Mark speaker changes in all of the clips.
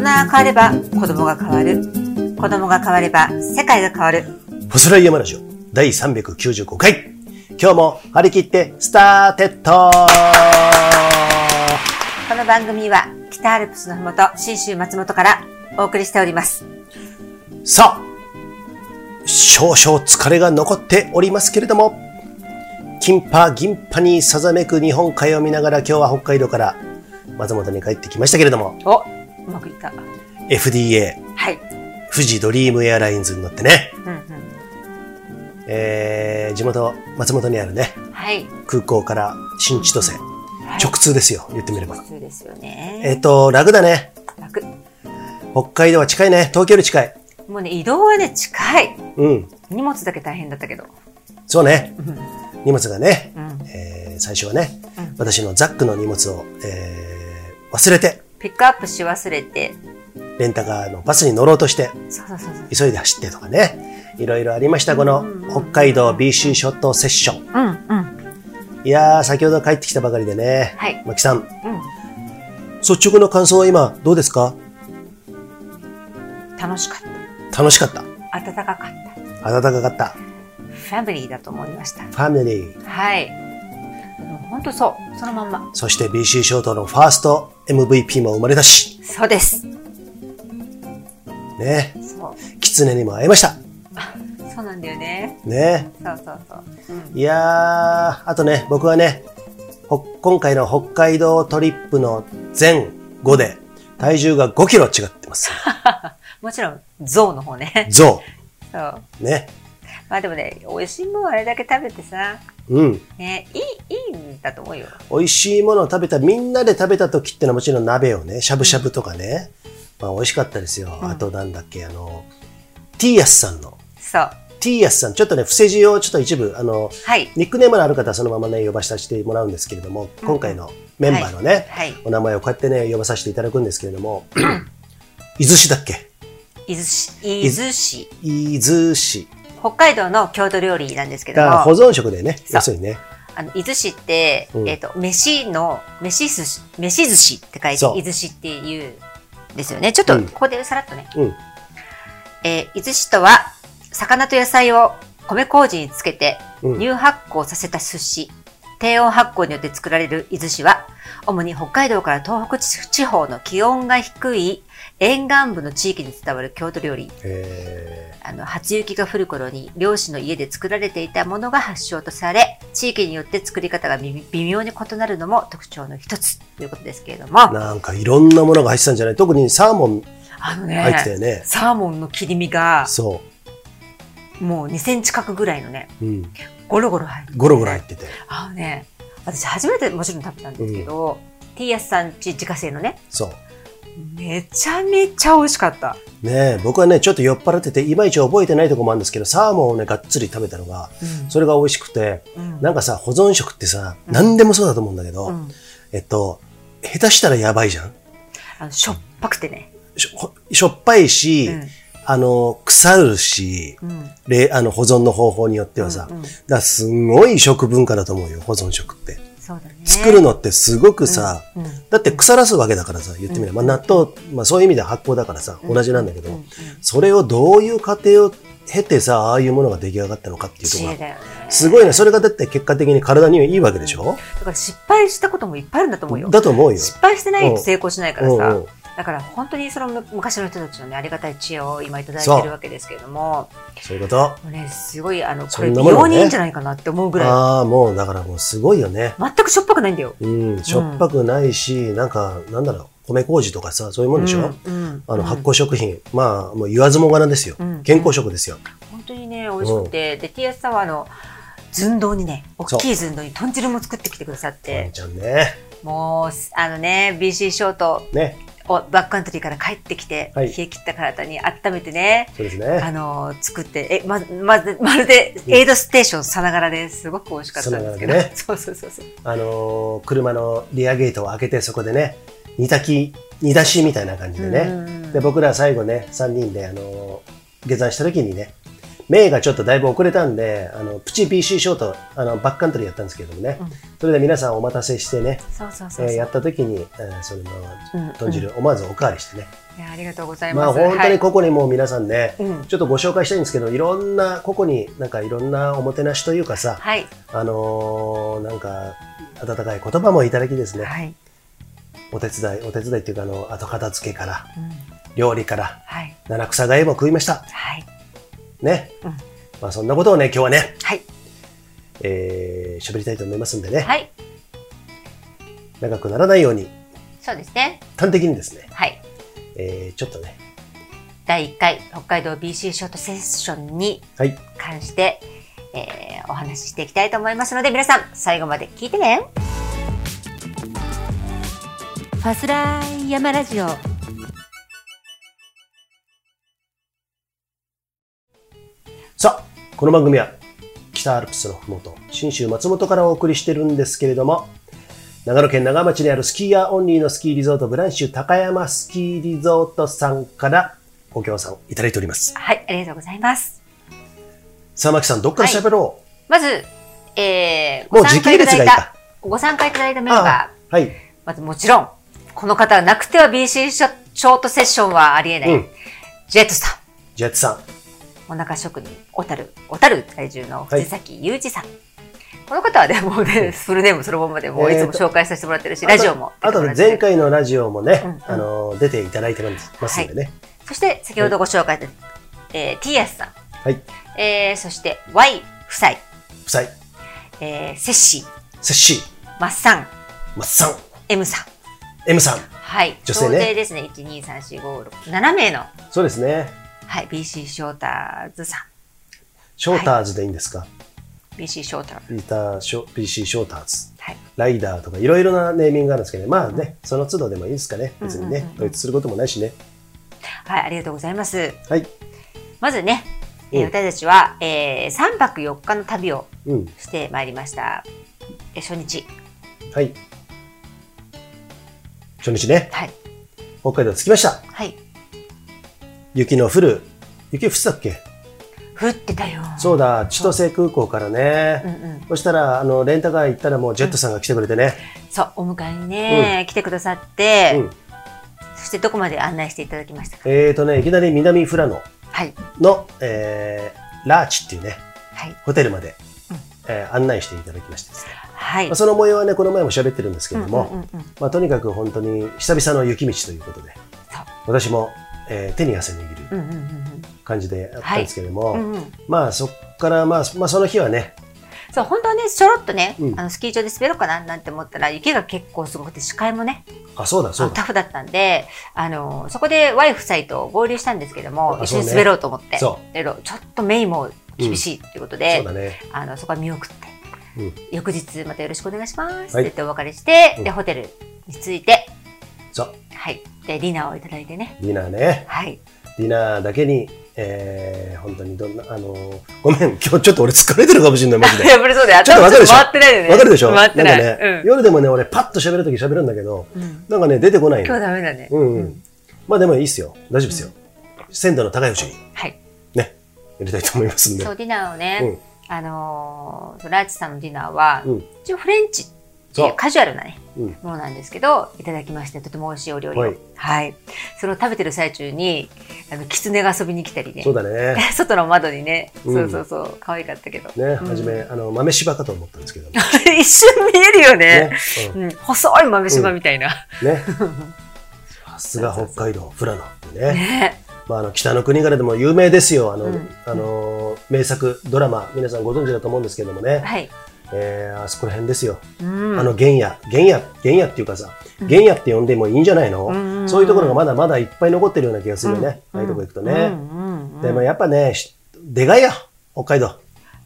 Speaker 1: が変われば子供が変わる。子供が変われば世界が変わる。
Speaker 2: フスライヤマラジオ第395回今日も張り切ってスターテッド
Speaker 1: この番組は北アルプスのふもと、新州松本からお送りしております。
Speaker 2: さあ少々疲れが残っておりますけれども金波銀波にさざめく日本海を見ながら今日は北海道から松本に帰ってきましたけれども
Speaker 1: おうまくいった。
Speaker 2: FDA
Speaker 1: はい。
Speaker 2: 富士ドリームエアラインズに乗ってね、
Speaker 1: うんうん。
Speaker 2: えー、地元松本にあるね
Speaker 1: はい。
Speaker 2: 空港から新千歳
Speaker 1: はい
Speaker 2: 直通ですよ言ってみれば
Speaker 1: 普通ですよ
Speaker 2: え
Speaker 1: ね。
Speaker 2: っ、と楽だね
Speaker 1: 楽。
Speaker 2: 北海道は近いね東京より近い
Speaker 1: もうね、移動はね、近い。
Speaker 2: うん
Speaker 1: 荷物だけ大変だったけど。
Speaker 2: そうね
Speaker 1: うん。
Speaker 2: 荷物がね、
Speaker 1: うん。
Speaker 2: えー最初はね、
Speaker 1: うん
Speaker 2: 私のザックの荷物を、えー忘れて、
Speaker 1: ピックアップし忘れて。
Speaker 2: レンタカーのバスに乗ろうとして、
Speaker 1: そうそうそうそう。
Speaker 2: 急いで走ってとかね、いろいろありました、この
Speaker 1: うんうんうん
Speaker 2: 北海道 BC ショットセッション。
Speaker 1: うんうん。
Speaker 2: いやー、先ほど帰ってきたばかりでね、
Speaker 1: はい
Speaker 2: マキさん、
Speaker 1: う
Speaker 2: 率直な感想は今、どうですか
Speaker 1: ん。楽しかった。
Speaker 2: 楽しかった。
Speaker 1: 暖かかった。
Speaker 2: 暖かかった。
Speaker 1: ファミリーだと思いました。
Speaker 2: ファミリー。
Speaker 1: はい。もう本当そう。そのまんま。
Speaker 2: そして BC ショートのファースト MVP も生まれたし、
Speaker 1: そうです。
Speaker 2: ね、
Speaker 1: そう。
Speaker 2: キツネにも会えました。
Speaker 1: そうなんだよね。
Speaker 2: ね。
Speaker 1: そうそうそう。うん。
Speaker 2: いやー、あとね、僕はね、ほ今回の北海道トリップの前後で、体重が5キロ違ってます。
Speaker 1: もちろん、象の方ね。
Speaker 2: ゾ
Speaker 1: そう。
Speaker 2: ウ。ね。
Speaker 1: まあでもね、美味しいもんあれだけ食べてさ、
Speaker 2: うん。
Speaker 1: ね、いい、いいんだと思うよ。
Speaker 2: 美味しいものを食べた、みんなで食べた時ってのはもちろん鍋をね、しゃぶしゃぶとかね、まあ美味しかったですよ。
Speaker 1: うん
Speaker 2: あとなんだっけ、あの、ティーヤスさんの、
Speaker 1: そう。
Speaker 2: ティーヤスさん、ちょっとね、伏せ字をちょっと一部、あの、
Speaker 1: はい。
Speaker 2: ニックネームのある方はそのままね、呼ばさせてもらうんですけれども、
Speaker 1: うん
Speaker 2: 今回のメンバーのね、
Speaker 1: はい。
Speaker 2: お名前をこうやってね、呼ばさせていただくんですけれ ども、伊豆市だっけ
Speaker 1: 伊豆市、伊豆市。
Speaker 2: 伊豆市。
Speaker 1: 北海道の郷土料理なんですけど
Speaker 2: だから保
Speaker 1: も、
Speaker 2: 存食でね、
Speaker 1: そう
Speaker 2: 要するにね。
Speaker 1: あの、伊豆市って、
Speaker 2: うん
Speaker 1: えっ、と、飯の、飯寿司、飯寿司って書いて、
Speaker 2: そう
Speaker 1: 伊豆市っていうんですよね。ちょっと、
Speaker 2: うん
Speaker 1: ここでさらっとね、
Speaker 2: うん。
Speaker 1: えー伊豆市とは、魚と野菜を米麹につけて、
Speaker 2: うん。
Speaker 1: 乳発酵させた寿司。低温発酵によって作られる伊豆市は、主に北海道から東北地方の気温が低い沿岸部の地域に伝わる郷土料理。
Speaker 2: え
Speaker 1: あの、初雪が降る頃に漁師の家で作られていたものが発祥とされ、地域によって作り方が微微妙に異なるのも特徴の一つということですけれども。
Speaker 2: ーなんかいろんなものが入ってたんじゃない特にサーモン
Speaker 1: あの
Speaker 2: 入ってた
Speaker 1: ね、
Speaker 2: よね。
Speaker 1: サーモンの切り身が
Speaker 2: そ
Speaker 1: もう2センチ角ぐらいのね、
Speaker 2: う。うん。
Speaker 1: ゴロゴロ入ってて
Speaker 2: ゴロゴロ入ってて。
Speaker 1: あのね、私初めてもちろん食べたんですけど、T やすさんち自家製のね、
Speaker 2: そう。
Speaker 1: めちゃめちゃ美味しかった。
Speaker 2: ねえ僕はね、ちょっと酔っ払ってて、いまいち覚えてないとこもあるんですけど、サーモンをね、がっつり食べたのが、それが美味しくて、
Speaker 1: うん
Speaker 2: なんかさ、保存食ってさ、
Speaker 1: うん
Speaker 2: 何でもそうだと思うんだけど、
Speaker 1: うん
Speaker 2: えっと、下手したらやばいじゃん
Speaker 1: あのしょっぱくてね。
Speaker 2: しょほしょっぱいし、
Speaker 1: う
Speaker 2: あの、腐るし、
Speaker 1: んうん
Speaker 2: れあの保存の方法によってはさ、
Speaker 1: うんうん
Speaker 2: だからすごい食文化だと思うよ保存食って、
Speaker 1: そうだね。
Speaker 2: 作るのってすごくさ、
Speaker 1: うん、うん
Speaker 2: だって腐らすわけだからさ言ってみれば、
Speaker 1: うん
Speaker 2: まあ、納豆、まあ、そういう意味では発酵だからさ同じなんだけど、
Speaker 1: うう
Speaker 2: それをどういう過程を経てさああいうものが出来上がったのかっていうと
Speaker 1: 知
Speaker 2: ころ
Speaker 1: 恵
Speaker 2: が
Speaker 1: だよね。
Speaker 2: すごいねそれがだって結果的に体にはいいわけでしょ、
Speaker 1: だから失敗したこともいっぱいあるんだと思うよ。
Speaker 2: だと思うよ。
Speaker 1: 失敗してないと成功しないからさ、
Speaker 2: うんうん
Speaker 1: だから本当にそのむ昔の人たちのね、ありがたい知恵を今いただいてるわけですけれども、
Speaker 2: そういうこと。
Speaker 1: もうね、すごい、あの、こ
Speaker 2: そ
Speaker 1: れ
Speaker 2: ん
Speaker 1: 美
Speaker 2: なものね
Speaker 1: 容にいいんじゃないかなって思うぐらい、
Speaker 2: ああもうだからもうすごいよね。
Speaker 1: 全くしょっぱくないんだよ。
Speaker 2: うんしょっぱくないし、なんかなんだろう米麹とかさそういうもんでしょ、
Speaker 1: うんうん
Speaker 2: あの発酵食品、まあもう言わずもがなですよ、
Speaker 1: うん
Speaker 2: 健康食ですよ、
Speaker 1: 本当にね美味しくて、で TS さんはあの寸胴にね大きい寸胴に豚汁も作ってきてくださっ
Speaker 2: ワン
Speaker 1: て
Speaker 2: ちゃんね
Speaker 1: もうあのね BC ショート
Speaker 2: ね
Speaker 1: をバックカントリーから帰ってきて、
Speaker 2: はい
Speaker 1: 冷え切った体に温めてね
Speaker 2: そうです
Speaker 1: あ
Speaker 2: ね
Speaker 1: の作ってえまままるでエイドステーションさながらですごく美味しかったんですけど、
Speaker 2: さながらでね
Speaker 1: そうそうそうそう
Speaker 2: あのー車のリアゲートを開けてそこでね煮炊き煮出しみたいな感じでね、
Speaker 1: うん
Speaker 2: で僕ら最後ね3人であのー下山した時にねメイがちょっとだいぶ遅れたんで、あの、プチ BC ショート、あの、バックカントリーやったんですけれどもね、
Speaker 1: うん
Speaker 2: それで皆さんお待たせしてね、
Speaker 1: そうそう
Speaker 2: え
Speaker 1: そう
Speaker 2: ー
Speaker 1: そう。
Speaker 2: やった時に、えーそれの
Speaker 1: うん
Speaker 2: 豚汁、思わずおかわりしてね。
Speaker 1: いやありがとうござい
Speaker 2: ま
Speaker 1: ま
Speaker 2: あ
Speaker 1: す。
Speaker 2: 本当
Speaker 1: は
Speaker 2: に
Speaker 1: い
Speaker 2: ここにもう皆さんね、
Speaker 1: うん
Speaker 2: ちょっとご紹介したいんですけど、いろんな、ここになんかいろんなおもてなしというかさ、
Speaker 1: はい
Speaker 2: あのーなんか、温かい言葉もいただきですね、
Speaker 1: はい
Speaker 2: お手伝い、お手伝いっていうか、あの、後片付けから、
Speaker 1: うん
Speaker 2: 料理から、
Speaker 1: はい
Speaker 2: 七草がえも食いました。
Speaker 1: はい
Speaker 2: ね。
Speaker 1: うん
Speaker 2: まあそんなことをね、今日はね、
Speaker 1: はい
Speaker 2: えー、喋りたいと思いますんでね、
Speaker 1: はい
Speaker 2: 長くならないように、
Speaker 1: そうですね。
Speaker 2: 端的にですね、
Speaker 1: はい
Speaker 2: えー、ちょっとね、
Speaker 1: 第1回北海道 BC ショートセッションに
Speaker 2: はい、
Speaker 1: 関して、えーお話ししていきたいと思いますので皆さん最後まで聞いてねファスライヤマラジオ
Speaker 2: さあこの番組は北アルプスのふもと信州松本からお送りしてるんですけれども長野県長町にあるスキーヤーオンリーのスキーリゾートブランシュ高山スキーリゾートさんからご協賛をいただいております
Speaker 1: はいありがとうございます
Speaker 2: さあ牧さんどっから喋ろ
Speaker 1: まず、えー、
Speaker 2: う、
Speaker 1: ご
Speaker 2: もう時
Speaker 1: 参加
Speaker 2: 系
Speaker 1: いた
Speaker 2: 列
Speaker 1: だ
Speaker 2: が
Speaker 1: い
Speaker 2: いい
Speaker 1: た
Speaker 2: か
Speaker 1: ご参加いただいたメンバー
Speaker 2: はい
Speaker 1: まずもちろんこの方はなくては BC ショショートセッションはありえない、
Speaker 2: うん
Speaker 1: ジェットさん
Speaker 2: ジェッツさん
Speaker 1: お腹職人、小樽、小樽在住の藤崎裕二さん。この方はね、もうね、フルネームそのままでもういつも紹介させてもらってるし、ラジオも
Speaker 2: あとあとね前回のラジオもね、
Speaker 1: うんうん
Speaker 2: あの出ていただいてますんでね
Speaker 1: そして、先ほどご紹介した、えー、TS さ
Speaker 2: はい
Speaker 1: ん。えー、そして、Y 夫妻、
Speaker 2: 夫妻
Speaker 1: えー、セッシー、
Speaker 2: セッシー
Speaker 1: マッサン、
Speaker 2: 松さん
Speaker 1: M さん。
Speaker 2: M さん
Speaker 1: はい。
Speaker 2: 女性ね
Speaker 1: 総勢ですね。1、2、3、4、5、6、7名の、
Speaker 2: そうですね
Speaker 1: はい、BC ショーターズさ
Speaker 2: ショーターズでいいんですか、
Speaker 1: ん。BC ショーターズ。
Speaker 2: ピーターショ PC ショーターズ
Speaker 1: はい。
Speaker 2: ライダーとかいろいろなネーミングがあるんですけどね、まあね、その都度でもいいですかね、別
Speaker 1: うん
Speaker 2: に
Speaker 1: うん
Speaker 2: ね
Speaker 1: うん、
Speaker 2: 統一することもないしね。
Speaker 1: はい、ありがとうございます。
Speaker 2: はい。
Speaker 1: まずね、えー
Speaker 2: うん
Speaker 1: 私たちは、えー、3泊4日の旅を
Speaker 2: うん。
Speaker 1: してまいりました。え初日、
Speaker 2: はい。初日ね、
Speaker 1: はい、
Speaker 2: 北海道着きました。
Speaker 1: はい、
Speaker 2: 雪の降る、雪降ってたっけ
Speaker 1: 降ってたよ。
Speaker 2: そうだ、千歳空港から
Speaker 1: うん
Speaker 2: ね。
Speaker 1: うん、
Speaker 2: そしたら、あの、レンタカー行ったらもうジェットさんが来てくれてね。
Speaker 1: そう、お迎えにね、来てくださって、
Speaker 2: うん。
Speaker 1: そしてどこまで案内していただきましたか。
Speaker 2: えーとね、いきなり南富良野
Speaker 1: はい、
Speaker 2: の、えー、ラーチっていうね、
Speaker 1: はい、
Speaker 2: ホテルまで
Speaker 1: うん、
Speaker 2: えー案内していただきましてですね。
Speaker 1: はい
Speaker 2: まあ。その模様はね、この前も喋ってるんですけれども、
Speaker 1: うんうんうんうん
Speaker 2: まあ、とにかく本当に久々の雪道ということで私も、えー手に汗握
Speaker 1: う
Speaker 2: る
Speaker 1: んうんうん
Speaker 2: 感じであったんですけれども、
Speaker 1: うんうんうん。
Speaker 2: まあそっから、まあ、まあその日はね
Speaker 1: そう、本当はね、ちょろっとね、
Speaker 2: うん
Speaker 1: あのスキー場で滑ろうかななんて思ったら、雪が結構すごくて、視界もね、
Speaker 2: あそうだ
Speaker 1: あ
Speaker 2: そ
Speaker 1: の
Speaker 2: う
Speaker 1: タ
Speaker 2: だ
Speaker 1: フだったんで、あの、そこで Y 夫妻と合流したんですけども、
Speaker 2: あ
Speaker 1: 一緒に
Speaker 2: そうね
Speaker 1: 滑ろうと思って、
Speaker 2: そ
Speaker 1: でちょっとメイも厳しいっていうことで、
Speaker 2: そうだね
Speaker 1: あのそこは見送って、
Speaker 2: うん
Speaker 1: 翌日またよろしくお願いしますって
Speaker 2: はい
Speaker 1: 言ってお別れして、
Speaker 2: うん
Speaker 1: でホテルに着いて、
Speaker 2: そう
Speaker 1: はい、でディナーをいただいてね、
Speaker 2: ディナーね
Speaker 1: はい、
Speaker 2: ディナーだけに、えー、本当にどんなあのーごめん今日ちょっと俺疲れてるかもしれないマジ で
Speaker 1: やっぱりそうだよ、
Speaker 2: ちょっとわかるでしょ
Speaker 1: 頭回ってないよね、
Speaker 2: わかるでしょ
Speaker 1: 回ってない、
Speaker 2: んかね、
Speaker 1: うん
Speaker 2: 夜でもね俺パッと喋るとき喋るんだけど
Speaker 1: うん、
Speaker 2: なんかね出てこない
Speaker 1: 今日
Speaker 2: の
Speaker 1: ダメだね、
Speaker 2: うんうんまあでもいいっすよ大丈夫ですよ、鮮度の高いうちに
Speaker 1: はい、
Speaker 2: ねやりたいと思いますんで
Speaker 1: そうディナーをね、
Speaker 2: うん
Speaker 1: あのーラーチさんのディナーは、
Speaker 2: うん
Speaker 1: 一応フレンチって
Speaker 2: そ
Speaker 1: いううカジュアルなね、
Speaker 2: うん
Speaker 1: ものなんですけどいただきましてとても美味しいお料理を、は
Speaker 2: はいい
Speaker 1: それを食べてる最中にあのキツネが遊びに来たりね
Speaker 2: そうだね
Speaker 1: 外の窓にね、
Speaker 2: うん
Speaker 1: そうそうそう可愛かったけど、
Speaker 2: ね、
Speaker 1: うん
Speaker 2: 初め、あの、豆柴かと思ったんですけども。
Speaker 1: 一瞬見えるよね
Speaker 2: ね。
Speaker 1: うん、細い豆柴みたいな、
Speaker 2: うん、ね。さすが北海道、富良野ってね。
Speaker 1: ね
Speaker 2: まあ、あの、北の国からでも有名ですよ。あの、
Speaker 1: うん
Speaker 2: あの、名作、ドラマ、皆さんご存知だと思うんですけどもね。
Speaker 1: はい、
Speaker 2: えー、あそこら辺ですよ。
Speaker 1: うん、
Speaker 2: あの、原野、原野、原野っていうかさ、原野って呼んでもいいんじゃないの、
Speaker 1: うん
Speaker 2: そういうところがまだまだいっぱい残ってるような気がするよね。ああいうとこ行くとね。
Speaker 1: うんうんうん
Speaker 2: でもやっぱね、しでかいよ、北海道。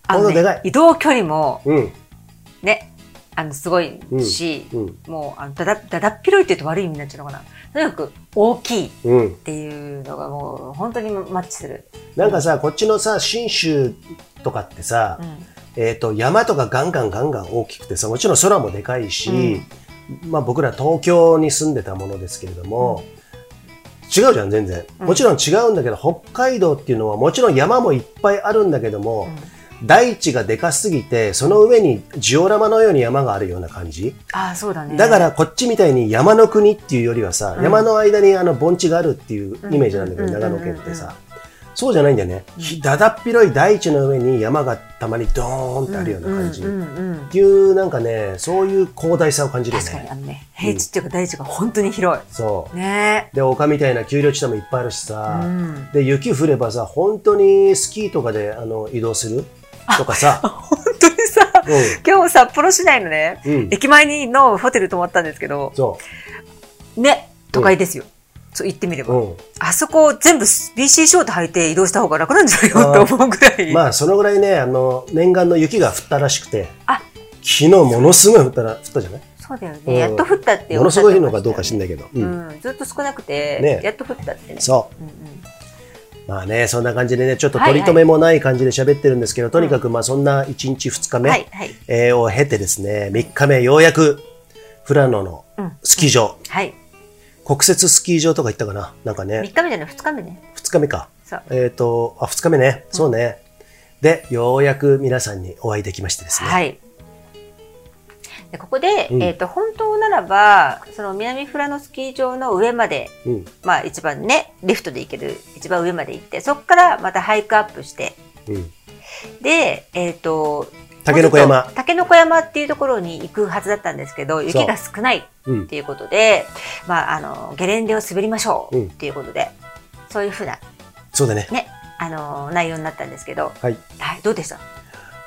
Speaker 1: あの
Speaker 2: ほんとでか
Speaker 1: ね
Speaker 2: い、
Speaker 1: 移動距離も
Speaker 2: うん、
Speaker 1: ねあのすごいし、
Speaker 2: うん、
Speaker 1: もうあのだだだだっ広いって言うと悪い意味になっちゃうのかなとにかく大きいっ
Speaker 2: うん。
Speaker 1: ていうのがもう本当にマッチする、
Speaker 2: なんかさ、こっちのさ、信州とかってさ、
Speaker 1: うん
Speaker 2: えー、と山とかガンガンガンガン大きくてさもちろん空もでかいし、まあ、僕ら東京に住んでたものですけれども、違うじゃん、全然。
Speaker 1: うん
Speaker 2: もちろん違うんだけど、北海道っていうのはもちろん山もいっぱいあるんだけども、
Speaker 1: うん
Speaker 2: 大地がでかすぎて、その上にジオラマのように山があるような感じ。
Speaker 1: ああ、そうだね。
Speaker 2: だからこっちみたいに山の国っていうよりはさ、
Speaker 1: うん
Speaker 2: 山の間にあの盆地があるっていうイメージなんだけ
Speaker 1: う
Speaker 2: ど、
Speaker 1: ん
Speaker 2: 長野県って
Speaker 1: うん
Speaker 2: さ。そうじゃないんだよね。ひだだっ広い大地の上に山がたまにドーンってあるような感じ。
Speaker 1: うん
Speaker 2: っ
Speaker 1: うんうんうん
Speaker 2: ていうなんかね、そういう広大さを感じるよ
Speaker 1: 確かに
Speaker 2: ね。
Speaker 1: あのね、平地っていうか大地が本当に広
Speaker 2: そ
Speaker 1: い。ね
Speaker 2: う。で、丘みたいな丘陵地帯もいっぱいあるし
Speaker 1: え。う
Speaker 2: さ、
Speaker 1: ん。
Speaker 2: で、雪降ればさ、本当にスキーとかであの移動するとか さ、
Speaker 1: 本当にさ、今日札幌市内のね、
Speaker 2: うん。うん。
Speaker 1: 駅前にのホテル泊まったんですけど、
Speaker 2: そ
Speaker 1: ね、都会ですよ。そう言ってみれ
Speaker 2: う。
Speaker 1: ば。
Speaker 2: うん。
Speaker 1: あそこ全部 BC ショート履いて移動した方が楽なんじゃないよ
Speaker 2: あー
Speaker 1: と思うぐらい。
Speaker 2: まあそのぐらいねあの念願の雪が降ったらしくて
Speaker 1: あ
Speaker 2: 昨日ものすごい降ったら降ったじゃない
Speaker 1: そうだよ
Speaker 2: うん
Speaker 1: ね。やっと降ったって
Speaker 2: ものすごいのかどうか
Speaker 1: し
Speaker 2: 知んないけど、う
Speaker 1: うんん、ずっと少なくて、
Speaker 2: ね
Speaker 1: やっと降ったってね。。
Speaker 2: そう
Speaker 1: んう
Speaker 2: うまあねそんな感じでねちょっと
Speaker 1: はい
Speaker 2: 取
Speaker 1: はい
Speaker 2: り留めもない感じで喋ってるんですけど、とにかくまあそんな1日2日
Speaker 1: ん、
Speaker 2: 目、
Speaker 1: はい、はい。
Speaker 2: えーを経てですね3日目ようやく富良野の
Speaker 1: うん。
Speaker 2: スキー場、
Speaker 1: はい。
Speaker 2: 国設スキー場とか行ったかななんか
Speaker 1: 3
Speaker 2: ね
Speaker 1: 日目じゃない、2日目ね。
Speaker 2: 2日目か
Speaker 1: そう。
Speaker 2: えっ、とあ2日目ねそうね、でようやく皆さんにお会いできましてですね、
Speaker 1: はい。でここで、
Speaker 2: うん
Speaker 1: えっ、と、本当ならば、その南富良野スキー場の上まで、
Speaker 2: うん
Speaker 1: まあ一番ね、リフトで行ける一番上まで行って、そこからまたハイクアップして、
Speaker 2: うん、
Speaker 1: で、えっ、と、
Speaker 2: 竹の子山
Speaker 1: もうちょっと。竹の子山っていうところに行くはずだったんですけど、雪が少ない
Speaker 2: うん
Speaker 1: っていうことで、まあ、あの、ゲレンデを滑りましょ
Speaker 2: うん
Speaker 1: うっていうことで、そういうふうな、
Speaker 2: そうだね
Speaker 1: あの、内容になったんですけど、
Speaker 2: はい
Speaker 1: はい、どうでした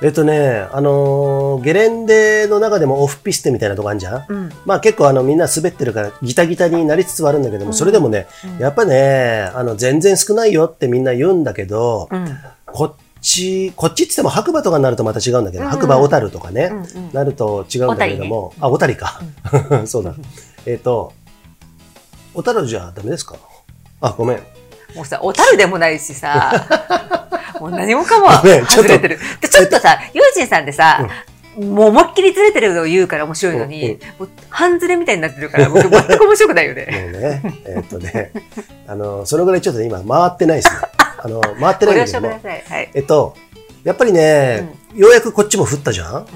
Speaker 2: えっとね、あのーゲレンデの中でもオフピステみたいなとこあるじゃん
Speaker 1: うん。
Speaker 2: まあ結構あのみんな滑ってるからギタギタになりつつはあるんだけど
Speaker 1: う
Speaker 2: も、
Speaker 1: ん
Speaker 2: それでもね、
Speaker 1: うん
Speaker 2: やっぱね、あの全然少ないよってみんな言うんだけど、
Speaker 1: うん。
Speaker 2: こっち、こっちって言っても白馬とかになるとまた違うんだけ
Speaker 1: う
Speaker 2: ど、
Speaker 1: ん
Speaker 2: 白馬小樽とかね、
Speaker 1: うんうん
Speaker 2: なると違うんだけども、あ、小樽か。 そうだ。えっと、小樽じゃダメですかあ、ごめん。
Speaker 1: もうさ、小樽でもないし さ、もう何もかも
Speaker 2: ごめんちょっと
Speaker 1: 外れてる。で、ちょっとさ、ユージンさんでさ、もう思いっきりずれてるのを言うから面白いのに、
Speaker 2: う
Speaker 1: もう半ずれみたいになってるから、僕全く面白くないよね。
Speaker 2: も うね、えっとね、あの、そのぐらいちょっと今回ってないですね。あの、回って
Speaker 1: ご
Speaker 2: ないん
Speaker 1: 了
Speaker 2: だけ
Speaker 1: 承
Speaker 2: ど
Speaker 1: く
Speaker 2: も
Speaker 1: だ。さい。はい。
Speaker 2: えっと、やっぱりね、ようやくこっちも降ったじゃん
Speaker 1: うん。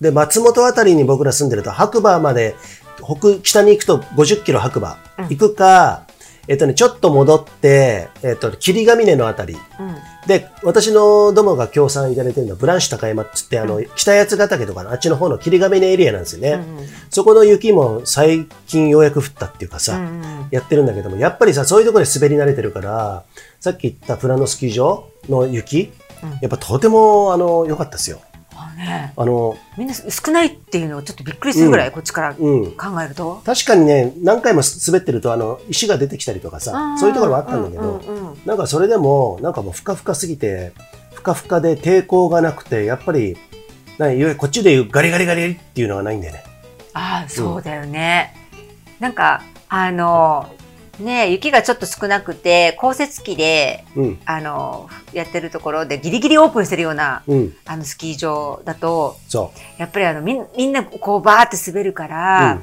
Speaker 2: で、松本あたりに僕ら住んでると、白馬まで、北、北に行くと50キロ白馬
Speaker 1: うん
Speaker 2: 行くか、えっとね、ちょっと戻って、えっと、霧ヶ峰のあたり。
Speaker 1: うん。
Speaker 2: で、私のどもが協賛いただいてるのは、ブランシュ高山っつって、あの、
Speaker 1: う
Speaker 2: 北八ヶ岳とかのあっちの方の霧ヶ峰エリアなんですよね。
Speaker 1: うんうん
Speaker 2: そこの雪も最近ようやく降ったっていうかさ、
Speaker 1: うんうん
Speaker 2: やってるんだけども、やっぱりさ、そういうところで滑り慣れてるから、さっき言った富良野スキー場の雪、
Speaker 1: うん
Speaker 2: やっぱとても、あの、良かったですよ。
Speaker 1: あね
Speaker 2: あの、
Speaker 1: みんな少ないっていうのをちょっとびっくりするぐらい、こっちから
Speaker 2: うん。
Speaker 1: 考えると。
Speaker 2: 確かにね、何回も滑ってると、あの、石が出てきたりとかさ、そういうところはあったんだけど、
Speaker 1: うんうんうん
Speaker 2: なんかそれでも、なんかもうふかふかすぎて、ふかふかで抵抗がなくて、やっぱり、なんかこっちでいうガリガリガリっていうのがないんだよね。
Speaker 1: ああそうだよね、なんかあのね雪がちょっと少なくて降雪機で
Speaker 2: うん。
Speaker 1: あのやってるところでギリギリオープンしてるような
Speaker 2: うん。
Speaker 1: あのスキー場だと
Speaker 2: そ
Speaker 1: やっぱりあのみんみんなこうバーって滑るか
Speaker 2: う。う
Speaker 1: ら
Speaker 2: ん、。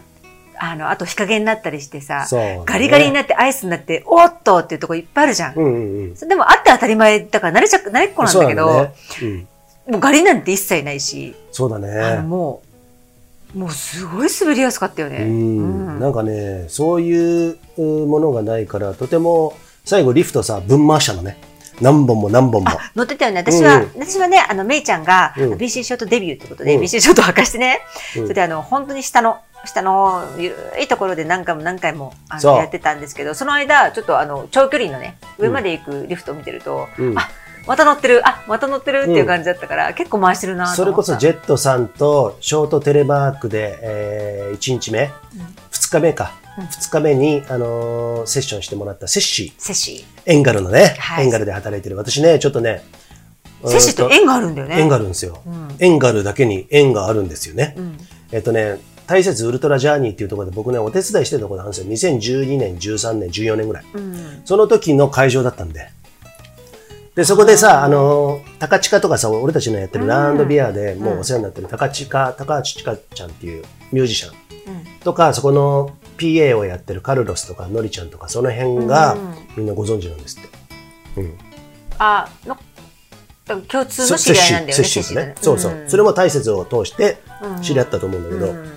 Speaker 1: あのあと日陰になったりしてさ、
Speaker 2: そうだね、
Speaker 1: ガリガリになってアイスになっておっとっていうとこいっぱいあるじゃん。
Speaker 2: うんうん
Speaker 1: でもあって当たり前だから慣れちゃ慣れっ
Speaker 2: う
Speaker 1: こ
Speaker 2: ん。
Speaker 1: なん
Speaker 2: そう
Speaker 1: だけど
Speaker 2: なんだね。うん。
Speaker 1: もうガリなんて一切ないし、
Speaker 2: そうだね。
Speaker 1: あのもうもうすごい滑りやすかったよね。
Speaker 2: うん
Speaker 1: うん
Speaker 2: なんかね、そういううんものがないから、とても最後リフトさ、ぶん回したのね。何本も何本も。
Speaker 1: 乗ってたよね。私は、
Speaker 2: うんうん
Speaker 1: 私はね、あの、めいちゃんが、
Speaker 2: うん
Speaker 1: BC ショートデビューってことで、
Speaker 2: うん
Speaker 1: BC ショートを明かしてね、
Speaker 2: うん
Speaker 1: それであの、本当に下の、下のゆるいところで何回も何回もあ
Speaker 2: そう
Speaker 1: のやってたんですけど、その間、ちょっとあの、長距離のね、上まで行くリフトを見てると、
Speaker 2: うん
Speaker 1: あまた乗ってる、あ、また乗ってるっていう感じだったから、結構回してるなと
Speaker 2: それ
Speaker 1: 思
Speaker 2: こ
Speaker 1: った
Speaker 2: そジェットさんとショートテレマークで、え1日目、2日目か、
Speaker 1: うん
Speaker 2: 2日目に、あのーセッションしてもらったセッシ
Speaker 1: セシ
Speaker 2: ー、エンガルのね、
Speaker 1: はい
Speaker 2: エンガルで働いてる。私ね、ちょっとね、
Speaker 1: ー。セシーと縁があるんだよね。
Speaker 2: 縁があるんですよ。
Speaker 1: うん。
Speaker 2: エンガルだけに縁があるんですよね。
Speaker 1: うん。
Speaker 2: えっとね、大雪ウルトラジャーニーっていうところで僕ね、お手伝いしてるところなんですよ。2012年、13年、14年ぐらい。
Speaker 1: うん。
Speaker 2: その時の会場だったんで。で、そこでさ、
Speaker 1: あー
Speaker 2: あの、高近とかさ、俺たちのやってるラウンドビアで
Speaker 1: ん
Speaker 2: もうお世話になってる高近、高近ちゃんっていうミュージシャン
Speaker 1: うん
Speaker 2: とか、そこの PA をやってるカルロスとかノリちゃんとかその辺が
Speaker 1: うん
Speaker 2: みんなご存知なんですって。うん、
Speaker 1: あの共通の知
Speaker 2: 摂
Speaker 1: り合いなん
Speaker 2: 取
Speaker 1: だよね。
Speaker 2: 摂取
Speaker 1: 摂
Speaker 2: の
Speaker 1: 取
Speaker 2: ね。そうそう。それも大雪を通して知り合ったと思うんだけ
Speaker 1: うん
Speaker 2: ど、
Speaker 1: うん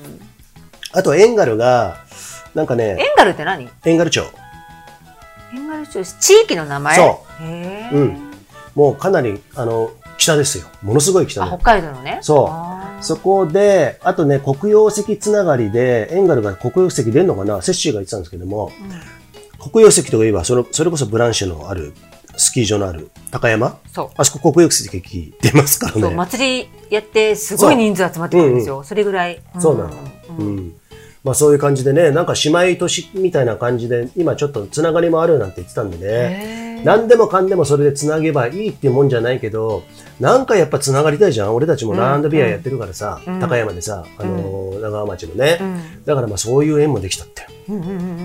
Speaker 2: あとエンガルがなんかね
Speaker 1: エンガルって何？
Speaker 2: エンガル町
Speaker 1: エンガル町地域の名前。。
Speaker 2: そう
Speaker 1: へえ。
Speaker 2: うんもうかなりあの北ですよ。ものすごい北
Speaker 1: あ
Speaker 2: ね
Speaker 1: 北海道のね。
Speaker 2: そう
Speaker 1: あー
Speaker 2: そこで、あとね、黒曜石つながりで、エンガルが黒曜石出るのかな、セッシーが言ってたんですけども、
Speaker 1: うん
Speaker 2: 黒曜石といえば、それそれこそブランシュのある、スキー場のある高山、
Speaker 1: そう。
Speaker 2: あそこ黒曜石出ますから
Speaker 1: そう
Speaker 2: ね。
Speaker 1: 祭りやってすごい人数集まってくるんですよ。それぐらい。
Speaker 2: そうなの
Speaker 1: う。
Speaker 2: うんんまあそういう感じでね、なんか姉妹都市みたいな感じで、今ちょっとつながりもあるなんて言ってたんでね、
Speaker 1: へー
Speaker 2: 何でもかんでもそれでつなげばいいっていうもんじゃないけど、なんかやっぱつながりたいじゃん。俺たちもランドビアやってるからさ、
Speaker 1: うん
Speaker 2: 高山でさ、あのー長浜町のね、
Speaker 1: うん
Speaker 2: だからまあそういう縁もできたって。
Speaker 1: うんうんうんうんうんうんう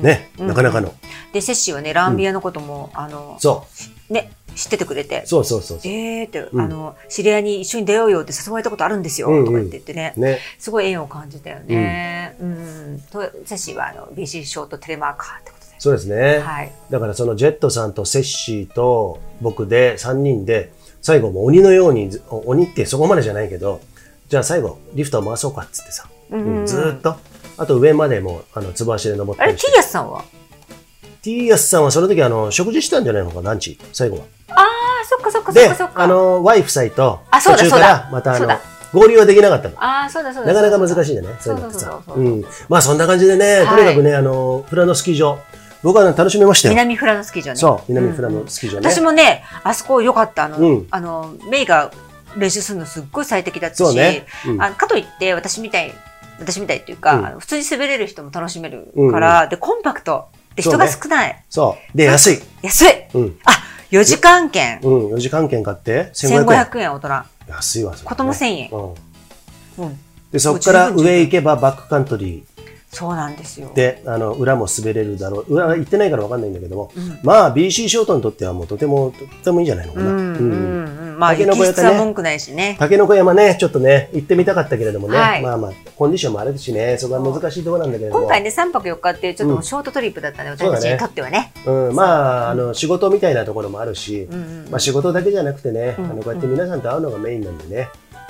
Speaker 1: ん
Speaker 2: ね、
Speaker 1: うん
Speaker 2: なかなかの。
Speaker 1: でセッシーはねランビアのことも、あの
Speaker 2: そ
Speaker 1: ね知っててくれて
Speaker 2: う、そうそうそうそ
Speaker 1: えーって、
Speaker 2: うん
Speaker 1: あの、知り合いに一緒に出ようよって誘われたことあるんですよ、
Speaker 2: うんうん
Speaker 1: とか言って言ってね
Speaker 2: う。。ね。
Speaker 1: すごい縁を感じたよね。うん。と、セシーは、あの、BC ショートテレマーカーってこと
Speaker 2: そうですね。
Speaker 1: で。はい。
Speaker 2: だからそのジェットさんとセッシーと僕で3人で、最後もう鬼のようにず、お鬼ってそこまでじゃないけど、じゃあ最後リフトを回そうかっつってさ、
Speaker 1: う
Speaker 2: うんずーっ。と。あと上までも、あの、つば足で登っ
Speaker 1: あ
Speaker 2: た
Speaker 1: れ、
Speaker 2: り
Speaker 1: テ
Speaker 2: して。
Speaker 1: ィアスさんは
Speaker 2: ティーヤスさんはその時あの、食事したんじゃないのか、ランチ、最後は。
Speaker 1: ああ、そっかそっかそっ
Speaker 2: で
Speaker 1: かそっ、か。
Speaker 2: あ、の、Y 夫妻と、
Speaker 1: あそう
Speaker 2: 途
Speaker 1: だ
Speaker 2: 中から、またあ
Speaker 1: そう
Speaker 2: の
Speaker 1: だ、
Speaker 2: 合流はできなかったの。
Speaker 1: あーそうだそうだ。
Speaker 2: なかなか難
Speaker 1: し
Speaker 2: しいんだね、そういうのってさ。
Speaker 1: そうそうそう
Speaker 2: う。
Speaker 1: そうん
Speaker 2: まあそんな感じでね、とにかくね、あの、フラのスキー場、僕はね楽しめましたよ。
Speaker 1: 南フラのスキー場ね。
Speaker 2: そう、南フラ
Speaker 1: うんう
Speaker 2: の
Speaker 1: ん
Speaker 2: スキー場ね。
Speaker 1: 私もね、あそこ良かった。あの、
Speaker 2: うん
Speaker 1: あの、メイが練習するのすっごい最適だったし、
Speaker 2: そうね。うん
Speaker 1: あかといって私みたい私みたいっていうか、
Speaker 2: うん
Speaker 1: あの普通に滑れる人も楽しめるから、でコンパクトで
Speaker 2: そう
Speaker 1: 人
Speaker 2: ね
Speaker 1: が少ない、
Speaker 2: そう。で、安い。
Speaker 1: 安い
Speaker 2: うん。
Speaker 1: あ4時間券
Speaker 2: うん。4時間券買って、1500円。
Speaker 1: 1500円大人
Speaker 2: 安いわ、それね
Speaker 1: 子供1000円、
Speaker 2: うん。
Speaker 1: うん、
Speaker 2: で、そこから
Speaker 1: もう十分
Speaker 2: 上行けばバックカントリ
Speaker 1: そうなんですよ
Speaker 2: ーで、あの、裏も滑れるだろう。裏は行ってないからわかんないんだけども、
Speaker 1: うん
Speaker 2: まあ、BC ショートにとってはもうとても、とってもいいんじゃないのか
Speaker 1: う
Speaker 2: な。
Speaker 1: んうんうんまあ
Speaker 2: 竹
Speaker 1: 雪
Speaker 2: の子やっ
Speaker 1: 質
Speaker 2: たね
Speaker 1: は文句ないしね
Speaker 2: 竹の子山ね、ちょっとね、行ってみたかったけれどもね、
Speaker 1: はい
Speaker 2: まあまあ、コンディションもあれですしね、そこは難しいところなんだけれども、
Speaker 1: 今回ね3泊4日っていうちょっともううんショートトリップだったので、
Speaker 2: そうだ
Speaker 1: 私
Speaker 2: ね
Speaker 1: たちにとってはね
Speaker 2: うん、まあ、あの、仕事みたいなところもあるし、
Speaker 1: うんうんうん
Speaker 2: まあ仕事だけじゃなくてね、
Speaker 1: うん
Speaker 2: あのこうやって皆さんと会うのがメインなんでね、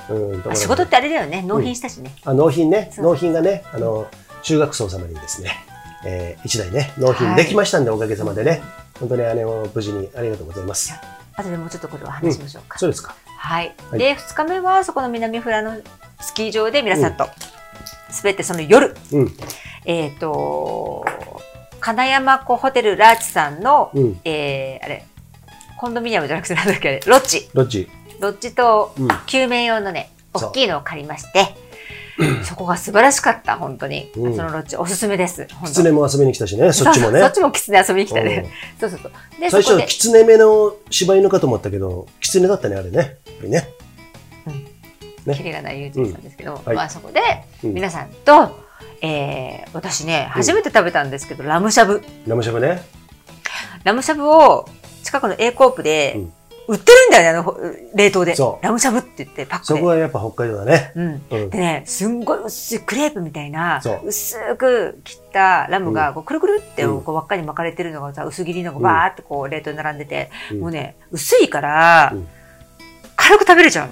Speaker 2: うん、ところ
Speaker 1: あ
Speaker 2: が
Speaker 1: 仕事ってあれだよね納品したしね、
Speaker 2: あ納品ね、
Speaker 1: そう
Speaker 2: 納品がね、あの、中学層様にですね、えー、一台ね、納品できましたんで、おかげさまでね、本当にあれを無事にありがとうございます。
Speaker 1: あとでもうちょっとこれは話しましょうか、
Speaker 2: そうですか。
Speaker 1: はい。
Speaker 2: はい
Speaker 1: で、2日目はそこの南フラのスキー場で皆さんと滑って、その夜、
Speaker 2: うん、
Speaker 1: えっ、と、金山湖ホテルラーチさんの、
Speaker 2: うん、
Speaker 1: えー、あれ、コンドミニアムじゃなくてなんだっけあれ、ロッジ。
Speaker 2: ロッジ。
Speaker 1: ロッジと
Speaker 2: うん、
Speaker 1: 救命用のね、
Speaker 2: そう
Speaker 1: 大きいのを借りま して、そこが素晴らしかった、本当に。
Speaker 2: うん
Speaker 1: そのロッジ、おすすめです。本当
Speaker 2: キツネも遊びに来 たしね、そっちもね。
Speaker 1: そうそっちもキツネ遊びに来た
Speaker 2: うん
Speaker 1: ね。そうそうそう。で、そ
Speaker 2: 最
Speaker 1: こ
Speaker 2: 初、
Speaker 1: で、
Speaker 2: キツネ目の柴犬かと思ったけど、キツネだったね、あれね。やっぱりね。ね
Speaker 1: キレがない友人さんですけど、
Speaker 2: はい
Speaker 1: まあそこで、
Speaker 2: うん
Speaker 1: 皆さんと、えー私ね初めて食べたんですけど、ラムしゃぶ
Speaker 2: ラムシャブね。
Speaker 1: ラムしゃぶを近くの A コープで
Speaker 2: うん
Speaker 1: 売ってるんだよねあのほ冷凍で
Speaker 2: そう
Speaker 1: ラムしゃぶって言ってパック
Speaker 2: そ
Speaker 1: で
Speaker 2: こはやっぱ北海道だね。
Speaker 1: うん、
Speaker 2: うん
Speaker 1: で。ねすんごい薄いクレープみたいな
Speaker 2: そう
Speaker 1: 薄く切ったラムがこうくるくるって
Speaker 2: うん
Speaker 1: こう輪っかに巻かれてるのがさ薄切りのが
Speaker 2: うん
Speaker 1: バーってこう冷凍に並んでて、
Speaker 2: うん
Speaker 1: もうね薄いから、
Speaker 2: うん
Speaker 1: 軽く食べれちゃう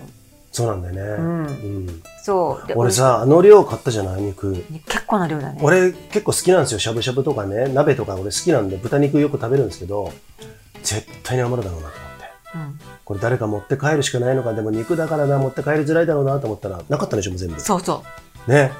Speaker 2: そうなんだよね。
Speaker 1: の、う、
Speaker 2: うんん。
Speaker 1: そうで
Speaker 2: 俺さ、あの量買ったじゃない肉。
Speaker 1: 結構な量だね
Speaker 2: 俺結構好きなんですよ。しゃぶしゃぶとかね、鍋とか俺好きなんで、豚肉よく食べるんですけど、絶対に余るだろうなと思って。
Speaker 1: うん、
Speaker 2: これ誰か持って帰るしかないのか、でも肉だからな、持って帰りづらいだろうなと思ったら、なかったでしょ、もう全部。
Speaker 1: そうそ
Speaker 2: ね。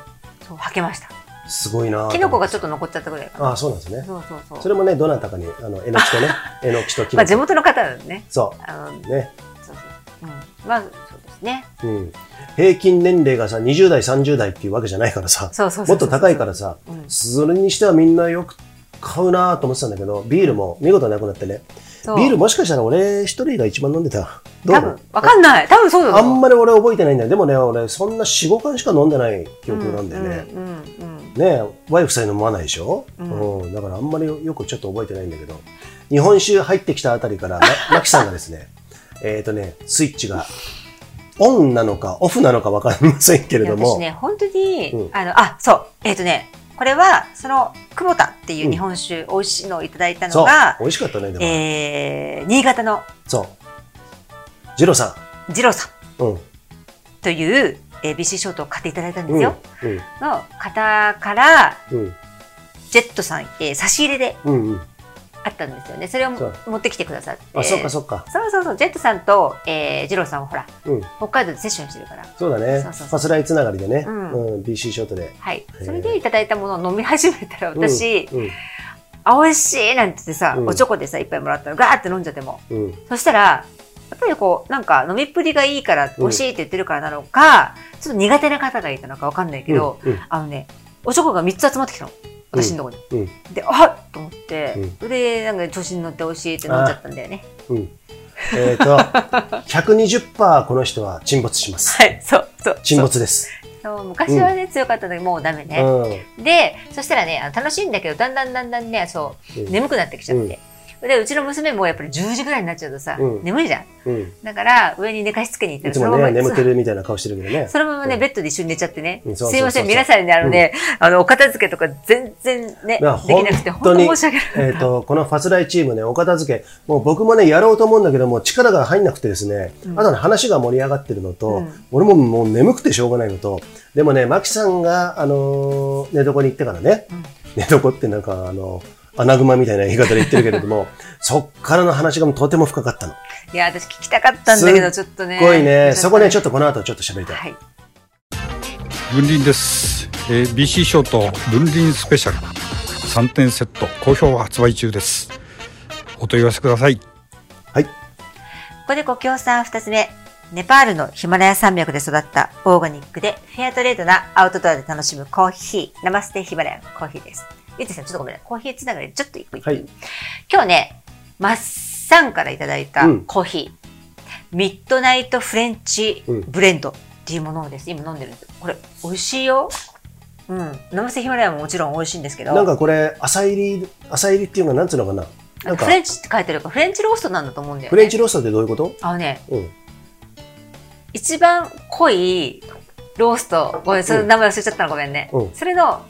Speaker 1: うそうはけました
Speaker 2: すごいな
Speaker 1: キノコが
Speaker 2: ょ
Speaker 1: ちょっと残っちゃったぐらいかな。
Speaker 2: ああ、そうなんですね。
Speaker 1: そうそうそう。
Speaker 2: それもね、どなたかに、あの、えのき とね、えのきとキ
Speaker 1: ま
Speaker 2: ノ
Speaker 1: あ地
Speaker 2: コ。
Speaker 1: 元の方だね。
Speaker 2: そ
Speaker 1: あの、
Speaker 2: う。ね。
Speaker 1: そうそう。うん。まあ、そうですね。
Speaker 2: うん、平均年齢がさ20代30代っていうわけじゃないからさ
Speaker 1: そうそうそ
Speaker 2: も
Speaker 1: う
Speaker 2: っと高いから。さ
Speaker 1: うん。
Speaker 2: それにしてはみんなよく買うなと思ってたんだけどビールも見事なくなってね
Speaker 1: そう
Speaker 2: ビールもしかしたら俺一人が一番飲んでたどう
Speaker 1: 多
Speaker 2: 思
Speaker 1: 分
Speaker 2: う、
Speaker 1: わかんない。多分そうだ
Speaker 2: あんまり俺覚えてないんだよでもね俺そんな45缶しか飲んでない記憶なんだよね、
Speaker 1: うんうんうん。
Speaker 2: ねえ、ワイフさえ飲まないでしょ、う
Speaker 1: うんん
Speaker 2: だからあんまりよくちょっと覚えてないんだけど、日本酒入ってきたあたりから、まマキさんがですね、 えっ、とね、スイッチが、オンなのかオフなのかわかりませんけれ
Speaker 1: いや
Speaker 2: ど
Speaker 1: 私
Speaker 2: も、
Speaker 1: ね、本当に
Speaker 2: うん、
Speaker 1: あの、あ、そう。えっとね、ここれは、その、久保田っていう日本酒、美味しいのをいただいたの
Speaker 2: そう
Speaker 1: が、
Speaker 2: 美味しかったねでも、
Speaker 1: えー、新潟の
Speaker 2: そうジロさ
Speaker 1: 二郎さん
Speaker 2: んうん
Speaker 1: という、えー、BC ショートを買っていただいたんで
Speaker 2: う
Speaker 1: す
Speaker 2: ん
Speaker 1: よ。の方から、
Speaker 2: うん
Speaker 1: ジェットさん、えー差し入れで
Speaker 2: うんうん
Speaker 1: あったんですよね。それを
Speaker 2: そう
Speaker 1: 持ってきてくださって。
Speaker 2: あそっかそっか
Speaker 1: そうそうそう、ジェットさんと、えー、二郎さんはほら、
Speaker 2: うん
Speaker 1: 北海道でセッションしてるから。
Speaker 2: そうだ
Speaker 1: そ
Speaker 2: ね
Speaker 1: うそうそう
Speaker 2: ファスライつながりでね、
Speaker 1: うん
Speaker 2: ん BC ショートで
Speaker 1: はい。
Speaker 2: ー
Speaker 1: それでいただいたものを飲み始めたら、私、
Speaker 2: うん
Speaker 1: あ、美味しいなんて言ってさ、
Speaker 2: うん
Speaker 1: おちょこでさ、いっぱいもらったの、ガーって飲んじゃっても。
Speaker 2: うんうん
Speaker 1: そしたら、やっぱりこう、なんか飲みっぷりがいいから、
Speaker 2: うん
Speaker 1: 美味しいって言ってるからなのか、ちょっと苦手な方がいたのかわかんないけど、
Speaker 2: うんうん
Speaker 1: あのね、おちょこが3つ集まってきたの。私のとこに。
Speaker 2: うん
Speaker 1: で、あっと思って、
Speaker 2: うん
Speaker 1: それで、なんか調子に乗って美味しいって飲んじゃったんだよね。
Speaker 2: うんえっ、ー、と 120%この人は沈没します
Speaker 1: はい、そう、そう。
Speaker 2: 沈没です
Speaker 1: そうそう昔はね、強かったのにもうダメね。で、そしたらね、あの楽しいんだけど、だんだんだんだんね、そうう、
Speaker 2: ん
Speaker 1: 眠くなってきちゃって。で、うちの娘もやっぱり10時ぐらいになっちゃうとさ、
Speaker 2: うん
Speaker 1: 眠いじゃん。
Speaker 2: うん、うん、
Speaker 1: だから、上に寝かしつけに行った
Speaker 2: い
Speaker 1: ら、
Speaker 2: つもね
Speaker 1: そのま
Speaker 2: 眠
Speaker 1: ま
Speaker 2: ってるみたいな顔してるけどね
Speaker 1: そのままね、
Speaker 2: うん
Speaker 1: ベッドで一緒に寝ちゃってね。
Speaker 2: うんそうそうそうそ
Speaker 1: すいませ
Speaker 2: う
Speaker 1: ん、皆さんね、あのね、あの、お片付けとか全然ね、でき
Speaker 2: いや
Speaker 1: なくて、
Speaker 2: 本当
Speaker 1: 本
Speaker 2: に
Speaker 1: 当申し訳ない。
Speaker 2: えっ、と、このファスライチームね、お片付け、もう僕もね、やろうと思うんだけども、力が入んなくてですね、
Speaker 1: うん
Speaker 2: あとね、話が盛り上がってるのと、
Speaker 1: うん
Speaker 2: 俺ももう眠くてしょうがないのと、でもね、マキさんが、あのー寝床に行ってからね、
Speaker 1: うん
Speaker 2: 寝床ってなんか、あの、アナグマみたいな言い方で言ってるけれど も、そっからの話がもうとても深かったの。
Speaker 1: いや、私聞きたかったんだけど、ちょっとね。
Speaker 2: すごいね。そこね、ちょっ
Speaker 1: っ
Speaker 2: とこの後ちょっと喋りたい。
Speaker 1: はい。
Speaker 3: 分輪です、えー BC ショート分輪スペシャル3点セット好評発売中ですお問い合わせください
Speaker 2: はい。
Speaker 1: ここでご協賛二つ目。ネパールのヒマラヤ山脈で育ったオーガニックでフェアトレードなアウトドアで楽しむコーヒー。ナマステヒマラヤコーヒーです。ゆうてさん、ちょっとごめんね。コーヒーつながりでちょっと一個一個、
Speaker 2: はい
Speaker 1: 今日ね、マッサンからいただいた
Speaker 2: うん
Speaker 1: コーヒー。ミッドナイトフレンチ
Speaker 2: うん
Speaker 1: ブレンドっていうものをです。今飲んでるんです。これ、美味しいよ。うん。ナマステヒマラヤももちろん美味しいんですけど。
Speaker 2: なんかこれ、朝入り、朝入りっていうのはなんつうのかな。なんか
Speaker 1: フ、レンチって書いてあるから、フレンチローストなんだと思うんだよね。
Speaker 2: フレンチローストってどういうこと
Speaker 1: あのね、
Speaker 2: うん。
Speaker 1: 一番濃いロースト、ごめん、その名前忘れちゃったのごめんね。
Speaker 2: うん
Speaker 1: それの、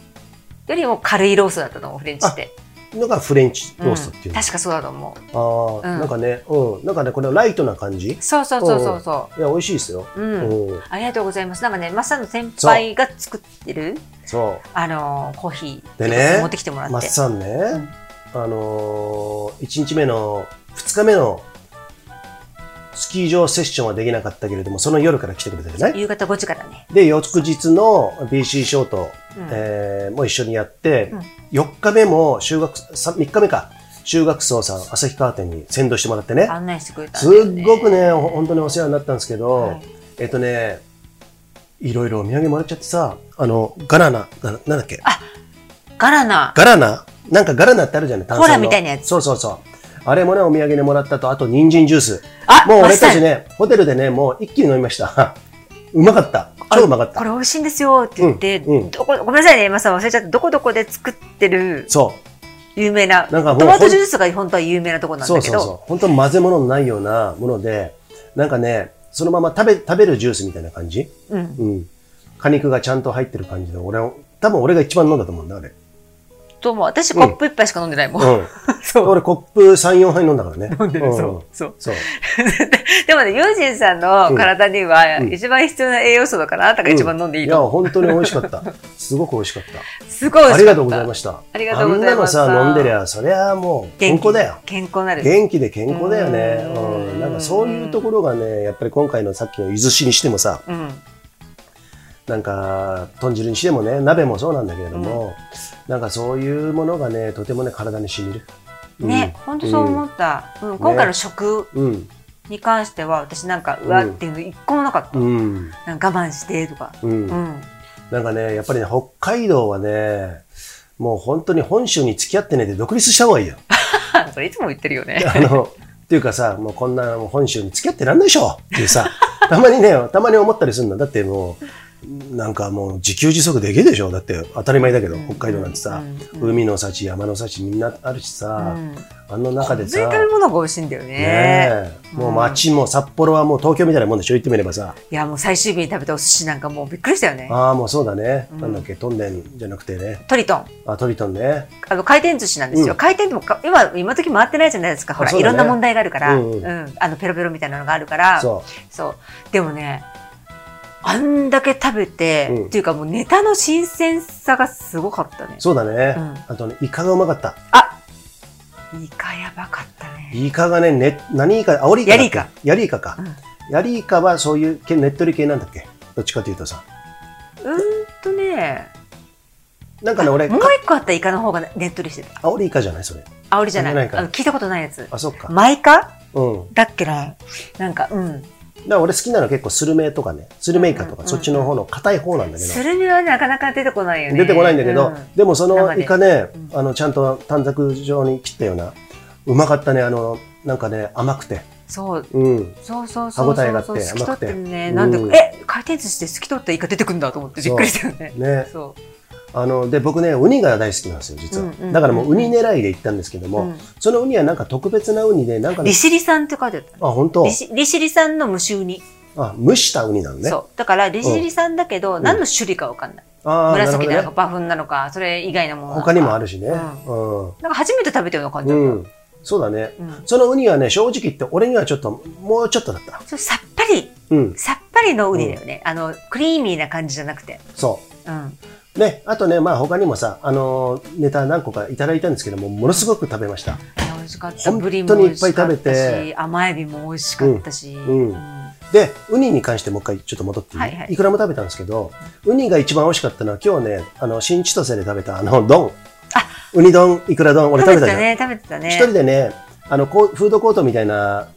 Speaker 1: よりも軽いローストだったと思う、フレンチって。
Speaker 2: のがフレンチ
Speaker 1: う
Speaker 2: ロ
Speaker 1: ん
Speaker 2: ーストっていうの
Speaker 1: 確かそうだと思う。
Speaker 2: ああ、
Speaker 1: うん
Speaker 2: なんかね、うん、なんかね、このライトな感じ。い
Speaker 1: そうそうそうそうそ
Speaker 2: や、美味しいですよ。
Speaker 1: う。うん。
Speaker 2: うん、
Speaker 1: ありがとうございます。なんかね、マッサンの先輩が作ってる、
Speaker 2: そ
Speaker 1: あのーコーヒー
Speaker 2: でね
Speaker 1: 持ってきてもら
Speaker 2: う、
Speaker 1: って。
Speaker 2: マッサンね、あのー、1日目の、2日目の、スキー場セッションはできなかったけれども、その夜から来てくれたじゃない
Speaker 1: 夕方5時からね。
Speaker 2: で、翌日の BC ショート、
Speaker 1: うん
Speaker 2: えーもう一緒にやって、
Speaker 1: うん
Speaker 2: 4日目も修学、3, 日目か、修学層さん、旭川店に先導してもらってね、
Speaker 1: 案内してくれた
Speaker 2: す
Speaker 1: んだよ
Speaker 2: っごくね、ほ本当にお世話になったんですけど、
Speaker 1: はい
Speaker 2: えっとね、いろいろお土産もらっちゃってさ、あの、ガラナ、ガラなんだっけ
Speaker 1: ガラナ。
Speaker 2: ガラナなんかガラナってあるじゃない炭酸
Speaker 1: コ
Speaker 2: の
Speaker 1: ーラみたいなやつ
Speaker 2: そうそうそう。あれもね、お土産でもらったと、あと人参ジュース。
Speaker 1: あ
Speaker 2: もう俺
Speaker 1: マ
Speaker 2: た
Speaker 1: ッサ
Speaker 2: ち
Speaker 1: ン
Speaker 2: ね、ホテルでね、もう一気に飲みました。 うまかった。超うまかっ
Speaker 1: こ
Speaker 2: た。
Speaker 1: れ美味しいんですよって言って、
Speaker 2: うんうん
Speaker 1: どこごめんなさいね、マッサン忘れちゃった。どこどこで作ってる
Speaker 2: そ
Speaker 1: 有名な、
Speaker 2: う。なんかもう
Speaker 1: ト
Speaker 2: ほん、
Speaker 1: マトジュースが本当は有名なところなん
Speaker 2: そう
Speaker 1: だけ
Speaker 2: そう
Speaker 1: ど、
Speaker 2: そう。本当に混ぜ物のないようなもので、なんかね、そのまま食べ、食べるジュースみたいな感じ
Speaker 1: うん
Speaker 2: うん。果肉がちゃんと入ってる感じで、俺は、多分俺が一番飲んだと思うんだ、あれ。
Speaker 1: とも私コップ一杯しか飲んでないもん。
Speaker 2: うん。
Speaker 1: そう。
Speaker 2: 俺コップ3、4杯飲んだからね。
Speaker 1: 飲んでる、
Speaker 2: ん
Speaker 1: そう。そう。
Speaker 2: そう。
Speaker 1: でもね、ユージンさんの体には
Speaker 2: うん
Speaker 1: 一番必要な栄養素だから、あなたが一番飲んでいい
Speaker 2: や、
Speaker 1: と。
Speaker 2: 本当に美味しか った。すごく美味しかっ
Speaker 1: すごい美味しかった
Speaker 2: た。ありがとうございました。
Speaker 1: ありがとうございます
Speaker 2: あんなのさ、飲んでりゃ、そりゃもう健康だよ。
Speaker 1: 健康なる。
Speaker 2: 元気で健康だよね。
Speaker 1: うん
Speaker 2: うん。なんかそういうところがね、やっぱり今回のさっきのゆずしにしてもさ、
Speaker 1: うん。
Speaker 2: なんか豚汁にしてもね、鍋もそうなんだけれども、なんかそういうものがね、とてもね、体に染みる。うん
Speaker 1: ね、本当そう思った。うん。今回の食
Speaker 2: うん。
Speaker 1: に関しては、私なんか、うわっていうの一個もなかった。
Speaker 2: うん。
Speaker 1: なんか我慢してとか。
Speaker 2: うん
Speaker 1: う。ん。
Speaker 2: なんかね、やっぱりね、北海道はね、もう本当に本州に付き合ってねで独立した方がいいよ。
Speaker 1: それいつも言ってるよね。
Speaker 2: あの、っていうかさ、もう こんなもう本州に付き合ってらんないでしょっていうさ、たまにね、たまに思ったりするんだ。だってもう、なんかもう自給自足できるでしょだって当たり前だけど、北海道なんてさ、
Speaker 1: うん
Speaker 2: 海の幸、山の幸みんなあるしさ、
Speaker 1: うん
Speaker 2: あの中で
Speaker 1: 全然
Speaker 2: さ、
Speaker 1: 食べ物が美味しいんだよね。
Speaker 2: ねえ、もう街も札幌はもう東京みたいなもんでしょ言ってみればさ、
Speaker 1: いや、もう最終日に食べたお寿司なんかもうびっくりしたよね。
Speaker 2: ああ、もうそうだね、
Speaker 1: うん
Speaker 2: なんだっけ、トンデンじゃなくてね、
Speaker 1: トリトン。
Speaker 2: あ、トリトンね。
Speaker 1: あの、回転寿司なんですよ。
Speaker 2: うん
Speaker 1: 回転でもか、今、今時回ってないじゃないですか。ほら、
Speaker 2: そう
Speaker 1: い
Speaker 2: だね
Speaker 1: ろんな問題があるから、う
Speaker 2: うん
Speaker 1: ん、
Speaker 2: うん
Speaker 1: あの、ペロペロみたいなのがあるから、そう。
Speaker 2: そ
Speaker 1: でもね、あんだけ食べて、
Speaker 2: うん
Speaker 1: っていうかもうネタの新鮮さがすごかったね
Speaker 2: う、。そうだね。
Speaker 1: う
Speaker 2: あとね、イカがうまかった。
Speaker 1: イカやばかったね。
Speaker 2: イカがね、ね何イカアオリイカだっけ
Speaker 1: ヤリイカ。
Speaker 2: ヤリイカか。ヤリイカはそういう系、ねっとり系なんだっけどっちかというとさ。
Speaker 1: うん。うーんとね、
Speaker 2: なんかね、俺、
Speaker 1: もう
Speaker 2: か
Speaker 1: 一個あったイカの方がねっとりしてた。
Speaker 2: アオリイカじゃないそれ。
Speaker 1: あおりじゃない。
Speaker 2: じゃないか
Speaker 1: あの聞いたことないやつ。
Speaker 2: あ、そっか。
Speaker 1: マイカ
Speaker 2: うん。だか
Speaker 1: だっけななんか、うん。
Speaker 2: ら俺好きなのは結構スルメとかね、スルメイカ
Speaker 1: うんう
Speaker 2: と
Speaker 1: んう
Speaker 2: か、
Speaker 1: ん
Speaker 2: そっちの方の硬い方なんだけど。
Speaker 1: スルメはなかなか出てこないよね。
Speaker 2: 出てこないんだけど、
Speaker 1: うん
Speaker 2: でもその
Speaker 1: 生で
Speaker 2: イカね、
Speaker 1: うん
Speaker 2: あの、ちゃんと短冊状に切ったような、うまかったね、あの、なんかね、甘くて。
Speaker 1: そう、
Speaker 2: うん。
Speaker 1: そうそうそうそう
Speaker 2: 歯応えがあって
Speaker 1: そう透き
Speaker 2: 甘
Speaker 1: 通
Speaker 2: く
Speaker 1: っててるね、なんで、
Speaker 2: うん
Speaker 1: え回転寿司で透き通ったイカ出てくるんだと思ってびっくりしたよね
Speaker 2: ね。
Speaker 1: そう
Speaker 2: あの、で、僕ね、ウニが大好きなんですよ、実は。
Speaker 1: うんうんうん
Speaker 2: だからもうウニ狙いで行ったんですけども、
Speaker 1: うん
Speaker 2: そのウニはなんか特別なウニで、なんかね
Speaker 1: 利、尻さんって書いてあった
Speaker 2: あ、本当
Speaker 1: 利尻利尻さんの蒸しウニ、
Speaker 2: あ、蒸したウニなのね。
Speaker 1: そうだから利尻さんだけど、何の種類かわかんない、
Speaker 2: あーなるほ
Speaker 1: 紫
Speaker 2: ど
Speaker 1: なのか
Speaker 2: ね。
Speaker 1: バフンなのかそれ以外のものなのか
Speaker 2: 他にもあるしね。う。
Speaker 1: うんなんか初めて食べたような感じだった、
Speaker 2: うん。そうだね。
Speaker 1: うん
Speaker 2: そのウニはね、正直言って俺にはちょっと、もうちょっとだった。
Speaker 1: それさっぱり
Speaker 2: うん。
Speaker 1: さっぱりのウニだよね、あのクリーミーな感じじゃなくて
Speaker 2: そ
Speaker 1: うん
Speaker 2: う。ね、あとね、まあ他にもさ、あのーネタ何個かいただいたんですけども、ものすごく食べました。
Speaker 1: いや美味しかった
Speaker 2: 本当
Speaker 1: ブ
Speaker 2: に
Speaker 1: リ
Speaker 2: いっ
Speaker 1: も
Speaker 2: ぱい食べて
Speaker 1: 美味しかったし甘エビも美味しかったし、
Speaker 2: うんうんで、ウニに関してもう一回ちょっと戻っていい,、
Speaker 1: はいはい
Speaker 2: くらも食べたんですけど、ウニが一番美味しかったのは今日ね、あの、新千歳で食べたあの、丼。
Speaker 1: あ
Speaker 2: ウニ丼、いくら丼、俺食べたじゃん。
Speaker 1: ね食べてたね
Speaker 2: 一人でね、あの、こうフードコートみたいな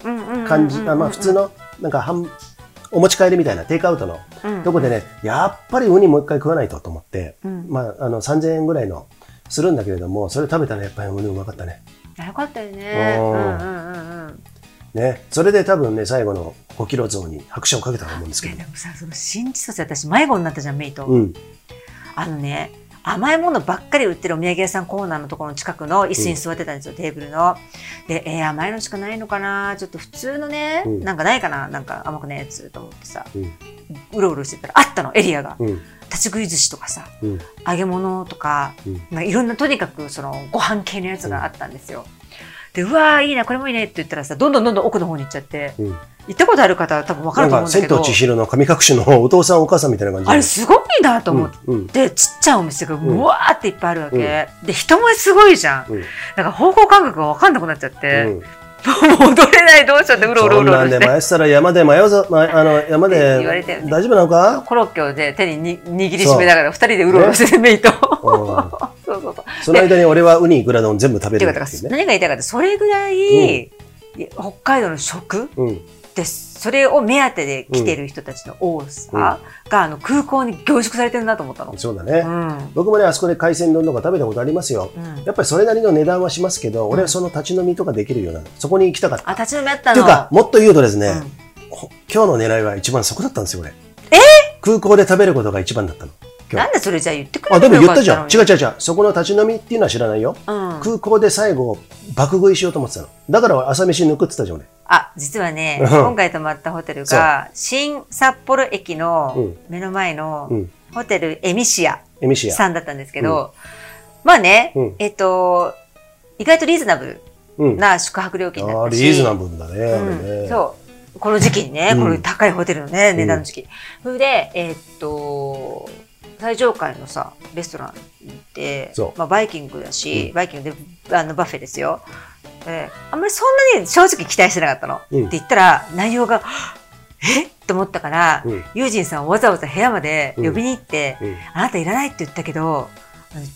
Speaker 2: 感じ、あまあ普通
Speaker 1: の
Speaker 2: の、なんか半、お持ち帰りみたいな、テイクアウトのとこで
Speaker 1: ね、
Speaker 2: ね、やっぱりウニもう一回食わないとと思って、
Speaker 1: うん
Speaker 2: まあ、あの、3000円ぐらいの、するんだけれども、それ食べたらやっぱりウニうまかったね。
Speaker 1: よかったよね
Speaker 2: うん
Speaker 1: うんうんうんうん
Speaker 2: ね。それで多分ね、最後の5キロゾーンに拍手をかけたと思うんですけ
Speaker 1: いや
Speaker 2: ど
Speaker 1: で。もさその新千歳私迷子になったじゃんメイト、
Speaker 2: うん。
Speaker 1: あのね甘いものばっかり売ってるお土産屋さんコーナーのところの近くの椅子に座ってたんですよ、テーブルの。で、えー甘いのしかないのかなちょっと普通のね、
Speaker 2: うん
Speaker 1: なんかないかななんか甘くないやつと思ってさ、
Speaker 2: うん
Speaker 1: うろうろしてたらあったのエリアが、
Speaker 2: うん。
Speaker 1: 立ち食い寿司とかさ
Speaker 2: うん。
Speaker 1: 揚げ物とか、
Speaker 2: うん
Speaker 1: まあ、いろんなとにかくそのご飯系のやつがあったんですよ。でうわーいいなこれもいいねって言ったらさどんどんどんどん奥の方に行っちゃって
Speaker 2: うん
Speaker 1: 行ったことある方は多分分か
Speaker 2: な
Speaker 1: る
Speaker 2: ん
Speaker 1: と思うんだ
Speaker 2: か、千
Speaker 1: けど
Speaker 2: と千尋の神隠しのお父さんお母さんみたいな感じで
Speaker 1: あれすごいなと思って。
Speaker 2: うん。うん
Speaker 1: でちっちゃいお店が
Speaker 2: ん
Speaker 1: うわーっていっぱいあるわけ、で人もすごいじゃん、
Speaker 2: うん
Speaker 1: だから方向感覚が分かんなくなっちゃって、
Speaker 2: うん
Speaker 1: もう踊れないどうしようってうろうろ
Speaker 2: そ
Speaker 1: うんろう
Speaker 2: な
Speaker 1: ろ
Speaker 2: ん
Speaker 1: し
Speaker 2: で
Speaker 1: て、
Speaker 2: 迷ってたら山で迷うぞ、まあの、山
Speaker 1: って
Speaker 2: で
Speaker 1: 言われたよね
Speaker 2: 大丈夫なのか
Speaker 1: コロッケをで手にに握りしめながら二人でうろうろしててメイと
Speaker 2: うん
Speaker 1: そうそうそう
Speaker 2: その間に俺はウニ、イクラ丼全部食べ
Speaker 1: って
Speaker 2: る
Speaker 1: い
Speaker 2: っ
Speaker 1: う
Speaker 2: て
Speaker 1: かだ
Speaker 2: い
Speaker 1: から
Speaker 2: うね。
Speaker 1: 何が言いたいかってそれぐらい、北海道の食
Speaker 2: うん。
Speaker 1: でそれを目当てで来てる人たちの多さが、あの空港に凝縮されてるなと思ったの。
Speaker 2: そうだ
Speaker 1: う
Speaker 2: ね。
Speaker 1: ん
Speaker 2: 僕もね、あそこで海鮮丼とか食べたことありますよ。
Speaker 1: うん、
Speaker 2: やっぱりそれなりの値段はしますけど、俺はその立ち飲みとかできるような、そこに行きたかった。
Speaker 1: あ
Speaker 2: っ
Speaker 1: 立ち飲みあった
Speaker 2: てい
Speaker 1: の
Speaker 2: うか、もっと言うとですね、
Speaker 1: うん
Speaker 2: こ今日の狙いは一番そこだったんですよ、俺。空港で食べることが一番だったの。今
Speaker 1: な
Speaker 2: 日。
Speaker 1: んでそれじゃあ言ってくれ
Speaker 2: あ、でも言ったじゃん。違う
Speaker 1: う、
Speaker 2: 違う違う。そこの立ち飲みっていうのは知らないよ。
Speaker 1: うん、
Speaker 2: 空港で最後、爆食いしようと思ってたの。だから俺朝飯抜くって言ったじゃん、俺。
Speaker 1: あ実はね、
Speaker 2: うん
Speaker 1: 今回泊まったホテルが新札幌駅の目の前の
Speaker 2: うん
Speaker 1: ホテルエミシア
Speaker 2: エミシア。
Speaker 1: さんだったんですけど、まあね、
Speaker 2: うん
Speaker 1: えっと意外とリーズナブル
Speaker 2: うん。あ
Speaker 1: な宿泊料金だっ
Speaker 2: ー
Speaker 1: たし
Speaker 2: リーズナブルだね、あれ
Speaker 1: うん、
Speaker 2: ね。
Speaker 1: そう。この時期にね、
Speaker 2: うん
Speaker 1: この高いホテルのね、
Speaker 2: ん
Speaker 1: 値段の時期。それで、えーっと、最上階のさ、レストラン行って
Speaker 2: そ、う
Speaker 1: まあ、バイキングだし、
Speaker 2: うん
Speaker 1: バイキングで、あの、バッフェですよ。えあんまりそんなに正直期待してなかったの。
Speaker 2: うん
Speaker 1: って言ったら、内容が、えっと思ったから、
Speaker 2: うん
Speaker 1: ユージンさんをわざわざ部屋まで呼びに行って、
Speaker 2: うん
Speaker 1: あなたいらないって言ったけど、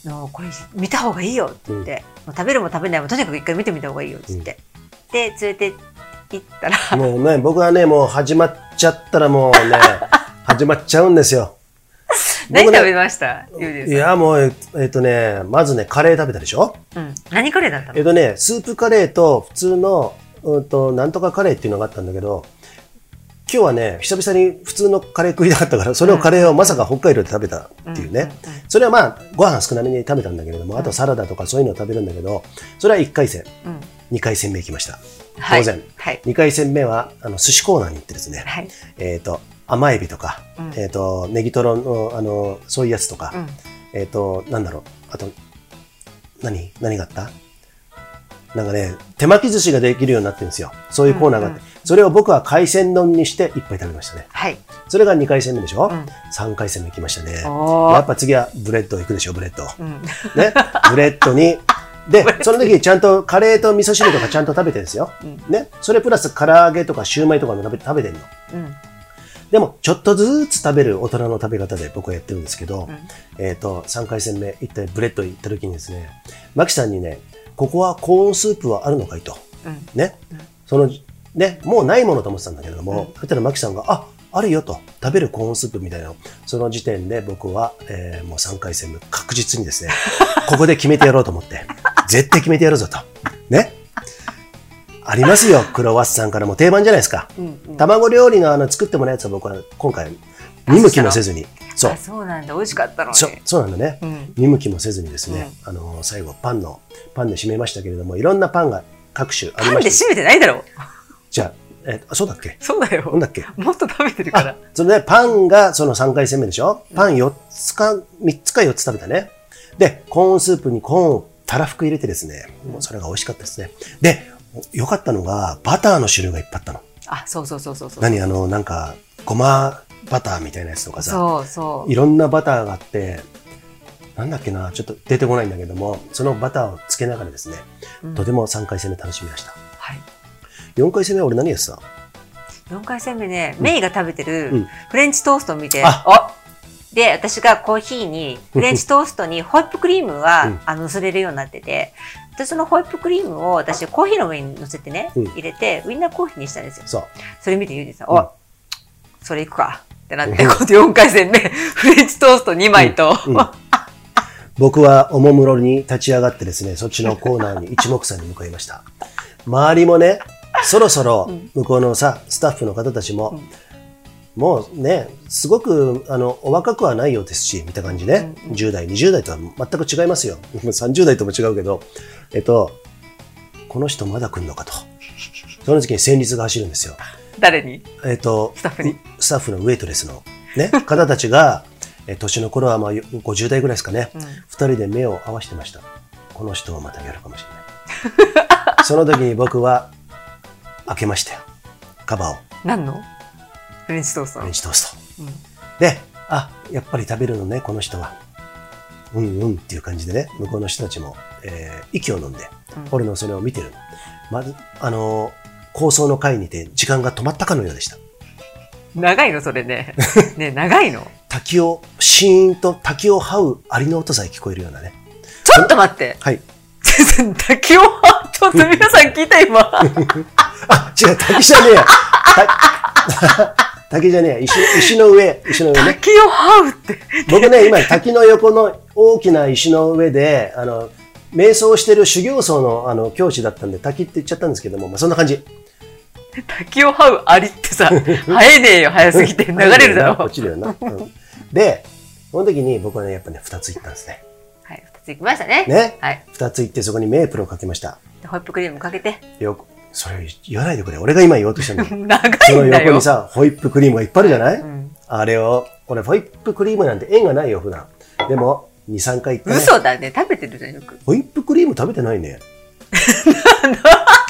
Speaker 1: あのこれ見た方がいいよって言って、もう食べるも食べないもとにかく一回見てみた方がいいよって言って、で連れて行ったら
Speaker 2: もうね、僕はね、もう始まっちゃったらもう ね、始まっちゃうんですよ。
Speaker 1: 何
Speaker 2: 僕
Speaker 1: 食
Speaker 2: ね
Speaker 1: べましたゆうじ
Speaker 2: い
Speaker 1: ゅう
Speaker 2: や、もう、えっ、えっとね、まずね、カレー食べたでしょ
Speaker 1: さん、うん、何カレーだった
Speaker 2: えっ
Speaker 1: の
Speaker 2: とね、スープカレーと普通の、うんと、なんとかカレーっていうのがあったんだけど、今日はね、久々に普通のカレー食いたかったから、それをカレーをまさか北海道で食べたってい
Speaker 1: う
Speaker 2: うね。
Speaker 1: んうんうん
Speaker 2: それはまあ、ご飯少なめに食べたんだけれども、あとサラダとかそういうのを食べるんだけど、それは1回戦、
Speaker 1: うん。
Speaker 2: 2回戦目行きました。
Speaker 1: はい
Speaker 2: 当然。
Speaker 1: はい。
Speaker 2: 2回戦目は、あの、寿司コーナーに行ってですね、
Speaker 1: はい。
Speaker 2: えっ、と、甘エビとか、
Speaker 1: うん
Speaker 2: えっ、と、ネギトロの、あの、そういうやつとか、
Speaker 1: うん。
Speaker 2: えっ、と、なんだろう。あと、何何があったなんかね、手巻き寿司ができるようになってるんですよ。そういうコーナーがあって。
Speaker 1: うん
Speaker 2: それを僕は海鮮丼にして一杯食べましたね。
Speaker 1: はい。
Speaker 2: それが2回戦目でしょ、
Speaker 1: うん。
Speaker 2: ?3 回戦目来ましたね。
Speaker 1: お
Speaker 2: やっ
Speaker 1: ー。
Speaker 2: ぱ次はブレッド行くでしょ、ブレッド。
Speaker 1: うん。
Speaker 2: ね。 ブレッドに。で、その時ちゃんとカレーと味噌汁とかちゃんと食べてるんですよ。
Speaker 1: うん
Speaker 2: ね。それプラス唐揚げとかシューマイとかも食べ食べてるの。
Speaker 1: うん。
Speaker 2: でも、ちょっとずつ食べる大人の食べ方で僕はやってるんですけど、
Speaker 1: うん
Speaker 2: えっ、と、3回戦目、一体ブレッド行った時にですね、マキさんにね、ここはコーンスープはあるのかいと。
Speaker 1: うん。
Speaker 2: ね
Speaker 1: うん。
Speaker 2: その、ね、もうないものと思ってたんだけれども、そしたらマキさんが、あ、あるよと。食べるコーンスープみたいなの。その時点で僕は、えーもう3回戦目、確実にで すね、ここで決めてやろうと思って、絶対決めてやるぞと。ね。ありますよ、クロワッサンからも定番じゃないですか。
Speaker 1: うんうん。
Speaker 2: 卵料理のあの作ってもらうやつは僕は今回見向きもせずにそう
Speaker 1: あ、そうなんだ。美味しかったのに。
Speaker 2: そうそうなんだね
Speaker 1: うん。
Speaker 2: 見向きもせずにですね、あの最後パンのパンで締めましたけれどもいろんなパンが各種あり
Speaker 1: パ
Speaker 2: ま
Speaker 1: ンで
Speaker 2: した
Speaker 1: 締めてないだろう。
Speaker 2: じゃあ、えっとあそうだっけ
Speaker 1: そうだよ。
Speaker 2: なんだっけ
Speaker 1: もっと食べてるから
Speaker 2: あ。それでパンがその3回戦目でしょパン4つか3つか4つ食べたねでコーンスープにコーンをたらふく入れてですねもうそれが美味しかったですねで良かったのがバターの種類がいっぱいあったの
Speaker 1: あ、そうそうそうそうそう。
Speaker 2: 何あのなんかごまバターみたいなやつとかさ
Speaker 1: そうそう。
Speaker 2: いろんなバターがあって、なんだっけな、ちょっと出てこないんだけども、そのバターをつけながらですね、
Speaker 1: うん
Speaker 2: とても3回戦目楽しみました。
Speaker 1: はい。
Speaker 2: 4回戦目は俺何やってた
Speaker 1: 4回戦目ね、メイが食べて
Speaker 2: う
Speaker 1: る
Speaker 2: ん
Speaker 1: フレンチトーストを見て、
Speaker 2: あ
Speaker 1: あで、私がコーヒーに、フレンチトーストにホイップクリームは、
Speaker 2: うん
Speaker 1: あの、乗せれるようになってて、で、そのホイップクリームを私コーヒーの上に乗せてね、
Speaker 2: うん
Speaker 1: 入れて、ウインナーコーヒーにしたんですよ。
Speaker 2: そう。
Speaker 1: それ見てユージさん、
Speaker 2: うん
Speaker 1: おそれいくかってなって、
Speaker 2: うん
Speaker 1: 今度4回戦目、フレンチトースト2枚と、
Speaker 2: うんうん僕はおもむろに立ち上がってですね、そっちのコーナーに一目散に向かいました。周りもね、そろそろ
Speaker 1: うん
Speaker 2: 向こうのさ、スタッフの方たちも、もうね、すごく、あの、お若くはないようですし、見た感じね。
Speaker 1: うんうん
Speaker 2: 10代、20代とは全く違いますよ。 もう30代とも違うけど、えっと、この人まだ来んのかと。その時に戦慄が走るんですよ。
Speaker 1: 誰に
Speaker 2: えっと、
Speaker 1: スタッフに。
Speaker 2: スタッフのウェイトレスの、ね、 方たちが、え年の頃はまあよ50代ぐらいですかね。
Speaker 1: うん
Speaker 2: 二人で目を合わせてました。この人はまたやるかもしれ ない。その時に僕は、開けましたよ。カバーを、
Speaker 1: 何のフレンチトーストの
Speaker 2: フレンチトースト。
Speaker 1: うん
Speaker 2: で、あ、やっぱり食べるのね、この人は。うんうんっていう感じでね、向こうの人たちも、えー息を飲んで、
Speaker 1: うん
Speaker 2: 俺のそれを見てる。まず、あのー構想の会にて時間が止まったかのようでした。
Speaker 1: 長いのそれ ね。ね長いの
Speaker 2: 滝を、シーンと滝を這うアリの音さえ聞こえるようなね。
Speaker 1: ちょっと待って
Speaker 2: はい。
Speaker 1: 滝をハートって皆さん聞いた今。
Speaker 2: あ、違う、滝じゃねえや。た 滝じゃねえや。石石の上、石の上ね。
Speaker 1: 滝をハウって。
Speaker 2: 僕ね、今、滝の横の大きな石の上で、あの、瞑想してる修行僧のあの教師だったんで、滝って言っちゃったんですけども、まあ、そんな感じ。
Speaker 1: 滝をハウアリってさ、生えねえよ、早すぎて。流れるだろ。
Speaker 2: 落ちるよな。うんで、その時に僕はね、やっぱね、二つ行ったんですね。
Speaker 1: はい、二つ行きましたね。
Speaker 2: ね
Speaker 1: はい。
Speaker 2: 二つ行って、そこにメープルをかけました。
Speaker 1: でホイップクリームかけて。
Speaker 2: よく、それ言わないでくれ。俺が今言おうとしたんだよ。そ
Speaker 1: 長
Speaker 2: の
Speaker 1: いんだ
Speaker 2: 横
Speaker 1: よ
Speaker 2: に。さ、ホイップクリームがいっぱいあるじゃない、
Speaker 1: うん
Speaker 2: あれを、俺、ホイップクリームなんて縁がないよ、普段。でも、2、3回行ったね。
Speaker 1: 嘘だね。食べてるじゃん、よく。
Speaker 2: ホイップクリーム食べてない ね。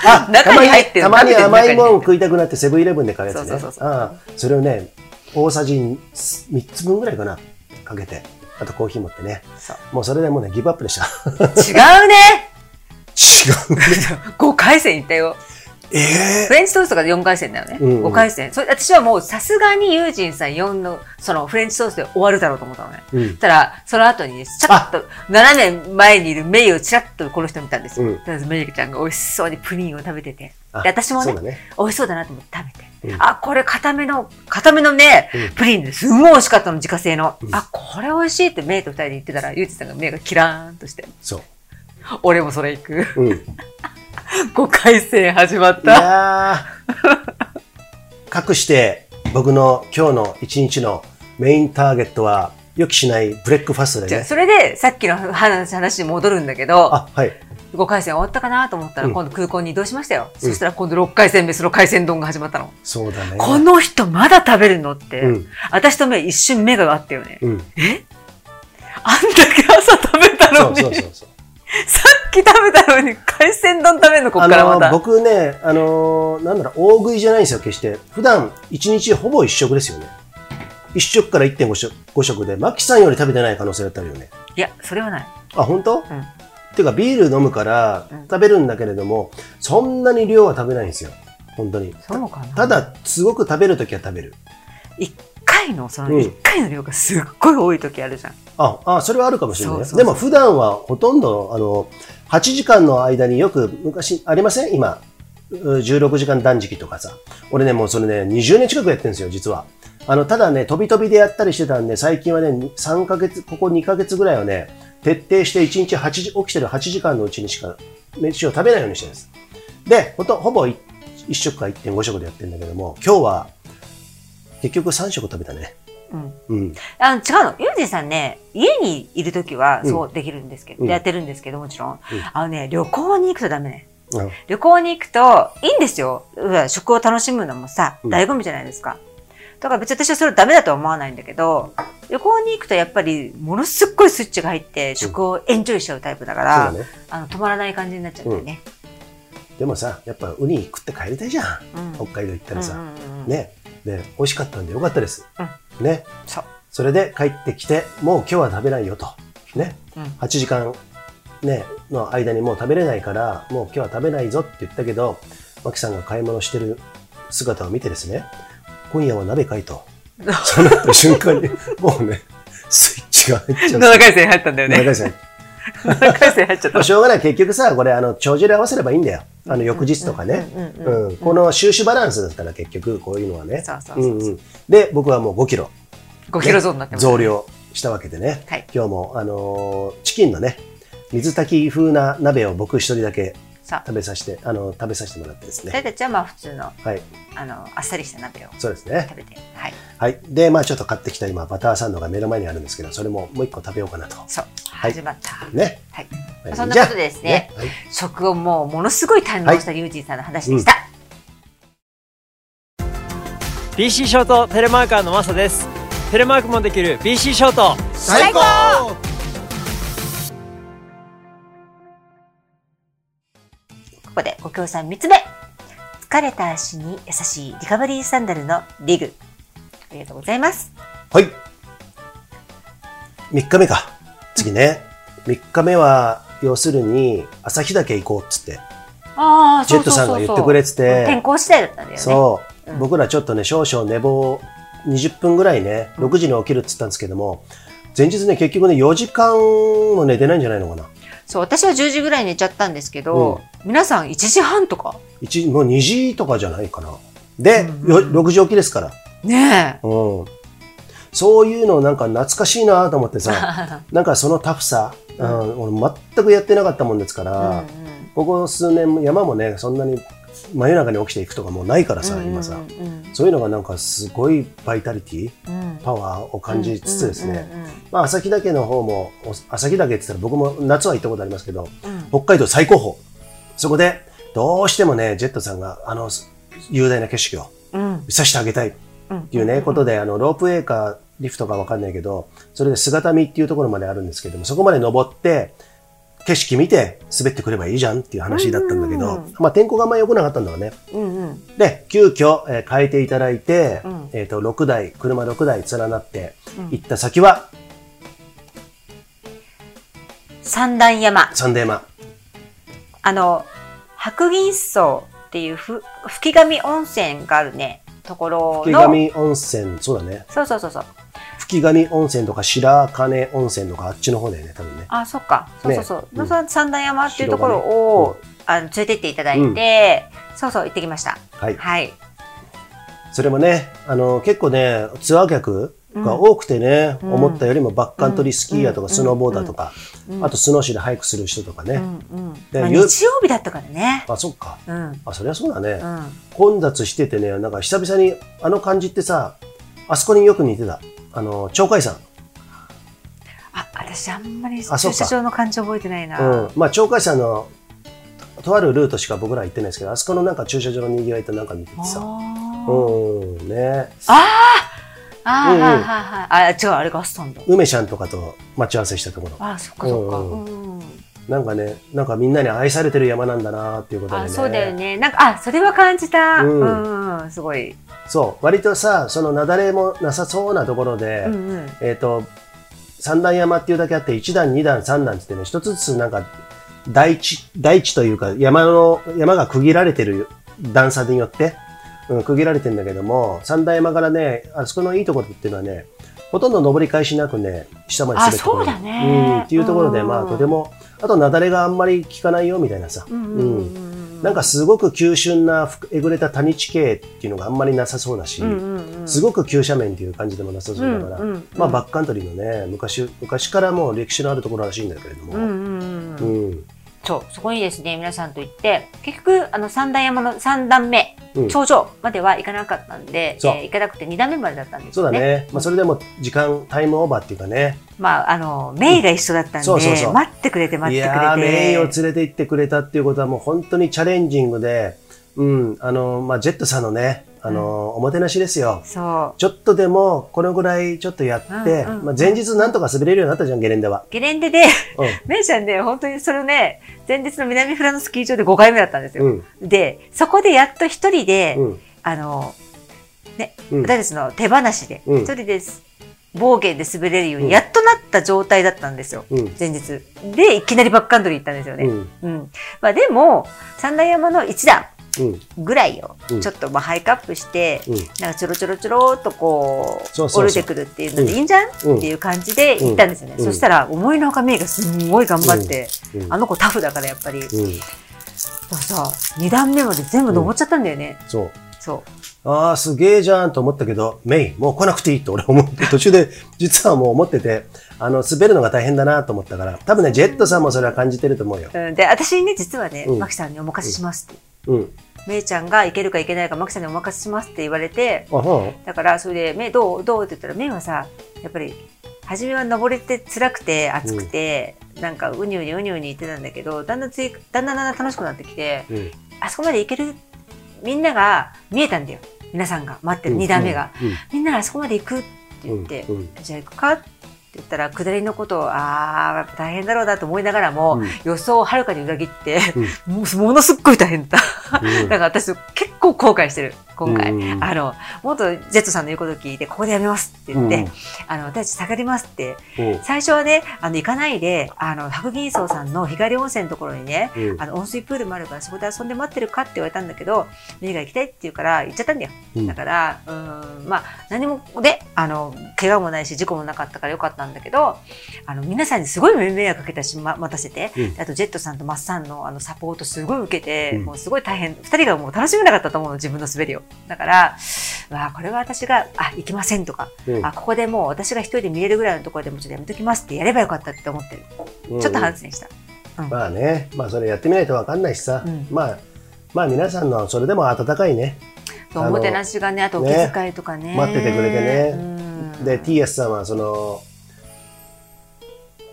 Speaker 2: あ
Speaker 1: 中に入ってる
Speaker 2: たまに
Speaker 1: 食べてる
Speaker 2: 甘いも
Speaker 1: 中に入って
Speaker 2: ん
Speaker 1: る
Speaker 2: 食いたくなってセブンイレブンで買うやつね。
Speaker 1: そうそうそうそう
Speaker 2: ああそれをね、大さじ3つ分ぐらいかな、かけて。あとコーヒー持ってね。
Speaker 1: そう
Speaker 2: もうそれでもうね、ギブアップでした。
Speaker 1: 違うね。
Speaker 2: 違う。
Speaker 1: 5回戦行ったよ。
Speaker 2: ええ
Speaker 1: フレンチトーストが4回戦だよね。
Speaker 2: うんうん
Speaker 1: 5回戦。それ私はもうさすがに友人さん4の、そのフレンチトーストで終わるだろうと思ったのね。そ
Speaker 2: うん
Speaker 1: し。たら、その後にね、ちょっと、斜め前にいるメイをちらっとこの人見たんですよ。
Speaker 2: うん
Speaker 1: とりあえずメイちゃんが美味しそうにプリンを食べてて。
Speaker 2: あ
Speaker 1: で私も
Speaker 2: そ
Speaker 1: ね
Speaker 2: うだね。
Speaker 1: 美味しそうだなと思って食べて。
Speaker 2: うん
Speaker 1: あ、これ固めの、固めのね、
Speaker 2: うん
Speaker 1: プリンですんごい美味しかったの、自家製の。
Speaker 2: うん
Speaker 1: あ、これ美味しいってメイと二人で言ってたら、ゆうちさんが目がキラーンとして、
Speaker 2: そ
Speaker 1: 俺もそれ行く。
Speaker 2: う。うん。い
Speaker 1: 5回戦始まった。
Speaker 2: やー。かくして、僕の今日の一日のメインターゲットは予期しないブレックファストで
Speaker 1: じゃあ
Speaker 2: ね。
Speaker 1: それでさっきの話話に戻るんだけど、
Speaker 2: あ、はい。
Speaker 1: 5回戦終わったかなと思ったら
Speaker 2: うん
Speaker 1: 今度空港に移動しましたよ。そしたら今度6回戦目その海鮮丼が始まったの。
Speaker 2: そうだね。
Speaker 1: この人まだ食べるのって、
Speaker 2: うん。
Speaker 1: 私と目一瞬目があったよね。
Speaker 2: うん。
Speaker 1: あんだけ朝食べた
Speaker 2: そ
Speaker 1: の
Speaker 2: う
Speaker 1: に、
Speaker 2: そうそうそう。
Speaker 1: さっき食べたのに海鮮丼食べるのこっからま
Speaker 2: あの
Speaker 1: た。
Speaker 2: 僕ね、あのーなんだろう、大食いじゃないんですよ、決して。普段一日ほぼ一食ですよね。一食から1.5食 ,5 食で、マキさんより食べてない可能性だったよね。
Speaker 1: いや、それはない。
Speaker 2: あ、本当、
Speaker 1: ん
Speaker 2: っていうか、ビール飲むから
Speaker 1: うん
Speaker 2: 食べるんだけれども、そんなに量は食べないんですよ。本当に。
Speaker 1: そうかな。
Speaker 2: た、だ、すごく食べるときは食べる。
Speaker 1: 1回の、その
Speaker 2: うん
Speaker 1: 1回の量がすっごい多い時あるじゃん。
Speaker 2: あ、あ、それはあるかもしれないね。
Speaker 1: そうそうそう
Speaker 2: でも普段はほとんど、あの、8時間の間によく昔ありません今、う16時間断食とかさ。俺ね、もうそれね、20年近くやってるんですよ、実は。あの、ただね、飛び飛びでやったりしてたんで、最近はね、3ヶ月、ここ2ヶ月ぐらいはね、徹底して1日8時、起きてる8時間のうちにしか飯を食べないようにしてるんです。で、ほと、ほぼ 1, 食か1.5食でやってるんだけども、今日は、結局3食食べたね。
Speaker 1: うん。
Speaker 2: うん。
Speaker 1: あの違うの。ユージさんね、家にいる時は
Speaker 2: うん
Speaker 1: そうできるんですけど、
Speaker 2: うん
Speaker 1: やってるんですけど、もちろん。
Speaker 2: うん
Speaker 1: あのね、旅行に行くとダメね。
Speaker 2: あの
Speaker 1: 旅行に行くと、いいんですよ。うわ食を楽しむのもさ、
Speaker 2: うん
Speaker 1: 醍醐味じゃないですか。だから別に私はそれダメだとは思わないんだけど、旅行に行くとやっぱりものすっごいスイッチが入って食をエンジョイしちゃうタイプだか
Speaker 2: そ
Speaker 1: ら、
Speaker 2: うだね。
Speaker 1: あの止まらない感じになっちゃうんだよね。
Speaker 2: でもさ、やっぱウニ食って帰りたいじゃん。
Speaker 1: うん。
Speaker 2: 北海道行ったら
Speaker 1: う
Speaker 2: さ。
Speaker 1: んうんうんうん
Speaker 2: ね。で、美味しかったんでよかったです。ね。
Speaker 1: そう。
Speaker 2: それで帰ってきて、もう今日は食べないよと。ね。
Speaker 1: うん
Speaker 2: 8時間、ね、の間にもう食べれないから、もう今日は食べないぞって言ったけど、マキさんが買い物してる姿を見てですね、今夜は鍋かいと。そうなった瞬間に、もうね、スイッチが入っちゃう。
Speaker 1: 7回戦入ったんだよ
Speaker 2: 7
Speaker 1: ね。
Speaker 2: 回戦
Speaker 1: 7回戦入っちゃっ
Speaker 2: ま
Speaker 1: た
Speaker 2: あ。しょうがない。結局さ、これ、あの、帳尻合わせればいいんだよ。あの、翌日とかね。
Speaker 1: うんうんうんうん。
Speaker 2: うん、この収支バランスですから結局こういうのはね。
Speaker 1: そうそうそうそう
Speaker 2: うんうん、で僕はもう5キロ
Speaker 1: 5キロゾーンになってます。
Speaker 2: 増量したわけでね、
Speaker 1: はい
Speaker 2: 今日も、あのーチキンのね水炊き風な鍋を僕一人だけ
Speaker 1: さあ、
Speaker 2: 食べさせて、あのー食べさせてもらってです
Speaker 1: 私
Speaker 2: ね。
Speaker 1: たちはまあ普通の、
Speaker 2: はい、
Speaker 1: あの、あっさりした鍋を
Speaker 2: そうですね。
Speaker 1: 食べて、はい。
Speaker 2: はい、でまあちょっと買ってきた今バターサンドが目の前にあるんですけど、それももう一個食べようかなと。
Speaker 1: そう、
Speaker 2: はい
Speaker 1: 始まった。
Speaker 2: ね。
Speaker 1: はい。
Speaker 2: はい
Speaker 1: そんなことでですね
Speaker 2: じゃあはい
Speaker 1: 食をもうものすごい堪能したリュウジンさんの話でした。
Speaker 4: BC ショートテレマーカーのマサですテレマークもできる BC ショート
Speaker 1: 最高ここでご協賛3つ目。疲れた足に優しいリカバリーサンダルのリグ。ありがとうございます。
Speaker 2: はい。3日目か。次ね。3日目は、要するに、朝日岳行こうっつって、
Speaker 1: ああ、
Speaker 2: ジェットさんが言ってくれっつって、
Speaker 1: 天候次第だったんだよね。
Speaker 2: そう、
Speaker 1: うん
Speaker 2: 僕らちょっとね、少々寝坊、20分ぐらいね、6時に起きるっつったんですけども、前日ね、結局ね、4時間も寝てないんじゃないのかな。
Speaker 1: そう、私は10時ぐらいに寝ちゃったんですけど、皆さん1時半とか。
Speaker 2: 一もう2時とかじゃないかな。で、
Speaker 1: うん
Speaker 2: よ6時起きですから。
Speaker 1: ね
Speaker 2: うん。そういうのなんか懐かしいなと思っ て
Speaker 1: え。
Speaker 2: さ、なんかそのタフさ、うん、俺全くやってなかったもんですか
Speaker 1: う
Speaker 2: ら、
Speaker 1: んうん
Speaker 2: ここ数年山もねそんなに真夜中に起きていくとかもうないからさ、今さ、
Speaker 1: うんうん
Speaker 2: そういうのがなんかすごいバイタリティ
Speaker 1: うん
Speaker 2: パワーを感じつつですね、
Speaker 1: うんうん
Speaker 2: まあ朝日岳の方もお朝日岳って言ったら僕も夏は行ったことありますけど
Speaker 1: うんうん
Speaker 2: 北海道最高峰そこでどうしてもねジェットさんがあの雄大な景色を
Speaker 1: うん
Speaker 2: 見させてあげたいっ
Speaker 1: うん
Speaker 2: ていうね、ことであのロープウェイかリフトかわかんないけどそれで姿見っていうところまであるんですけどもそこまで登って景色見て滑ってくればいいじゃんっていう話だったんだけど、
Speaker 1: うん
Speaker 2: まあ天候があんまり良くなかったんだろうね。
Speaker 1: うんうん
Speaker 2: で、急遽、えー変えていただいて、
Speaker 1: うん
Speaker 2: えっ、と、6台、車6台連なって
Speaker 1: うん
Speaker 2: 行った先は、
Speaker 1: 三段山。
Speaker 2: サンデーマ。
Speaker 1: あの、白銀荘っていうふ吹上温泉があるね、ところ
Speaker 2: 吹
Speaker 1: の。
Speaker 2: 上温泉、そうだね。
Speaker 1: そうそうそうそう。
Speaker 2: 吹上温泉とか白金温泉とかあっちの方だよね、多分ね。
Speaker 1: あ、そっか。そうそうそう。
Speaker 2: ねうん
Speaker 1: その三段山っていうところを、あの連れてっていただいて、そうそう行ってきました。
Speaker 2: はい。
Speaker 1: はい。
Speaker 2: それもね、あの、結構ね、ツアー客、が多くてね、思ったよりもバックカントリースキーヤーとかスノーボーダーとか、あとスノーシュでハイクする人とかね。
Speaker 1: うん
Speaker 2: で
Speaker 1: まあ、
Speaker 2: ゆ
Speaker 1: 日曜日だったからね。
Speaker 2: あ、そっか。
Speaker 1: うん。うん。
Speaker 2: あ、そりゃそうだね。混雑しててね、なんか久々にあの感じってさ、あそこによく似てた。あの、鳥海山。
Speaker 1: あ、私あんまり駐
Speaker 2: あそうか
Speaker 1: 車場の感じ覚えてないな。
Speaker 2: うん。まあ、鳥海山の、とあるルートしか僕ら行ってないですけど、あそこのなんか駐車場の賑わいとなんか似ててさ。
Speaker 1: あ
Speaker 2: う
Speaker 1: ー
Speaker 2: ん、うん、ね。
Speaker 1: あー、
Speaker 2: うんうん
Speaker 1: はいはいはい。あ、違う、あれガストンだ。
Speaker 2: 梅ちゃんとかと待ち合わせしたところ。
Speaker 1: あー、そっかそっか。
Speaker 2: う
Speaker 1: うんんうん。
Speaker 2: なんかね、なんかみんなに愛されてる山なんだなっていうことでね。
Speaker 1: あ、そうだよね。なんか、あ、それは感じた。
Speaker 2: う
Speaker 1: うんんうん。すごい。
Speaker 2: そう、割とさ、その雪崩もなさそうなところで、
Speaker 1: うんうん。
Speaker 2: えっ、と、三段山っていうだけあって、一段、二段、三段つってね、一つずつなんか、大地、大地というか、山の、山が区切られてる段差によって、うん、区切られてんだけども、三段山からね、あそこのいいところっていうのはね、ほとんど登り返しなくね、下まで滑ってくる
Speaker 1: あそうだね
Speaker 2: うん、っていうところで、
Speaker 1: うん
Speaker 2: まあ、とても、あと、雪崩があんまり効かないよ、みたいなさ。
Speaker 1: うんうんうんうん。
Speaker 2: なんかすごく急峻なふえぐれた谷地形っていうのがあんまりなさそうだし、
Speaker 1: うんうんうん、
Speaker 2: すごく急斜面っていう感じでもなさそうだから、
Speaker 1: うんうんうん
Speaker 2: まあ、バックカントリーのね昔昔からもう歴史のあるところらしいんだけれども、
Speaker 1: うんうんうんうん。
Speaker 2: うん
Speaker 1: そう、そこにですね、皆さんと行って、結局、あの、三段山の三段目、
Speaker 2: うん
Speaker 1: 頂上までは行かなかったんで、
Speaker 2: そう
Speaker 1: えー行かなくて二段目までだったんです
Speaker 2: そう
Speaker 1: よ
Speaker 2: だ
Speaker 1: ね。
Speaker 2: ねまあ、それでも時間タイムオーバーっていうかね
Speaker 1: まあ、あの、メイが一緒だったんで、
Speaker 2: そうそうそう
Speaker 1: 待ってくれて待
Speaker 2: い
Speaker 1: ってくれて。
Speaker 2: やー名誉を連れて行ってくれたっていうことはもう本当にチャレンジングで、うんあのまあ、ジェットさんのねあの、おもてなしですよ
Speaker 1: そう。
Speaker 2: ちょっとでもこのぐらいちょっとやって、
Speaker 1: うんうん
Speaker 2: まあ、前日なんとか滑れるようになったじゃんゲレンデは、
Speaker 1: ゲレンデで、
Speaker 2: う
Speaker 1: メイちゃんね、本当にそれをね、前日の南フラのスキー場で5回目だったんです
Speaker 2: んう
Speaker 1: よ。
Speaker 2: ん
Speaker 1: で、そこでやっと一人で、
Speaker 2: うん
Speaker 1: あの、
Speaker 2: うん、
Speaker 1: 私たちの手放しで、
Speaker 2: うん
Speaker 1: 一人です、暴言で滑れるよう
Speaker 2: うん
Speaker 1: に、やっとなった状態だったんですよ。
Speaker 2: うん
Speaker 1: 前日。で、いきなりバックカントリー行ったんですよね。
Speaker 2: うん
Speaker 1: うん。まあでも、三大山の一段
Speaker 2: うん
Speaker 1: ぐらいを
Speaker 2: うん、
Speaker 1: ちょっとまあハイカップして、
Speaker 2: うん
Speaker 1: なんかちょろちょろちょろっとこ
Speaker 2: そう
Speaker 1: う、
Speaker 2: そうそう
Speaker 1: 折れてくるっていうのでいいんじゃん、
Speaker 2: うん
Speaker 1: っていう感じで行ったんですよね。
Speaker 2: うん
Speaker 1: そしたら、思いのほかメイがすんごい頑張って、
Speaker 2: うん
Speaker 1: あの子タフだからやっぱり。だか
Speaker 2: うん、
Speaker 1: らさ、二段目まで全部登っちゃったんだよね。
Speaker 2: そう
Speaker 1: そ
Speaker 2: ああ、すげえじゃんと思ったけど、メイ、もう来なくていいと俺思 って、途中で実はもう思ってて、あの、滑るのが大変だなと思ったから、多分ね、ジェットさんもそれは感じてると思うよ
Speaker 1: う。。うん、で、私にね、実はね、
Speaker 2: うん
Speaker 1: マキさんにお任せしますって。
Speaker 2: うん。
Speaker 1: メイちゃんが行けるか行けないか、マキさんにお任せしますって言われて、
Speaker 2: あ、ほ
Speaker 1: だからそれで「目どうどう?」って言ったら目はさやっぱり初めは登れて辛くて暑くて、なんかうにうにうにうに言ってたんだけどだんだんついだんだんだんだん楽しくなってきて
Speaker 2: う。うん。
Speaker 1: あそこまで行けるみんなが見えたんだよ皆さんが待ってる2段目が、みんなあそこまで行くって
Speaker 2: う
Speaker 1: 言
Speaker 2: ん。
Speaker 1: って、
Speaker 2: うん。うん
Speaker 1: じゃあ行くかって言ったら下りのことをああやっぱ大変だろうなと思いながらも、
Speaker 2: うん
Speaker 1: 予想をはるかに裏切って、もう ものすっごい大変だった
Speaker 2: う
Speaker 1: だ
Speaker 2: ん
Speaker 1: から私結構後悔してる今回、
Speaker 2: うん
Speaker 1: あのもっとジェットさんの言うことを聞いてここでやめますって言って、
Speaker 2: うん
Speaker 1: あの私下がりますって
Speaker 2: うん
Speaker 1: 最初はねあの行かないであの白銀荘さんの日帰り温泉のところにね
Speaker 2: うん
Speaker 1: あの温水プールもあるからそこで遊んで待ってるかって言われたんだけどメイが行きたいって言うから行っちゃったんだよ、
Speaker 2: うん
Speaker 1: だからうーんまあ何もであの怪我もないし事故もなかったからよかったんだけどあの皆さんにすごい迷惑かけたし、ま、待たせて、
Speaker 2: うん
Speaker 1: あとジェットさんとマッサンのあのサポートすごい受けて、
Speaker 2: うん
Speaker 1: もうすごい大変2人がもう楽しめなかったと思うの自分の滑りをだからわあこれは私があ行きませんとか、
Speaker 2: うん
Speaker 1: あここでもう私が一人で見れるぐらいのところでもうちょっとやめときますってやればよかったって思ってる、
Speaker 2: うん
Speaker 1: ちょっと反省した。
Speaker 2: まあね、まあそれやってみないとわかんないしさ
Speaker 1: うん、
Speaker 2: まあ、まあ皆さんのそれでも温かいね。
Speaker 1: そうおもてなしがね、あとお気遣いとかね。
Speaker 2: 待っててくれてね
Speaker 1: うん
Speaker 2: で、TS さんはその、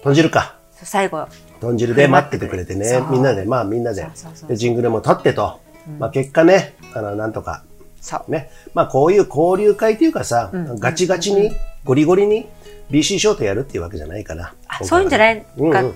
Speaker 2: 豚汁か。
Speaker 1: そう最後、
Speaker 2: 豚汁で待っててくれてね
Speaker 1: そう。
Speaker 2: みんなで、まあみんなで
Speaker 1: そうそうそう
Speaker 2: で、ジングルも撮ってと。
Speaker 1: うん
Speaker 2: まあ結果ね、あの、なんとか
Speaker 1: そう。
Speaker 2: ね、まあこういう交流会というかさ、
Speaker 1: うん
Speaker 2: ガチガチに、ゴリゴリに BC ショートやるっていうわけじゃないから。
Speaker 1: あそういうんじゃ
Speaker 2: い
Speaker 1: ない
Speaker 2: うん
Speaker 1: かっ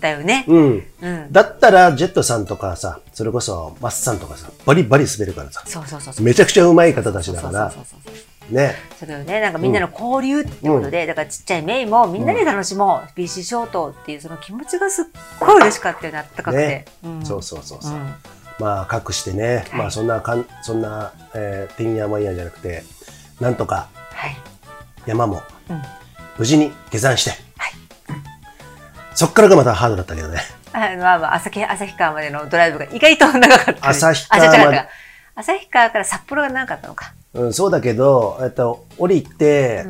Speaker 1: たよね。
Speaker 2: うん。
Speaker 1: うん。
Speaker 2: だったら、ジェットさんとかさ、それこそ、マッサンとかさ、バリバリ滑るからさ、
Speaker 1: そうそうそうそう。
Speaker 2: めちゃくちゃうまい方たちだから
Speaker 1: そう、そうそうそう
Speaker 2: ね。
Speaker 1: それをね、なんかみんなの交流ってことで、だからちっちゃいメイもみんなで楽しもう、BC ショートっていうその気持ちがすっごい嬉しかったよね、あったかくて。
Speaker 2: ね
Speaker 1: ん
Speaker 2: そうそうそうそう。
Speaker 1: うん
Speaker 2: まあ、かくしてね、
Speaker 1: はい
Speaker 2: まあそんなかん、そんな、えー、てんやまんやじゃなくて、なんとか
Speaker 1: はい。
Speaker 2: 山も
Speaker 1: うん、
Speaker 2: 無事に下山して、
Speaker 1: はい
Speaker 2: そっからがまたハードだったけどね。
Speaker 1: あの、まあまあ、旭旭川までのドライブが意外と長 かった。
Speaker 2: 旭
Speaker 1: あ
Speaker 2: 川
Speaker 1: じゃあ
Speaker 2: ま
Speaker 1: 違う
Speaker 2: で
Speaker 1: 違う旭川から札幌が長かったのか。
Speaker 2: うん、そうだけど、えっと、降りて、
Speaker 1: う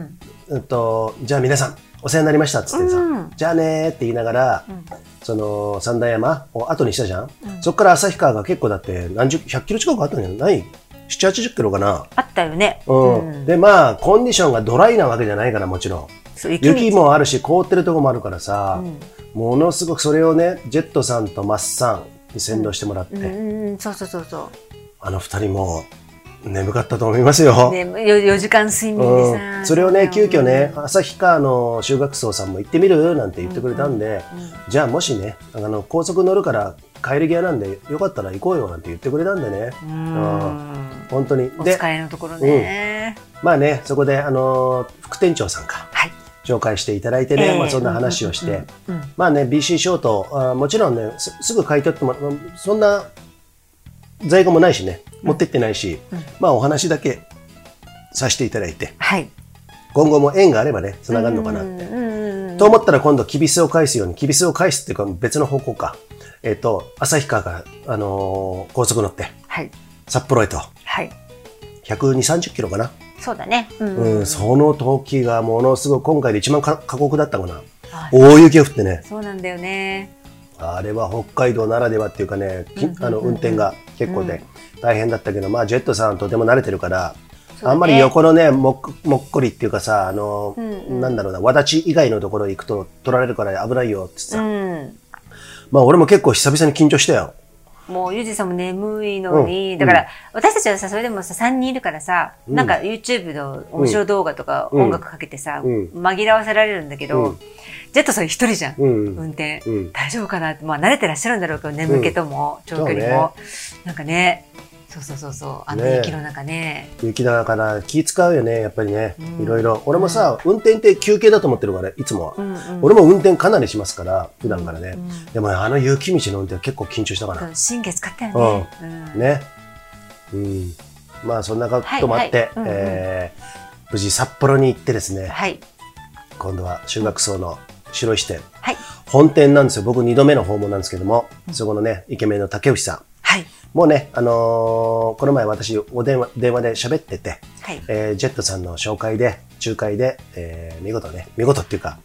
Speaker 1: ん
Speaker 2: うんと、じゃあ皆さん、お世話になりましたっつってさ、
Speaker 1: うん
Speaker 2: じゃあねーって言いながら、
Speaker 1: ん
Speaker 2: その三段山を後にしたじゃん、
Speaker 1: うん
Speaker 2: そっから旭川が結構だって何十、100キロ近くあったんじゃない7、80キロかな。
Speaker 1: あったよね。
Speaker 2: うん。
Speaker 1: うん
Speaker 2: で、まあ、コンディションがドライなわけじゃないから、もちろん。
Speaker 1: そう雪
Speaker 2: 雪
Speaker 1: 道
Speaker 2: もあるし、凍ってるとこもあるからさ、
Speaker 1: うん
Speaker 2: ものすごくそれをね、ジェットさんとマスさんに先導してもらって、
Speaker 1: うんうんうん、そうそうそうそ
Speaker 2: あの二人も眠かったと思いますよ。
Speaker 1: う。ね、4, 時間睡眠で
Speaker 2: う
Speaker 1: さ。
Speaker 2: ん、それをね、急遽ね、
Speaker 1: うん
Speaker 2: 旭川の修学僧さんも行ってみるなんて言ってくれたんで、
Speaker 1: うん
Speaker 2: じゃあもしね、あの、高速乗るから帰り際なんで、よかったら行こうよなんて言ってくれたんでね、
Speaker 1: うん
Speaker 2: 本当に。
Speaker 1: お
Speaker 2: で
Speaker 1: 疲、れのところね。
Speaker 2: まあね、そこで、あのー副店長さんか、
Speaker 1: はい
Speaker 2: 紹介していただいてね、
Speaker 1: ええ
Speaker 2: まあそんな話をして、
Speaker 1: うんうん
Speaker 2: まあね、BC ショート、あーもちろんねす、すぐ買い取ってもらう、そんな在庫もないしね、持ってってないし、
Speaker 1: うん
Speaker 2: まあお話だけさせていただいて、
Speaker 1: はい。
Speaker 2: 今後も縁があればね、繋がるのかなって。
Speaker 1: うん
Speaker 2: と思ったら今度、キビスを返すように、キビスを返すっていうか別の方向か。えっ、と、旭川から、あのー高速乗って、
Speaker 1: はい。
Speaker 2: 札幌へと、
Speaker 1: はい。
Speaker 2: 120、30キロかな。
Speaker 1: そうだね。うん
Speaker 2: うん、その時がものすごい、今回で一番か過酷だったかな。
Speaker 1: はい
Speaker 2: 大雪が降ってね、
Speaker 1: そうなんだよね。
Speaker 2: あれは北海道ならではっていうかね、き
Speaker 1: うんうんうん
Speaker 2: あの、運転が結構で大変だったけど、まあ、ジェットさんとても慣れてるから、
Speaker 1: そうだね
Speaker 2: あんまり横のね、もっこもっこりっていうかさ、あの、
Speaker 1: うんうん
Speaker 2: なんだろうな、わだち以外のところ行くと取られるから危ないよって
Speaker 1: う
Speaker 2: さ、
Speaker 1: ん。
Speaker 2: まあ俺も結構久々に緊張したよ。
Speaker 1: もうユージさんも眠いのに、
Speaker 2: うん
Speaker 1: だから、私たちはさ、それでもさ、3人いるからさ、
Speaker 2: うん
Speaker 1: なんか YouTube の面白動画とか
Speaker 2: うん
Speaker 1: 音楽かけてさ、
Speaker 2: うん
Speaker 1: 紛らわせられるんだけど、
Speaker 2: うん
Speaker 1: ジェットさん一人じゃん、
Speaker 2: うん。
Speaker 1: 運転。
Speaker 2: うん。
Speaker 1: 大丈夫かなって、まあ慣れてらっしゃるんだろうけど、眠気とも、長距離も、なんかね、そうそうそうそう、あの
Speaker 2: ね
Speaker 1: 雪の中ね。
Speaker 2: 雪だから気使うよね、やっぱりね
Speaker 1: う。ん
Speaker 2: いろいろ。俺もさ、運転って休憩だと思ってるから、いつもは。
Speaker 1: うんうん
Speaker 2: 俺も運転かなりしますから、普段からね。
Speaker 1: うんうん
Speaker 2: でもねあの雪道の運転は結構緊張したか
Speaker 1: そ
Speaker 2: ら
Speaker 1: う。神経使ったよね。うん
Speaker 2: ね。うん。まあそんなこともあって、
Speaker 1: はいはいうんうん
Speaker 2: えー無事札幌に行ってですね、
Speaker 1: はい。
Speaker 2: 今度は中学層の白石店、
Speaker 1: はい。
Speaker 2: 本店なんですよ。僕2度目の訪問なんですけども、そこのね、イケメンの竹内さん。
Speaker 1: はい。
Speaker 2: もうね、あのーこの前私お電話、電話で喋ってて、
Speaker 1: はい。
Speaker 2: えージェットさんの紹介で、仲介で、えー見事ね、見事っていうか、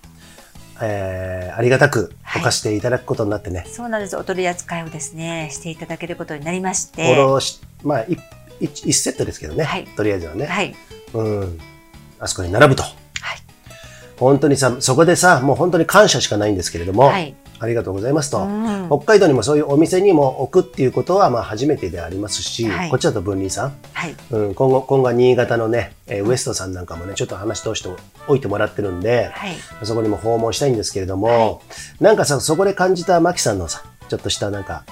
Speaker 2: えーありがたくお貸していただくことになってね、
Speaker 1: そうなんです。お取り扱いをですね、していただけることになりまし
Speaker 2: フォ
Speaker 1: て。
Speaker 2: ローし、まあ、いい一セットですけどね、
Speaker 1: はい
Speaker 2: とりあえずはね、
Speaker 1: はい。
Speaker 2: うん、あそこに並ぶと、
Speaker 1: はい
Speaker 2: 本当にさ、そこでさ、もう本当に感謝しかないんですけれども、
Speaker 1: はい。
Speaker 2: ありがとうございますと、
Speaker 1: うん
Speaker 2: 北海道にもそういうお店にも置くっていうことは、まあ、初めてでありますし、
Speaker 1: はい
Speaker 2: こっちだと分離さん、
Speaker 1: はい。
Speaker 2: うん、今後、今後は新潟のね、えーウエストさんなんかもね、ちょっと話通しておいてもらってるんで、
Speaker 1: はい。
Speaker 2: そこにも訪問したいんですけれども、なんかさ、そこで感じたマキさんのさ、ちょっとしたなんか、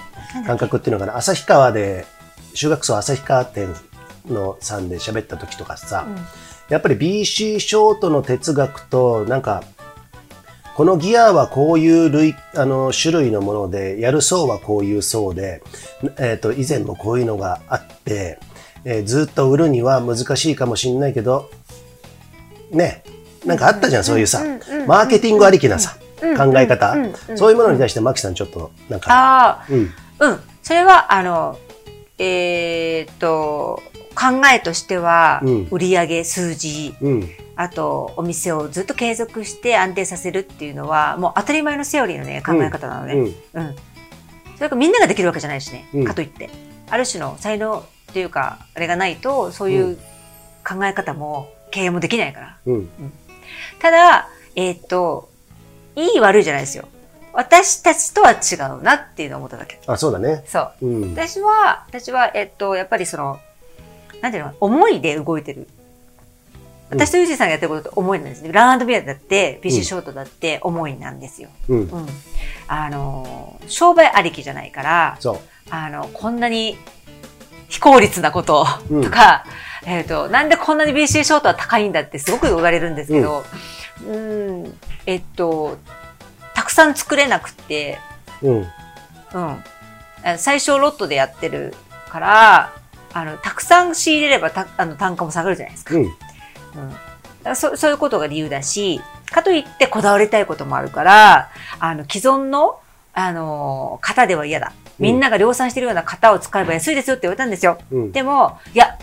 Speaker 2: 感覚っていうのかな、旭川で、修学層旭川店のさんで喋った時とかさ、
Speaker 1: うん
Speaker 2: やっぱり BC ショートの哲学と、なんか、このギアはこういう類、あの、種類のもので、やる層はこういう層で、えっ、と、以前もこういうのがあって、えーずっと売るには難しいかもしれないけど、ね、なんかあったじゃん、そういうさ
Speaker 1: うんうんうん、
Speaker 2: マーケティングありきなさ、
Speaker 1: うん
Speaker 2: 考え方
Speaker 1: うんうんう、ん
Speaker 2: そういうものに対して、マキさんちょっと、なんか、
Speaker 1: あ
Speaker 2: うん、
Speaker 1: あ、うん。それは、あの、えーっと、考えとしては
Speaker 2: うん、
Speaker 1: 売り上げ、数字、
Speaker 2: うん、
Speaker 1: あと、お店をずっと継続して安定させるっていうのは、もう当たり前のセオリーのね、考え方なのね。
Speaker 2: うん、
Speaker 1: うん。それからみんなができるわけじゃないしね。
Speaker 2: うん
Speaker 1: かといって。ある種の才能っていうか、あれがないと、そういう考え方も経営もできないから。
Speaker 2: うん、
Speaker 1: ただ、えーっ、と、いい悪いじゃないですよ。私たちとは違うなっていうのを思っただけ。
Speaker 2: あ、そうだね。
Speaker 1: そう。
Speaker 2: うん、
Speaker 1: 私は、私は、えーっ、と、やっぱりその、なんていうの、思いで動いてる。
Speaker 2: うん
Speaker 1: 私とユージさんがやってることって思いなんですね。ランドビアだって、BC ショートだって思いなんですよ。
Speaker 2: うん
Speaker 1: う、ん。あの、商売ありきじゃないから、
Speaker 2: そ
Speaker 1: あの、こんなに非効率なこと
Speaker 2: うん
Speaker 1: とか、えっ、と、なんでこんなに BC ショートは高いんだってすごく言われるんですけど、うん、えっと、たくさん作れなくて、
Speaker 2: う、うん、
Speaker 1: うん。あ最小ロットでやってるから、あの、たくさん仕入れればた、あの、単価も下がるじゃないですか。
Speaker 2: うん。
Speaker 1: うんだからそそういうことが理由だし、かといってこだわりたいこともあるから、あの、既存の、あのー型では嫌だ。みんなが量産してるような型を使えば安いですよって言われたんですよ。
Speaker 2: うん
Speaker 1: でも、いや、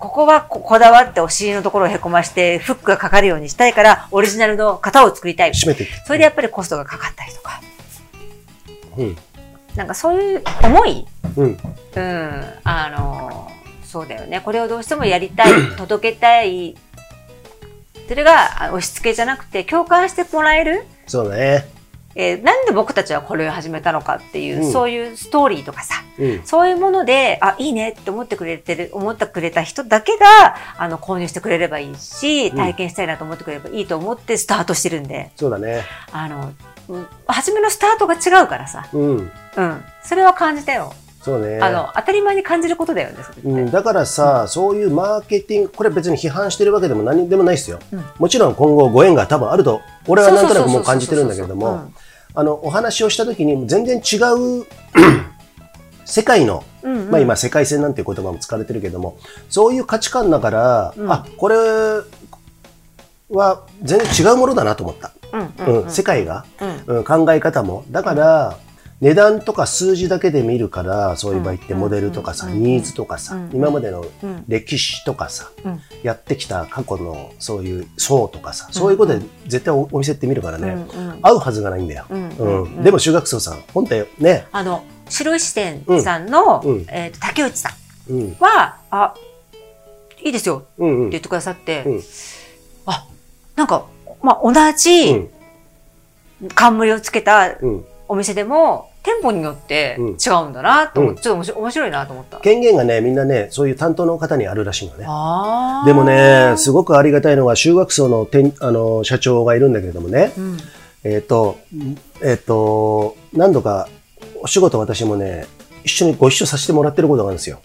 Speaker 1: ここはここだわってお尻のところをへこまして、フックがかかるようにしたいから、オリジナルの型を作りたい。
Speaker 2: 締めていく。
Speaker 1: それでやっぱりコストがかかったりとか。
Speaker 2: うん。
Speaker 1: なんかそういう思い
Speaker 2: うん。
Speaker 1: うん、あのそうだよね。これをどうしてもやりたい、 届けたい。それがあ押し付けじゃなくて、共感してもらえる。
Speaker 2: そうだね。
Speaker 1: えーなんで僕たちはこれを始めたのかっていう、
Speaker 2: うん
Speaker 1: そういうストーリーとかさ、
Speaker 2: うん。
Speaker 1: そういうもので、あ、いいねって思ってくれてる、思ってくれた人だけが、あの、購入してくれればいいし、
Speaker 2: うん
Speaker 1: 体験したいなと思ってくれればいいと思ってスタートしてるんで、
Speaker 2: そうだね。
Speaker 1: あの、うん初めのスタートが違うからさ、
Speaker 2: う
Speaker 1: う
Speaker 2: ん。
Speaker 1: ん、それは感じたよ。
Speaker 2: そうね。
Speaker 1: あの、当たり前に感じることだよね、それって。
Speaker 2: うん、だからさ、そういうマーケティング、これ別に批判してるわけでも何でもないですよ。
Speaker 1: うん
Speaker 2: もちろん今後ご縁が多分あると、俺はなんとなくもう感じてるんだけれど
Speaker 1: そうそうそうそう
Speaker 2: も、、あの、お話をした時に全然違う 世界の、
Speaker 1: うんうんうん
Speaker 2: まあ今世界線なんていう言葉も使われてるけども、そういう価値観だから、
Speaker 1: うん
Speaker 2: あ、これは全然違うものだなと思った。
Speaker 1: うんう
Speaker 2: うんん、世界が、
Speaker 1: うん
Speaker 2: うん、考え方も。だから、値段とか数字だけで見るから、そういう場合って
Speaker 1: うん
Speaker 2: モデルとかさ、
Speaker 1: うん
Speaker 2: ニーズとかさ
Speaker 1: うん、
Speaker 2: 今までの
Speaker 1: うん
Speaker 2: 歴史とかさ、
Speaker 1: うん
Speaker 2: やってきた過去のそういう層とかさ、そういうことで絶対おお店って見るから
Speaker 1: うん
Speaker 2: ね、
Speaker 1: うん
Speaker 2: 合うはずがないんだよ。
Speaker 1: うん
Speaker 2: う
Speaker 1: うんんうん
Speaker 2: でも修学層さん、本体ね、
Speaker 1: あの白石店さんの、
Speaker 2: うんうん
Speaker 1: えーと竹内さん
Speaker 2: うん、
Speaker 1: は「あいいですよ」って
Speaker 2: うん、うん、
Speaker 1: 言ってくださって、
Speaker 2: うん
Speaker 1: あなんか、まあ、同
Speaker 2: う
Speaker 1: じ
Speaker 2: ん、
Speaker 1: 冠をつけた
Speaker 2: うん。
Speaker 1: お店でも店舗によって
Speaker 2: うん
Speaker 1: 違うんだなと思って、
Speaker 2: うん
Speaker 1: ちょっと面白い面白いなと思った。
Speaker 2: 権限がね、みんなね、そういう担当の方にあるらしいのね。
Speaker 1: あー
Speaker 2: でもね、すごくありがたいのが、修学層の店あの社長がいるんだけれどもね、
Speaker 1: うん
Speaker 2: えっ、と、えっ、と、何度かお仕事私もね、一緒にご一緒させてもらってることがあるんですよ。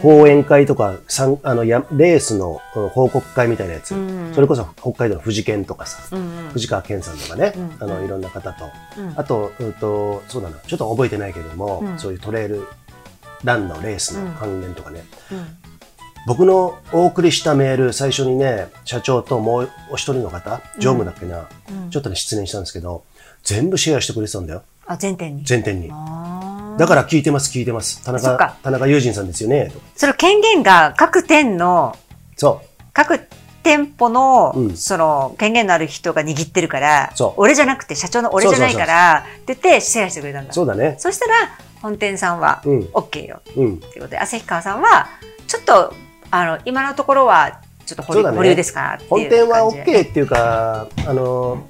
Speaker 2: 講演会とか、さんあのやレースのうん報告会みたいなやつ。
Speaker 1: うん
Speaker 2: それこそ北海道の富士県とかさ、
Speaker 1: うんうん
Speaker 2: 藤川健さんとかね、
Speaker 1: うん
Speaker 2: あの、いろんな方と。
Speaker 1: うん
Speaker 2: あと、うんと、そうだな、ちょっと覚えてないけども、
Speaker 1: うん
Speaker 2: そういうトレイルランのレースの関連とかね、
Speaker 1: うん
Speaker 2: 僕のお送りしたメール、最初にね、社長ともうお一人の方、常務だっけな、
Speaker 1: うん
Speaker 2: ちょっとね、失念したんですけど、全部シェアしてくれてたんだよ。
Speaker 1: あ全店に
Speaker 2: 全店に。
Speaker 1: あー
Speaker 2: だから聞いてます、聞いてます。田
Speaker 1: そっ
Speaker 2: 中
Speaker 1: か、
Speaker 2: 田中友人さんですよね。と
Speaker 1: その権限が各店の
Speaker 2: そ
Speaker 1: 各店舗の、
Speaker 2: うん
Speaker 1: その権限のある人が握ってるから
Speaker 2: そう
Speaker 1: 俺じゃなくて社長の俺じゃないからって言ってシェアしてくれたん
Speaker 2: う。
Speaker 1: だ
Speaker 2: そうだね。
Speaker 1: そしたら本店さんは
Speaker 2: うん、
Speaker 1: OK よ
Speaker 2: うん。
Speaker 1: っていうことで旭川さんはちょっとあの今のところはちょっと保
Speaker 2: そ
Speaker 1: 留,、
Speaker 2: うだね
Speaker 1: 保留ですからっていう
Speaker 2: 本店
Speaker 1: 感
Speaker 2: は
Speaker 1: じで
Speaker 2: OK っていうか、あの、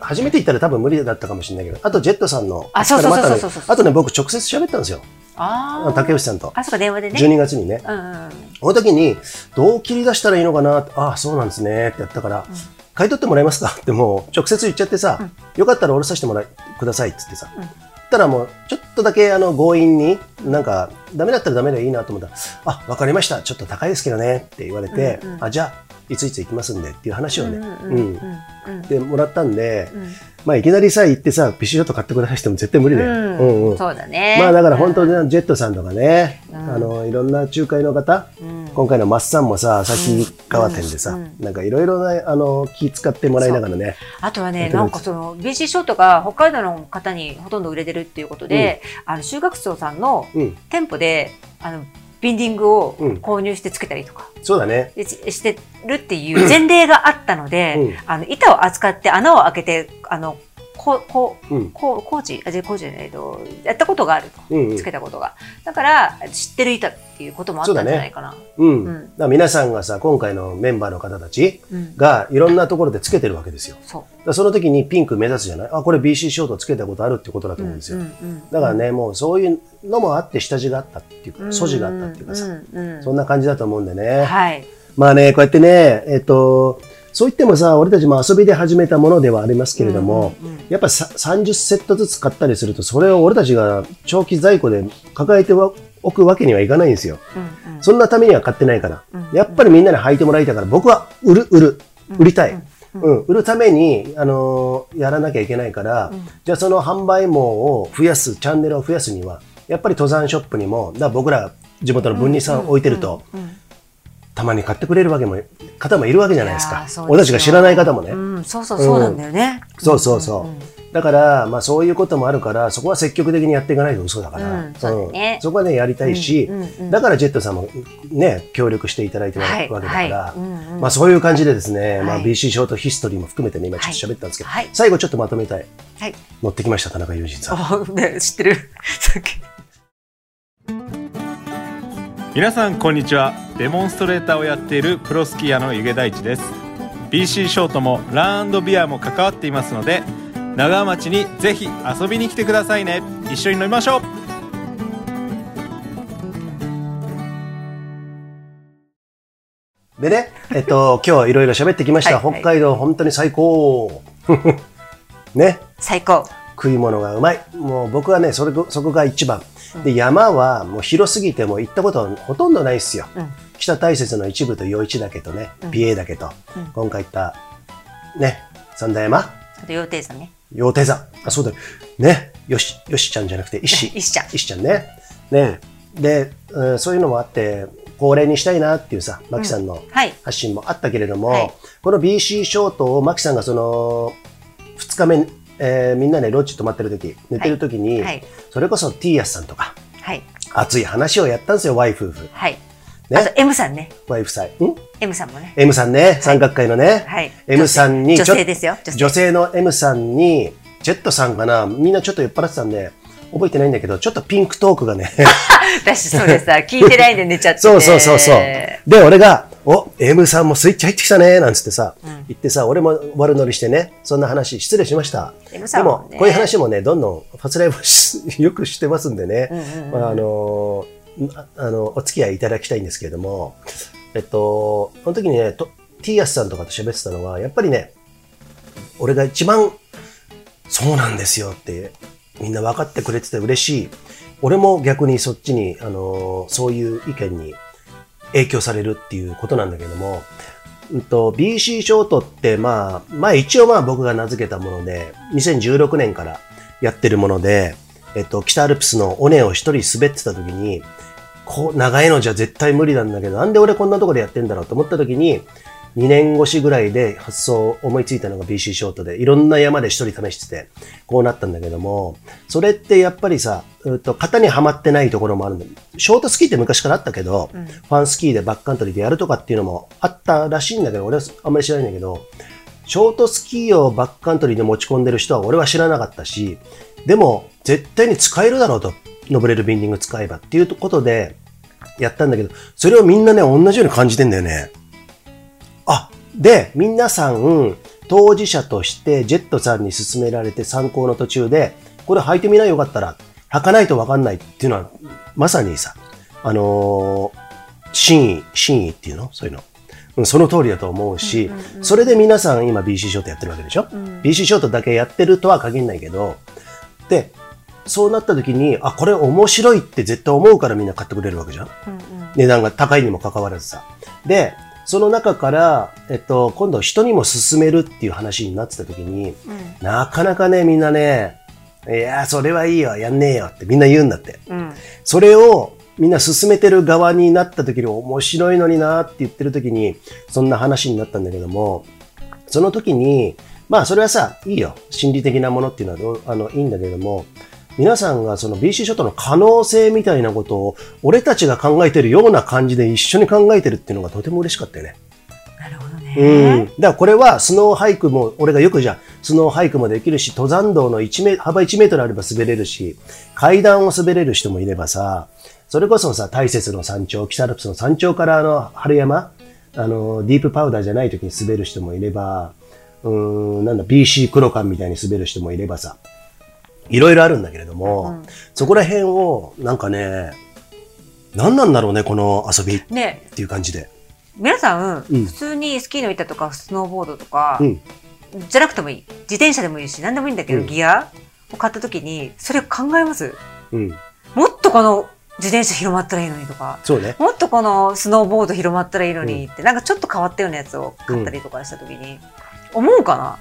Speaker 2: 初めて行ったら多分無理だったかもしれないけど、あとジェットさんの、
Speaker 1: あそうそうそう
Speaker 2: あとね
Speaker 1: そうそうそう
Speaker 2: あとね、僕直接喋ったんですよ。
Speaker 1: あー
Speaker 2: 竹内さんと。
Speaker 1: あそうか電話でね
Speaker 2: 12月にね。
Speaker 1: うんうん
Speaker 2: この時に、どう切り出したらいいのかなああ、そうなんですね。ってやったから、
Speaker 1: うん
Speaker 2: 買い取ってもらえますかってもう直接言っちゃってさ、よかったらおろさせてもらいくださいって言ってさ、
Speaker 1: うん
Speaker 2: たらもうちょっとだけあの強引になんかダメだったらダメでいいなと思ったらあわかりましたちょっと高いですけどねって言われて、
Speaker 1: うんうん
Speaker 2: あじゃあいついつ行きますんでっていう話をね、
Speaker 1: うん
Speaker 2: う
Speaker 1: うんんうんうん
Speaker 2: でもらったんで、
Speaker 1: うん
Speaker 2: まあいきなりさ行ってさビシッと買ってくださいしても絶対無理だよ、
Speaker 1: うんそうだね
Speaker 2: まあだから本当にジェットさんとかね、
Speaker 1: うん
Speaker 2: あのいろんな仲介の方、
Speaker 1: うん
Speaker 2: 今回のマッサンもさ旭川店でさ、
Speaker 1: うんうん
Speaker 2: なんかいろいろなあの気使ってもらいながらね
Speaker 1: あとは
Speaker 2: や
Speaker 1: ね、
Speaker 2: ってる
Speaker 1: なん
Speaker 2: です
Speaker 1: んかその BC ショートが北海道の方にほとんど売れてるっていうことで、あの修学生さんの
Speaker 2: うん
Speaker 1: 店舗で、あのビンディングを
Speaker 2: うん
Speaker 1: 購入してつけたりとか、
Speaker 2: そうだね
Speaker 1: でししてるっていう前例があったので、
Speaker 2: うん
Speaker 1: あの板を扱って穴を開けてあのこうこう
Speaker 2: うん
Speaker 1: こう工事あじゃ工事じゃないえっとやったことがあると、
Speaker 2: うんうん
Speaker 1: つけたことがだから知ってる板っていうこともあったんじゃないかな。
Speaker 2: うん、
Speaker 1: うん
Speaker 2: だから皆さんがさ今回のメンバーの方たち
Speaker 1: うん
Speaker 2: がいろんなところでつけてるわけですよ
Speaker 1: そう
Speaker 2: だからその時にピンク目指すじゃないあこれ BC ショートつけたことあるってことだと思うんですよ、
Speaker 1: うん
Speaker 2: だからねもうそういうのもあって下地があったっていうか素地があったっていうかさ、
Speaker 1: んうんうん
Speaker 2: そんな感じだと思うんでね、
Speaker 1: はい。
Speaker 2: まあね、こうやってね、えっと、そう言ってもさ、俺たちも遊びで始めたものではありますけれども、
Speaker 1: うんうんうん
Speaker 2: やっぱさ30セットずつ買ったりすると、それを俺たちが長期在庫で抱えてはおくわけにはいかないんですよ。
Speaker 1: うんうん
Speaker 2: そんなためには買ってないから。
Speaker 1: うん
Speaker 2: やっぱりみんなに履いてもらいたいから、僕は売る、売る、売りたい。
Speaker 1: う
Speaker 2: うんん、売るために、あのーやらなきゃいけないから、
Speaker 1: うん
Speaker 2: じゃあその販売網を増やす、チャンネルを増やすには、やっぱり登山ショップにも、だから僕ら地元の分離さん置いてると、
Speaker 1: うんうんうん
Speaker 2: たまに買ってくれるわけも方もいるわけじゃないです
Speaker 1: いや
Speaker 2: か
Speaker 1: ーそうですよ
Speaker 2: 俺たちが知らない方もね、
Speaker 1: うん、そうそうそうなんだよね。
Speaker 2: そうそうそう、
Speaker 1: んんん
Speaker 2: だから、まあそういうこともあるから、そこは積極的にやっていかないと嘘だから。
Speaker 1: うんそうだね
Speaker 2: んそこはね、やりたいし、
Speaker 1: うんうんうん
Speaker 2: だからジェットさんもね、協力していただいてるわ
Speaker 1: は
Speaker 2: け
Speaker 1: い
Speaker 2: だから、
Speaker 1: はいうんうん
Speaker 2: まあそういう感じでですね、ま
Speaker 1: は
Speaker 2: あ
Speaker 1: い
Speaker 2: BC ショートヒストリーも含めてね、今ちょっと喋ったんですけど、
Speaker 1: はいはい
Speaker 2: 最後ちょっとまとめたい。
Speaker 1: はい
Speaker 2: 乗ってきました、田中裕二さん。
Speaker 1: あ ね知ってるさっき
Speaker 5: 皆さんこんにちはデモンストレーターをやっているプロスキーヤーの湯気大地です BC ショートもランビアも関わっていますので長浜町にぜひ遊びに来てくださいね一緒に飲みましょう
Speaker 2: でね、えっと、 今日いろいろ喋ってきました。
Speaker 1: はいはい
Speaker 2: 北海道本当に最高。 ね。
Speaker 1: 最高
Speaker 2: 食い物がうまい。もう僕はね、それそこが一番。で、山はもう広すぎてもう行ったことはほとんどないっすよ。
Speaker 1: うん
Speaker 2: 北大雪の一部と余市岳とね、
Speaker 1: うん
Speaker 2: 美瑛岳と、
Speaker 1: うん
Speaker 2: 今回行った、ね、三田山、
Speaker 1: あと羊蹄山ね
Speaker 2: 羊蹄山。あ、そうだよ。ね、よし、よしちゃんじゃなくて、石。
Speaker 1: 石ちゃん
Speaker 2: 石ちゃんね。ね。で、うんそういうのもあって、恒例にしたいなっていうさ、マキさんの、
Speaker 1: はい
Speaker 2: 発信もあったけれども、
Speaker 1: はい
Speaker 2: この BC ショートをマキさんがその2日目、えーみんなでロッジ泊まってる時寝てる時に、
Speaker 1: はい
Speaker 2: それこそ T やすさんとか
Speaker 1: はい
Speaker 2: 熱い話をやったんですよ Y 夫婦
Speaker 1: はい、
Speaker 2: ね
Speaker 1: あと M さんね
Speaker 2: Y 夫妻ん
Speaker 1: M さんもね
Speaker 2: M さんね三角会のね、
Speaker 1: はい
Speaker 2: M さんに
Speaker 1: 女
Speaker 2: ちょ
Speaker 1: 性ですよ女性
Speaker 2: 女性の M さんにジェットさんかなみんなちょっと酔っ払ってたんで覚えてないんだけどちょっとピンクトークがね
Speaker 1: 私そうですさ聞いてないで寝ちゃってね
Speaker 2: そうそうそうそう。で、俺が、お、M さんもスイッチ入ってきたね、なんつってさ、
Speaker 1: ん
Speaker 2: 言ってさ、俺も悪乗りしてね、そんな話、失礼しました。
Speaker 1: M さん
Speaker 2: で
Speaker 1: もね
Speaker 2: も、こういう話もね、どんどん発令もしよくしてますんでね、
Speaker 1: うんうんうん
Speaker 2: まあ、あのーああの、お付き合いいただきたいんですけれども、えっと、この時にね、と T やすさんとかと喋ってたのは、やっぱりね、俺が一番、そうなんですよって、みんな分かってくれてて嬉しい。俺も逆にそっちに、あのーそういう意見に影響されるっていうことなんだけども、うんと、BC ショートって、まあ、まあ一応まあ僕が名付けたもので、2016年からやってるもので、えっと、北アルプスの尾根を一人滑ってた時に、こう、長いのじゃ絶対無理なんだけど、なんで俺こんなとこでやってんだろうと思った時に、2年越しぐらいで発想を思いついたのが BC ショートで、いろんな山で一人試してて、こうなったんだけども、それってやっぱりさ、うーと型にはまってないところもあるんだショートスキーって昔からあったけど、
Speaker 1: うん
Speaker 2: ファンスキーでバックカントリーでやるとかっていうのもあったらしいんだけど、俺はあんまり知らないんだけど、ショートスキーをバックカントリーで持ち込んでる人は俺は知らなかったし、でも絶対に使えるだろうと、登れるビンディング使えばっていうことでやったんだけど、それをみんなね、同じように感じてんだよね。あ、で、皆さん、当事者としてジェットさんに勧められて参考の途中で、これ履いてみなよかったら、履かないとわかんないっていうのは、まさにさ、あのー真意、真意っていうのそういうの。うんその通りだと思うし、それで皆さん今 BC ショートやってるわけでしょ、?BC ショートだけやってるとは限らないけど、で、そうなった時に、あ、これ面白いって絶対思うからみんな買ってくれるわけじゃん
Speaker 1: うんうん
Speaker 2: 値段が高いにもかかわらずさ。で、その中から、えっと、今度人にも勧めるっていう話になってた時
Speaker 1: う
Speaker 2: に、
Speaker 1: ん
Speaker 2: なかなかね、みんなね、いやー、それはいいよ、やんねえよってみんな言うんだって。
Speaker 1: うん
Speaker 2: それをみんな進めてる側になった時に面白いのになって言ってる時に、そんな話になったんだけども、その時に、まあそれはさ、いいよ。心理的なものっていうのはどうあのいいんだけども、皆さんがその BC ショットの可能性みたいなことを、俺たちが考えてるような感じで一緒に考えてるっていうのがとても嬉しかったよね。
Speaker 1: なるほど
Speaker 2: うん。
Speaker 1: ね
Speaker 2: だからこれはスノーハイクも、俺がよくじゃん、スノーハイクもできるし、登山道の1メ幅1メートルあれば滑れるし、階段を滑れる人もいればさ、それこそさ、大雪の山頂、北アルプスの山頂からあの、春山、あの、ディープパウダーじゃない時に滑る人もいれば、うーん、なんだ、BC 黒缶みたいに滑る人もいればさ、いろいろあるんだけれども、そこら辺を、なんかね、何なんだろうね、この遊びっ
Speaker 1: ね
Speaker 2: ていう感じで。
Speaker 1: 皆さん、
Speaker 2: うん
Speaker 1: 普通にスキーの板とかスノーボードとか、
Speaker 2: うん。
Speaker 1: じゃなくてもいい自転車でもいいし何でもいいんだけど、
Speaker 2: うん
Speaker 1: ギアを買った時にそれ考えます
Speaker 2: うん。
Speaker 1: もっとこの自転車広まったらいいのにとか
Speaker 2: そうね。
Speaker 1: もっとこのスノーボード広まったらいいのにって、なんかちょっと変わったようなやつを買ったりとかした時に、思うかな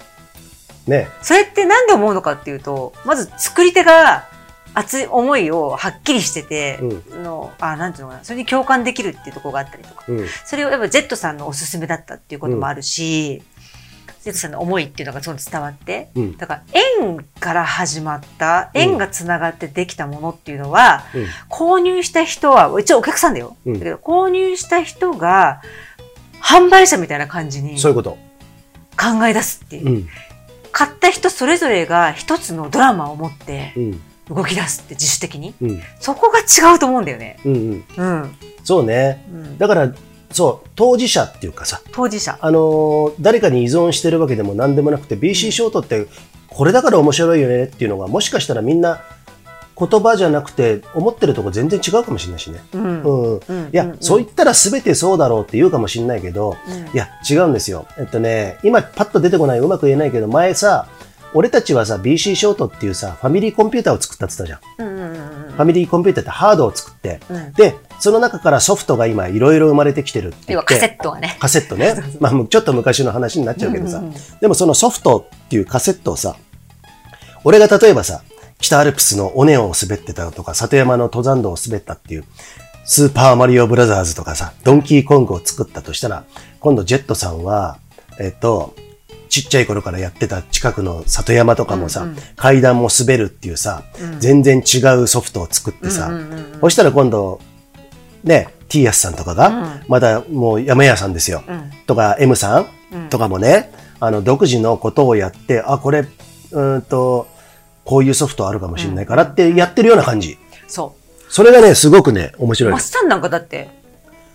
Speaker 2: ね。
Speaker 1: それってなんで思うのかっていうと、まず作り手が熱い思いをはっきりしてて、の、あ、なんていうのかな、それに共感できるっていうところがあったりとか、
Speaker 2: うん。
Speaker 1: それをやっぱジェットさんのおすすめだったっていうこともあるし、ゆずさんの思いっていうのがその伝わって、
Speaker 2: うん
Speaker 1: だから円から始まった、円がつながってできたものっていうのは、
Speaker 2: うん
Speaker 1: 購入した人は、一応お客さんだよ。
Speaker 2: うん
Speaker 1: だけど、購入した人が、販売者みたいな感じに
Speaker 2: そうい
Speaker 1: 考
Speaker 2: うこと。
Speaker 1: え出すっていう。
Speaker 2: うん。
Speaker 1: 買った人それぞれが一つのドラマを持って
Speaker 2: うん。
Speaker 1: 動き出すって自主的に。
Speaker 2: うん。
Speaker 1: そこが違うと思うんだよね。
Speaker 2: うん。うん。
Speaker 1: うん。
Speaker 2: そうね。
Speaker 1: うん、
Speaker 2: だから、そう、当事者っていうかさ、
Speaker 1: 当事者。
Speaker 2: あのー誰かに依存してるわけでも何でもなくて、BC ショートって、これだから面白いよねっていうのが、もしかしたらみんな、言葉じゃなくて、思ってるとこ全然違うかもしれないしね。
Speaker 1: うん。
Speaker 2: うん。
Speaker 1: うん
Speaker 2: いや、そう
Speaker 1: い
Speaker 2: 言ったら全てそうだろうって言うかもしれないけど、
Speaker 1: うん、
Speaker 2: いや、違うんですよ。えっとね、今パッと出てこない、うまく言えないけど、前さ、俺たちはさ、BC ショートっていうさ、ファミリーコンピューターを作ったって言ったじゃん。
Speaker 1: うんうんうんうん
Speaker 2: ファミリーコンピューターってハードを作って、
Speaker 1: うん
Speaker 2: で、その中からソフトが今いろいろ生まれてきてるって言
Speaker 1: 要
Speaker 2: っ
Speaker 1: は
Speaker 2: て。
Speaker 1: カセットはね。
Speaker 2: カセットね。まあ、ちょっと昔の話になっちゃうけどさ。
Speaker 1: うんうんうん
Speaker 2: でもそのソフトっていうカセットをさ、俺が例えばさ、北アルプスの尾根を滑ってたとか、里山の登山道を滑ったっていう、スーパーマリオブラザーズとかさ、ドンキーコングを作ったとしたら、今度ジェットさんは、えっと、ちっちゃい頃からやってた近くの里山とかもさ、
Speaker 1: うんうん
Speaker 2: 階段も滑るっていうさ、
Speaker 1: うん
Speaker 2: 全然違うソフトを作ってさ、
Speaker 1: うんうんうんうん
Speaker 2: そしたら今度、ね、T やすさんとかが
Speaker 1: うん、
Speaker 2: まだもう山屋さんですよ。
Speaker 1: うん
Speaker 2: とか M さんとかもね、あの独自のことをやって、あ、これ、うーんと、こういうソフトあるかもしれないからってやってるような感じ。
Speaker 1: そ
Speaker 2: それがね、すごくね、面
Speaker 1: う。
Speaker 2: 白い
Speaker 1: マ
Speaker 2: の
Speaker 1: ッ。サンなんかだって、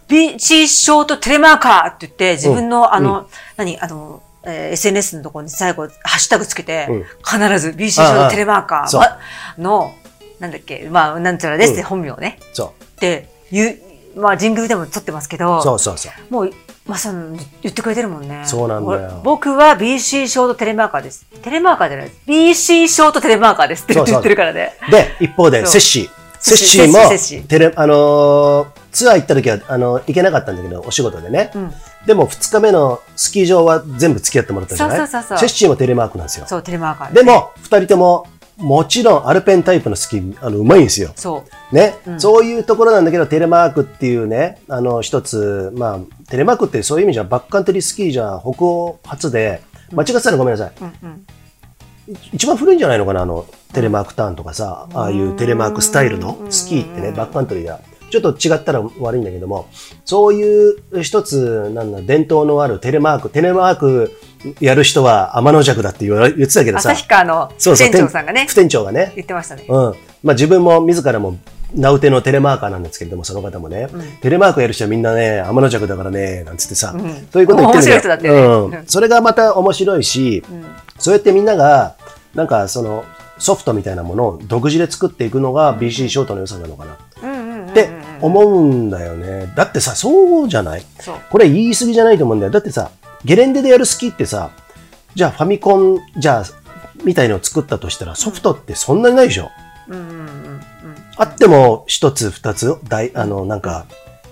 Speaker 1: BC ショートテレマーカーって言って、自分の、あの、何、あの、えー SNS のところに最後、ハッシュタグつけて、
Speaker 2: うん
Speaker 1: 必ず BC ショートテレマーカー
Speaker 2: そう
Speaker 1: まの、なんだっけ、まあ、なんちゃらですって、
Speaker 2: うん
Speaker 1: 本名をね。
Speaker 2: そ
Speaker 1: って、ゆまあ、神宮でも撮ってますけど、
Speaker 2: う。そうそうそう。
Speaker 1: もう、まさに言ってくれてるもんね。
Speaker 2: そうなんだよ
Speaker 1: 俺僕は BC ショートテレマーカーです。テレマーカーじゃないです。BC ショートテレマーカーですって言って
Speaker 2: そ
Speaker 1: 言っ
Speaker 2: うそう
Speaker 1: てるからね。
Speaker 2: で、一方
Speaker 1: そう
Speaker 2: で、セッシー。セ
Speaker 1: セ
Speaker 2: ッ
Speaker 1: ッ
Speaker 2: シ
Speaker 1: シー
Speaker 2: ーも
Speaker 1: セッシーセッシ、ー
Speaker 2: テレ、あのーツアー行った時は、あの、行けなかったんだけど、お仕事でね。
Speaker 1: うん
Speaker 2: でも、二日目のスキー場は全部付き合ってもらったじゃない
Speaker 1: そうそうそうそう
Speaker 2: セッシーもテレマークなんですよ。
Speaker 1: そう、テレマーカー
Speaker 2: でも、二人とも、もちろんアルペンタイプのスキー、あの、うまいんですよ。
Speaker 1: そう。
Speaker 2: ね、
Speaker 1: ん
Speaker 2: そういうところなんだけど、テレマークっていうね、あの、一つ、まあ、テレマークってそういう意味じゃ、バックカントリースキーじゃ、北欧初で、間違ってたらごめんなさい。
Speaker 1: うんうん。
Speaker 2: 一番古いんじゃないのかな、あの、テレマークターンとかさ、ああいうテレマークスタイルのスキーってね、バックカントリーが。ちょっと違ったら悪いんだけども、そういう一つ、なんだ、伝統のあるテレマーク、テレマークやる人は天の弱だって言われ言ってたけどさ、
Speaker 1: 旭川の
Speaker 2: そうそう
Speaker 1: 店長さんがね
Speaker 2: 副、店長がね、
Speaker 1: 言ってましたね。
Speaker 2: うん。まあ自分も自らも、名うてのテレマーカーなんですけれども、その方もね、
Speaker 1: ん
Speaker 2: テレマークやる人はみんなね、天の弱だからね、なんつってさ、
Speaker 1: ん
Speaker 2: そういうこと言ってるん
Speaker 1: 面白い人だってね
Speaker 2: うん
Speaker 1: うん
Speaker 2: それがまた面白いし、そうやってみんなが、なんかその、ソフトみたいなものを独自で作っていくのが BC ショートの良さなのかなっ
Speaker 1: うんうんうんうん。
Speaker 2: て思うんだよね。だってさ、そうじゃない
Speaker 1: そう。
Speaker 2: これ言い過ぎじゃないと思うんだよ。だってさ、ゲレンデでやるスキーってさ、じゃあファミコン、じゃあ、みたいのを作ったとしたらソフトってそんなにないでしょ。
Speaker 1: うんうんうん
Speaker 2: あっても一つ二つ、大、あの、なんか、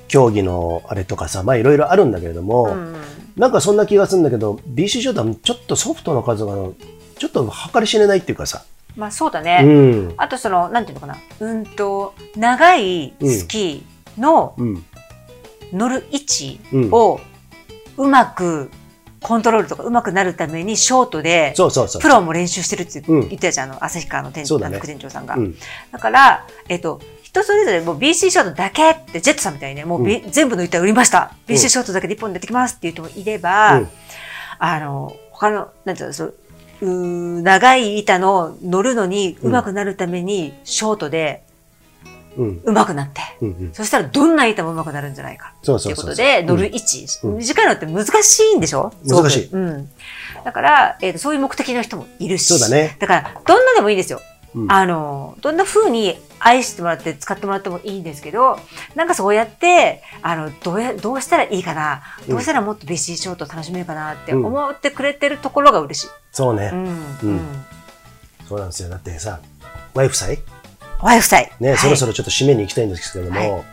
Speaker 2: 競技のあれとかさ、まあいろいろあるんだけれども、
Speaker 1: うんうん。
Speaker 2: なんかそんな気がするんだけど、BC ショートはちょっとソフトの数が、ちょっと計り知れないっていうかさ、
Speaker 1: まあ、そうだ
Speaker 2: う
Speaker 1: ね。
Speaker 2: ん。
Speaker 1: あと、その、なんていうのかな。うんと、長いスキーの
Speaker 2: うん。
Speaker 1: 乗る位置
Speaker 2: うん
Speaker 1: をうまくコントロールとかうまくなるためにショートで、
Speaker 2: そうそうそう。
Speaker 1: プロも練習してるって
Speaker 2: う
Speaker 1: 言
Speaker 2: ん
Speaker 1: ってたじゃん、あの、旭川の店長、
Speaker 2: そうだね
Speaker 1: 副店長さんが。
Speaker 2: うん
Speaker 1: だから、えっと、人それぞれもう BC ショートだけって、ジェットさんみたいにね、もう、B 全部の一体売りました。
Speaker 2: ん
Speaker 1: BC ショートだけで一本でやってきますっていう人もいれば、
Speaker 2: うん
Speaker 1: あの、他の、なんていうの、そう、うー長い板の乗るのに上手くなるために、ショートで
Speaker 2: うん。
Speaker 1: 上手くなって、
Speaker 2: うんうん。
Speaker 1: そしたらどんな板も上手くなるんじゃないか。
Speaker 2: そう
Speaker 1: と
Speaker 2: そ
Speaker 1: いううこ
Speaker 2: そう
Speaker 1: と
Speaker 2: そう。
Speaker 1: で、乗る位置、
Speaker 2: うん
Speaker 1: 短いのって難しいんでしょすごく
Speaker 2: 難しい
Speaker 1: うん。だから、えーと、そういう目的の人もいるし。
Speaker 2: そうだね
Speaker 1: だから、どんなでもいいですよ。
Speaker 2: うん
Speaker 1: あの、どんな風に愛してもらって使ってもらってもいいんですけど、なんかそうやって、あの、どうや、どうしたらいいかな、どうしたらもっとビシーショート楽しめるかなって
Speaker 2: うん
Speaker 1: 思ってくれてるところが嬉しい。
Speaker 2: そう
Speaker 1: う
Speaker 2: ね。
Speaker 1: ん。
Speaker 2: う
Speaker 1: うんん。
Speaker 2: そうなんですよ。だってさ、ワイフ妻
Speaker 1: おはよう夫妻。
Speaker 2: ね、そろそ
Speaker 1: ろ。
Speaker 2: ろちょっと締めに行きたいんですけれど
Speaker 1: は
Speaker 2: も、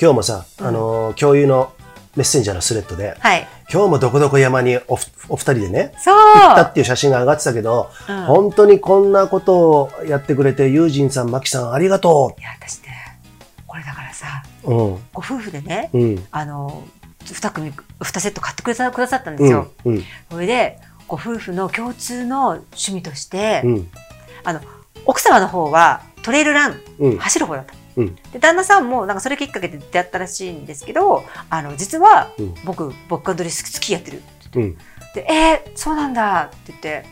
Speaker 2: 今日もさ、あのー、共有のメッセンジャーのスレッドで、
Speaker 1: はい。
Speaker 2: 今日もどこどこ山におふお二人でね、
Speaker 1: そう
Speaker 2: 行ったっていう写真が上がってたけど、
Speaker 1: うん
Speaker 2: 本当にこんなことをやってくれて、友人さん、マキさん、ありがと
Speaker 1: いや、私ね、これだからさ、
Speaker 2: う。うん。
Speaker 1: ご夫婦でね、
Speaker 2: うん。
Speaker 1: あの、二組、二セット買ってくださくださったんです
Speaker 2: うん
Speaker 1: よ。。
Speaker 2: うん。
Speaker 1: それで、ご夫婦の共通の趣味として、
Speaker 2: うん。
Speaker 1: 奥様の方はトレイルラン、
Speaker 2: うん。
Speaker 1: 走る方だった。
Speaker 2: うん
Speaker 1: で旦那さんもなんかそれきっかけで出会ったらしいんですけどあの実は
Speaker 2: うん
Speaker 1: 僕、ボックカントリースキーやってる
Speaker 2: うん。
Speaker 1: で、えー、そうなんだって言って、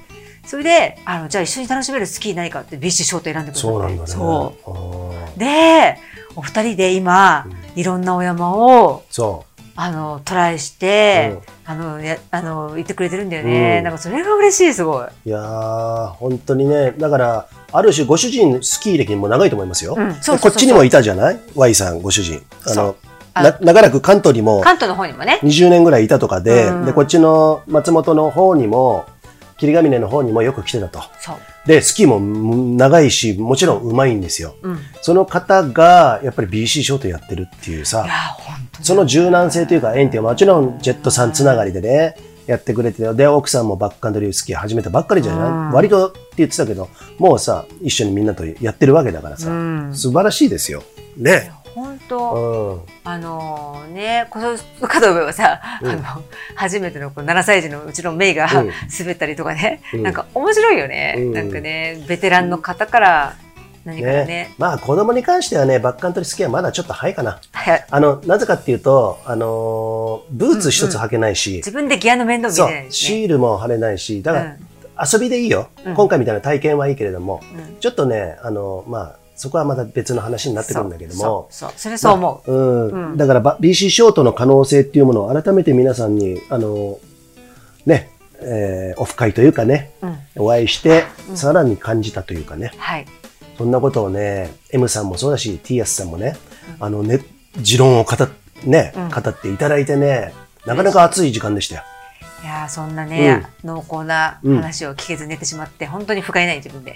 Speaker 1: それで、あの、じゃあ一緒に楽しめるスキー何かって BC ショート選んでくれた
Speaker 2: そうなんだね。
Speaker 1: そ
Speaker 2: あ
Speaker 1: う。で、お二人で今
Speaker 2: ー。う、ん
Speaker 1: いろんなお山を、
Speaker 2: そ
Speaker 1: あの、トライし
Speaker 2: う。
Speaker 1: て
Speaker 2: う、ん
Speaker 1: あの、や、あの、行ってくれてるんだよね。
Speaker 2: うん
Speaker 1: なんかそれが嬉しい、すごい。
Speaker 2: いやー、本当にね、だから、ある種ご主人、スキー歴も長いと思いますよ。
Speaker 1: うん、そうそうそう
Speaker 2: でこっちにもいたじゃない ?Y さん、ご主人。あ
Speaker 1: そ
Speaker 2: の、
Speaker 1: あ
Speaker 2: な長らく関東にも
Speaker 1: 関東の方にもね。
Speaker 2: 20年ぐらいいたとかで、
Speaker 1: うん
Speaker 2: で、こっちの松本の方にも、霧ヶ峰の方にもよく来てたと。
Speaker 1: そう。
Speaker 2: で、スキーもうん長いし、もちろん上手いんですよ。
Speaker 1: うん。い
Speaker 2: その方が、やっぱり BC ショートやってるっていう
Speaker 1: やー、
Speaker 2: さ、
Speaker 1: 本当に。
Speaker 2: その柔軟性というか、縁っていうのはもちろんジェットさんつながりでね、やってくれてて、で、奥さんもバックカントリースキー始めたばっかりじゃ
Speaker 1: う
Speaker 2: なんい割とって言ってたけど、もうさ、一緒にみんなとやってるわけだから
Speaker 1: う
Speaker 2: さ、
Speaker 1: ん。
Speaker 2: 素晴らしいですよ。
Speaker 1: い
Speaker 2: ね
Speaker 1: や。本
Speaker 2: う
Speaker 1: 当、
Speaker 2: ん。
Speaker 1: あのね、この加藤部はさ、
Speaker 2: うん
Speaker 1: あの、初めてのこう7歳児のうちのメイが、
Speaker 2: うん
Speaker 1: 滑ったりとかね、
Speaker 2: うん
Speaker 1: なんか面白いよね、
Speaker 2: うん
Speaker 1: なんかねベテランの方から何からね
Speaker 2: ね、まあ子供に関してはね、バックカントリースキーはまだちょっと早いかな。
Speaker 1: はい
Speaker 2: あの、なぜかっていうと、あのーブーツ一つ履けないし、
Speaker 1: 自分でギアの面倒見
Speaker 2: そ
Speaker 1: れないで
Speaker 2: う、
Speaker 1: すね。
Speaker 2: シールも貼れないし、だから遊びでいいよ、
Speaker 1: うん
Speaker 2: 今回みたいな体験はいいけれども、
Speaker 1: うんうん
Speaker 2: ちょっとね、あの、まあ、そこはまた別の話になってくるんだけども、
Speaker 1: そうそうそうそれそう思う、
Speaker 2: うん、
Speaker 1: うん
Speaker 2: だからば BC ショートの可能性っていうものを改めて皆さんに、あの、ね、えーオフ会というかね、
Speaker 1: うん
Speaker 2: お会いして、
Speaker 1: うん
Speaker 2: さらに感じたというかね、
Speaker 1: はい
Speaker 2: そんなことをね、M さんもそうだし、T スさんもね、
Speaker 1: うん
Speaker 2: あのね、持論を語っ,、ね
Speaker 1: うん
Speaker 2: 語っていただいてね、なかなか熱い時間でしたよ。
Speaker 1: いやーそんなね、濃厚な
Speaker 2: うん
Speaker 1: 話を聞けず寝てしまって、本当に不甲斐ない自分 でい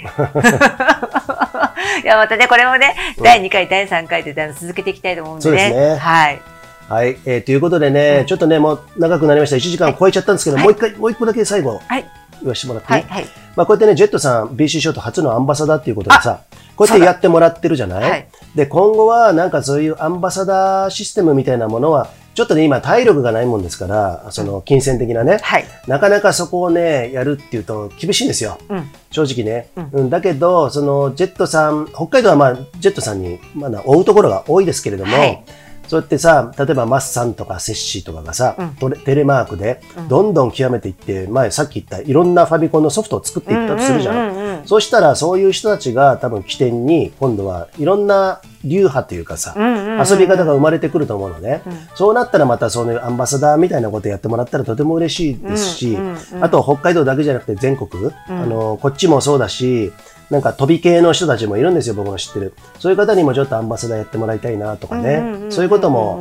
Speaker 1: やまたねこれもね、
Speaker 2: うん
Speaker 1: 第2回第3回であの続けていきたいと思うんで
Speaker 2: そうで
Speaker 1: ね
Speaker 2: すね
Speaker 1: はい
Speaker 2: はい、えーということでね、
Speaker 1: うん
Speaker 2: ちょっとね、もう長くなりました。1時間超えちゃったんですけど、
Speaker 1: はい
Speaker 2: もう一回、もう一個だけ最後、
Speaker 1: はい
Speaker 2: 言わせてもらって
Speaker 1: は
Speaker 2: ね、
Speaker 1: いはい
Speaker 2: まあこうやってね、ジェットさん、BC ショート初のアンバサダーっていうことでさ、こうやってやってもらってるじゃない、
Speaker 1: はい
Speaker 2: で、今後はなんかそういうアンバサダーシステムみたいなものは、ちょっとね、今体力がないもんですから、その金銭的なね、
Speaker 1: はい
Speaker 2: なかなかそこをね、やるっていうと厳しいんですよ。
Speaker 1: うん
Speaker 2: 正直ね。
Speaker 1: う
Speaker 2: うん、だけど、そのジェットさん、北海道はまあ、ジェットさんにまだ追うところが多いですけれども、
Speaker 1: はい
Speaker 2: そうやってさ、例えばマスさんとかセッシーとかがさ、
Speaker 1: うん
Speaker 2: トレテレマークで
Speaker 1: うん
Speaker 2: どんどん極めていって、前さっき言ったいろんなファビコンのソフトを作っていったとするじゃん。
Speaker 1: うんうんうん
Speaker 2: そうしたら、そういう人たちが多分起点に、今度はいろんな流派というかさ、
Speaker 1: うんうんうん
Speaker 2: 遊び方が生まれてくると思うのね。
Speaker 1: うん
Speaker 2: そうなったらまたそういうアンバサダーみたいなことやってもらったらとても嬉しいですし、
Speaker 1: うんうんうん
Speaker 2: あと北海道だけじゃなくて全国、あの、こっちもそうだし、なんか飛び系の人たちもいるんですよ、僕の知ってる。そういう方にもちょっとアンバサダーやってもらいたいなとか
Speaker 1: んんんん
Speaker 2: ね、
Speaker 1: ん
Speaker 2: そういうことも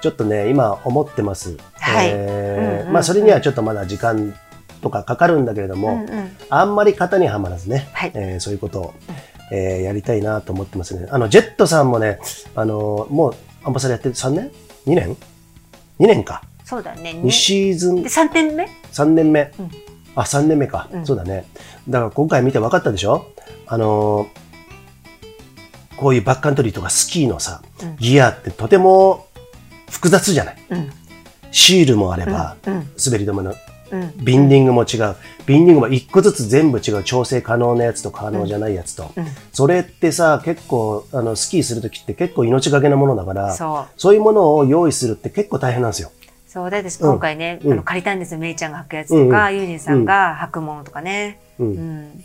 Speaker 2: ちょっとね、今思ってます。
Speaker 1: はいうん
Speaker 2: え
Speaker 1: うんうん
Speaker 2: ーまあそれにはちょっとまだ時間とかかかるんだけれど
Speaker 1: う
Speaker 2: も、
Speaker 1: んうん
Speaker 2: あんまり型にはまらずね、
Speaker 1: はい
Speaker 2: えーそういうことを、えーやりたいなと思ってますね。あの、ジェットさんもね、あのーもうアンバサダーやって3年 ?2 年 ?2 年か。
Speaker 1: そうだね
Speaker 2: 2シーズン
Speaker 1: で3点目
Speaker 2: 3年目。
Speaker 1: うん
Speaker 2: あ、3年目か、
Speaker 1: うん
Speaker 2: そうだね。だから今回見て分かったでしょあのーこういうバックカントリーとかスキーのさ、
Speaker 1: うん
Speaker 2: ギアってとても複雑じゃない
Speaker 1: うん
Speaker 2: シールもあれば、
Speaker 1: うん
Speaker 2: 滑り止めの
Speaker 1: うん
Speaker 2: ビンディングも違う。ビンディングも一個ずつ全部違う。調整可能なやつと可能じゃないやつと。
Speaker 1: うん
Speaker 2: それってさ、結構、あの、スキーするときって結構命がけなものだから、そう
Speaker 1: そう
Speaker 2: いうものを用意するって結構大変なんですよ。
Speaker 1: そうだです
Speaker 2: うん
Speaker 1: 今回ね、
Speaker 2: うん
Speaker 1: あの借りたんですよめいちゃんが履くやつとか、ユージンさんが履くものとかね、
Speaker 2: う。
Speaker 1: うん
Speaker 2: だ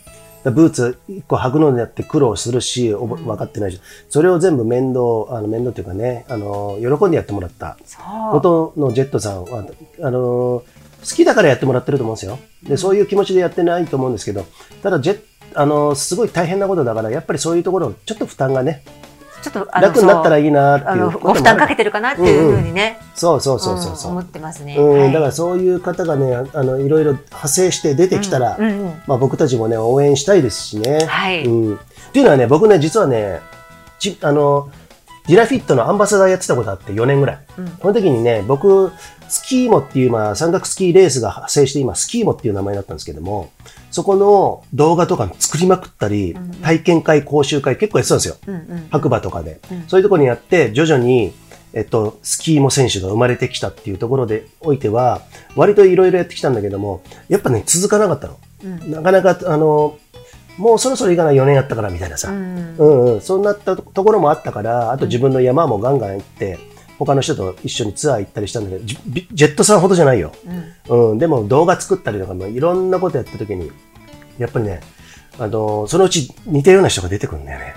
Speaker 1: ん、
Speaker 2: からブーツ一個履くのになって苦労するし、おぼ
Speaker 1: うん
Speaker 2: 分かってないし、それを全部面倒、あの、面倒っていうかね、あの、喜んでやってもらった
Speaker 1: そ
Speaker 2: こ
Speaker 1: う
Speaker 2: とのジェットさんは、あの、好きだからやってもらってると思うんですよ。で、そういう気持ちでやってないと思うんですけど、ただジェッあの、すごい大変なことだから、やっぱりそういうところ、ちょっと負担がね、
Speaker 1: ちょっとあの
Speaker 2: 楽になったら
Speaker 1: い
Speaker 2: いいなって
Speaker 1: あ
Speaker 2: いう
Speaker 1: の
Speaker 2: こともあ
Speaker 1: ご
Speaker 2: る
Speaker 1: 負担かけてるかなっていうふうにね、
Speaker 2: そうそうそうそうそう
Speaker 1: うん。思ってますね、
Speaker 2: う
Speaker 1: は
Speaker 2: ん、
Speaker 1: い
Speaker 2: だからそういう方がね、あのいろいろ派生して出てきたら、
Speaker 1: うんうんうん
Speaker 2: まあ、僕たちもね、応援したいですしね。
Speaker 1: はい
Speaker 2: うん、っていうのはね、僕ね、実はね、ちあのディラフィットのアンバサダーやってたことあって、4年ぐらい。
Speaker 1: うん
Speaker 2: この時にね、僕、スキーモっていう、まあ、山岳スキーレースが発生して、今、スキーモっていう名前になったんですけども、そこの動画とか作りまくったり、
Speaker 1: うん
Speaker 2: 体験会、講習会、結構やってたんですよ。
Speaker 1: うんうん
Speaker 2: 白馬とかで。
Speaker 1: うん
Speaker 2: そういうところにやって、徐々に、えっと、スキーも選手が生まれてきたっていうところでおいては、割といろいろやってきたんだけども、やっぱね、続かなかったの。
Speaker 1: うん
Speaker 2: なかなか、あの、もうそろそろいいかない4年やったからみたいなさ、
Speaker 1: うん
Speaker 2: うんうん、そうなったところもあったから、あと自分の山もガンガン行って、他の人と一緒にツアー行ったりしたんだけど、ジビジェットさんほどじゃないよ。
Speaker 1: うん
Speaker 2: うん、でも動画作ったりとか、まあ、いろんなことやった時に、やっぱりね、あの、そのうち似たような人が出てくるんだよね。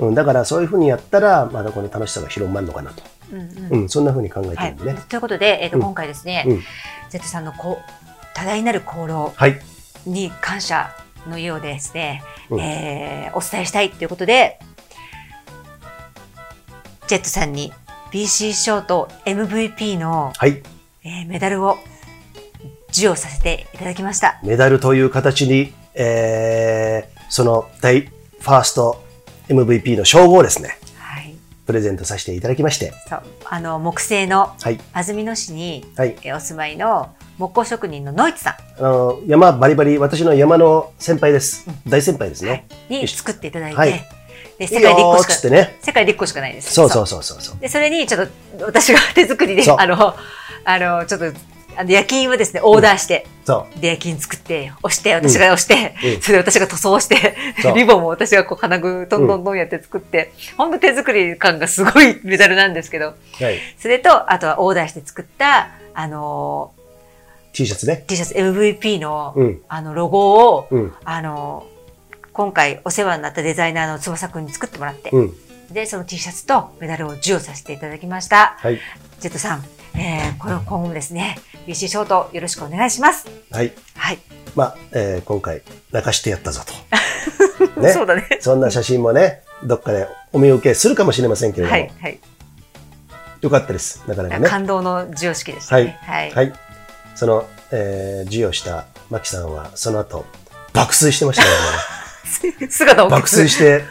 Speaker 1: うん
Speaker 2: うん、だからそういうふうにやったら、まだこの楽しさが広まるのかなと。
Speaker 1: うん
Speaker 2: うん、そんなふうに考えて
Speaker 1: は
Speaker 2: る
Speaker 1: い
Speaker 2: んでね。、
Speaker 1: ということで、えーと
Speaker 2: うん
Speaker 1: 今回ですね、
Speaker 2: うん
Speaker 1: Z さんのこう多大なる功労
Speaker 2: はい。
Speaker 1: に感謝のようでですね、
Speaker 2: うん
Speaker 1: えーお伝えしたいということで、ジェットさんに BC ショート MVP の、
Speaker 2: はい。
Speaker 1: えーメダルを授与させていただきました。
Speaker 2: メダルという形に、えー、その第ファースト MVP の称号をですね、
Speaker 1: はい、
Speaker 2: プレゼントさせていただきまして、
Speaker 1: そうあの木製の
Speaker 2: はい。
Speaker 1: 安曇野市に、
Speaker 2: はい。
Speaker 1: えーお住まいの木工職人のノイツさ
Speaker 2: あの、山バリバリ、私の山の先輩です。大先輩です
Speaker 1: ん、
Speaker 2: ね。
Speaker 1: はいに作っていただいて、
Speaker 2: はい
Speaker 1: で世
Speaker 2: いい
Speaker 1: 界
Speaker 2: よ
Speaker 1: で一個
Speaker 2: ー
Speaker 1: し
Speaker 2: っつっ
Speaker 1: か
Speaker 2: てね。
Speaker 1: 世界で1個しかないです。
Speaker 2: そうそうそうそうそう。
Speaker 1: で、それに、ちょっと、私が手作りで、
Speaker 2: そう
Speaker 1: あの、あの、ちょっと、あの、夜勤はですね、オーダーして、
Speaker 2: そ
Speaker 1: で、夜勤作って、押して、私が押して、
Speaker 2: うん
Speaker 1: それで私が塗装して
Speaker 2: そ、う
Speaker 1: リボンも私がこう、金具、どんどんどんやって作って、ほんと手作り感がすごいメダルなんですけど、
Speaker 2: う。はい。
Speaker 1: それと、あとはオーダーして作った、あの
Speaker 2: T シャツね
Speaker 1: ー、。T シャツ MVP の、
Speaker 2: うん。
Speaker 1: あの、ロゴを、
Speaker 2: うん。
Speaker 1: あのー今回お世話になったデザイナーの翼くんに作ってもらって、
Speaker 2: うん。
Speaker 1: で、その T シャツとメダルを授与させていただきました。
Speaker 2: はい。
Speaker 1: ジェットさん、えー、これを今後もですね、BC ショートよろしくお願いします。
Speaker 2: はい。
Speaker 1: はい。
Speaker 2: まあ、えー今回、泣かしてやったぞ と。ね。
Speaker 1: そうだね。
Speaker 2: そんな写真もね、どっかでお見受けするかもしれませんけれども、
Speaker 1: はい。はい。
Speaker 2: よかったです。なかなかね。
Speaker 1: 感動の授与式でしたね。はい。
Speaker 2: はい。その、えー授与したマキさんは、その後、爆睡して ましたからね。
Speaker 1: 姿を
Speaker 2: 爆睡して、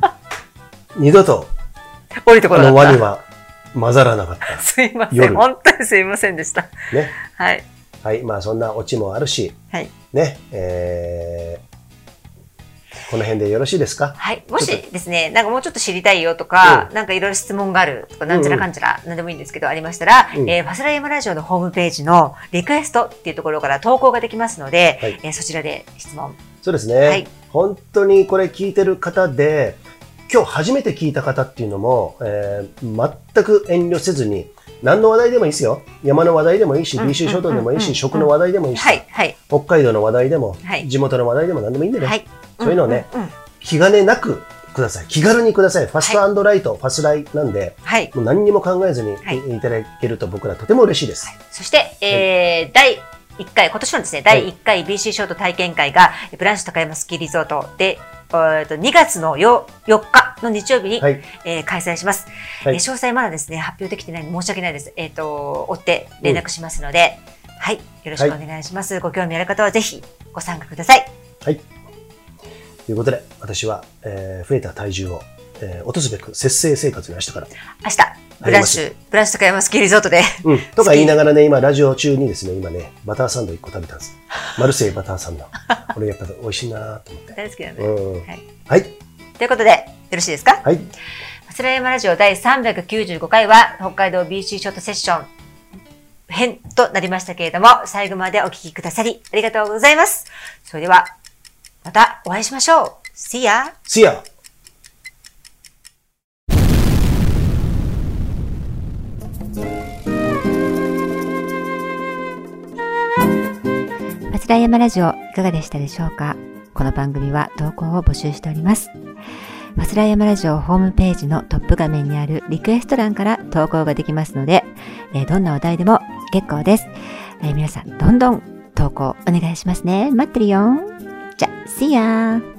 Speaker 2: 二度と、
Speaker 1: 降りてこ
Speaker 2: あ
Speaker 1: な
Speaker 2: の輪
Speaker 1: か
Speaker 2: に
Speaker 1: っ。
Speaker 2: は混ざらなかった
Speaker 1: すいません。
Speaker 2: 夜
Speaker 1: 本当にすいませんでした。
Speaker 2: た。ね。
Speaker 1: はい。
Speaker 2: はい。まあ、そんなオチもあるし、
Speaker 1: はい。
Speaker 2: ね。えーこの辺でよろしいですか
Speaker 1: はい。もし
Speaker 2: ちょっ
Speaker 1: ですね、なんかもうちょっと知りたいよとか、
Speaker 2: う
Speaker 1: なんかいろいろ質問があるとか、なんちゃらかんちゃら、なんでもいいんですけど、ありましたら、
Speaker 2: うん
Speaker 1: えーファスライムラジオのホームページのリクエストっていうところから投稿ができますので、
Speaker 2: はい
Speaker 1: えーそちらで質問。
Speaker 2: そうですね、
Speaker 1: はい
Speaker 2: 本当にこれ聞いてる方で、今日初めて聞いた方っていうのも、えー全く遠慮せずに、何の話題でもいいですよ。山の話題でもいいし、
Speaker 1: うん
Speaker 2: BC 諸島でもいい
Speaker 1: うん
Speaker 2: し、食の話題でもいいし、
Speaker 1: はい。はい。
Speaker 2: 北海道の話題でも、
Speaker 1: はい
Speaker 2: 地元の話題でも何でもいいんでね、
Speaker 1: はい。
Speaker 2: そういうのをね
Speaker 1: んんうん
Speaker 2: 気兼ねなくください。気軽にください。ファストライト、ファスライなんで、
Speaker 1: はい。
Speaker 2: もう何にも考えずに
Speaker 1: はい
Speaker 2: いただけると僕らとても嬉しいです。
Speaker 1: そして、えー第1回、今年のですね、第1回 BC ショート体験会が、ブランシュ高山スキーリゾートで、えーと2月の 4, 4日の日曜日に、
Speaker 2: はい。
Speaker 1: えー開催します、
Speaker 2: はい
Speaker 1: えー詳細まだですね、発表できてないので申し訳ないです。えっ、と、追って連絡しますので、はい、よろしくお願いします。ご興味ある方はぜひご参加ください。
Speaker 2: はい。ということで、私は、えー増えた体重を、えー落とすべく節制生活に明日から。
Speaker 1: 明日、ブランシュ、ブランシュ高山スキーリゾートで、
Speaker 2: うん。とか言いながらね、今、ラジオ中にですね、今ね、バターサンド1個食べたんです。マルセイバターサンド。これやっぱ美味しいなと思って。
Speaker 1: 大好きなんで、
Speaker 2: うん。
Speaker 1: はい。
Speaker 2: はい。
Speaker 1: ということで、よろしいですか
Speaker 2: はい。
Speaker 1: スラヤマラジオ第395回は北海道 BC ショートセッション編となりましたけれども、最後までお聞きくださりありがとうございます。それでは、またお会いしましょう。See ya!
Speaker 2: See ya!
Speaker 6: 松田山ラジオいかがでしたでしょうかこの番組は投稿を募集しております。ファスライヤマラジオホームページのトップ画面にあるリクエスト欄から投稿ができますので、えーどんなお題でも結構です。えー皆さん、どんどん投稿お願いしますね。待ってるよ。じゃ、See ya!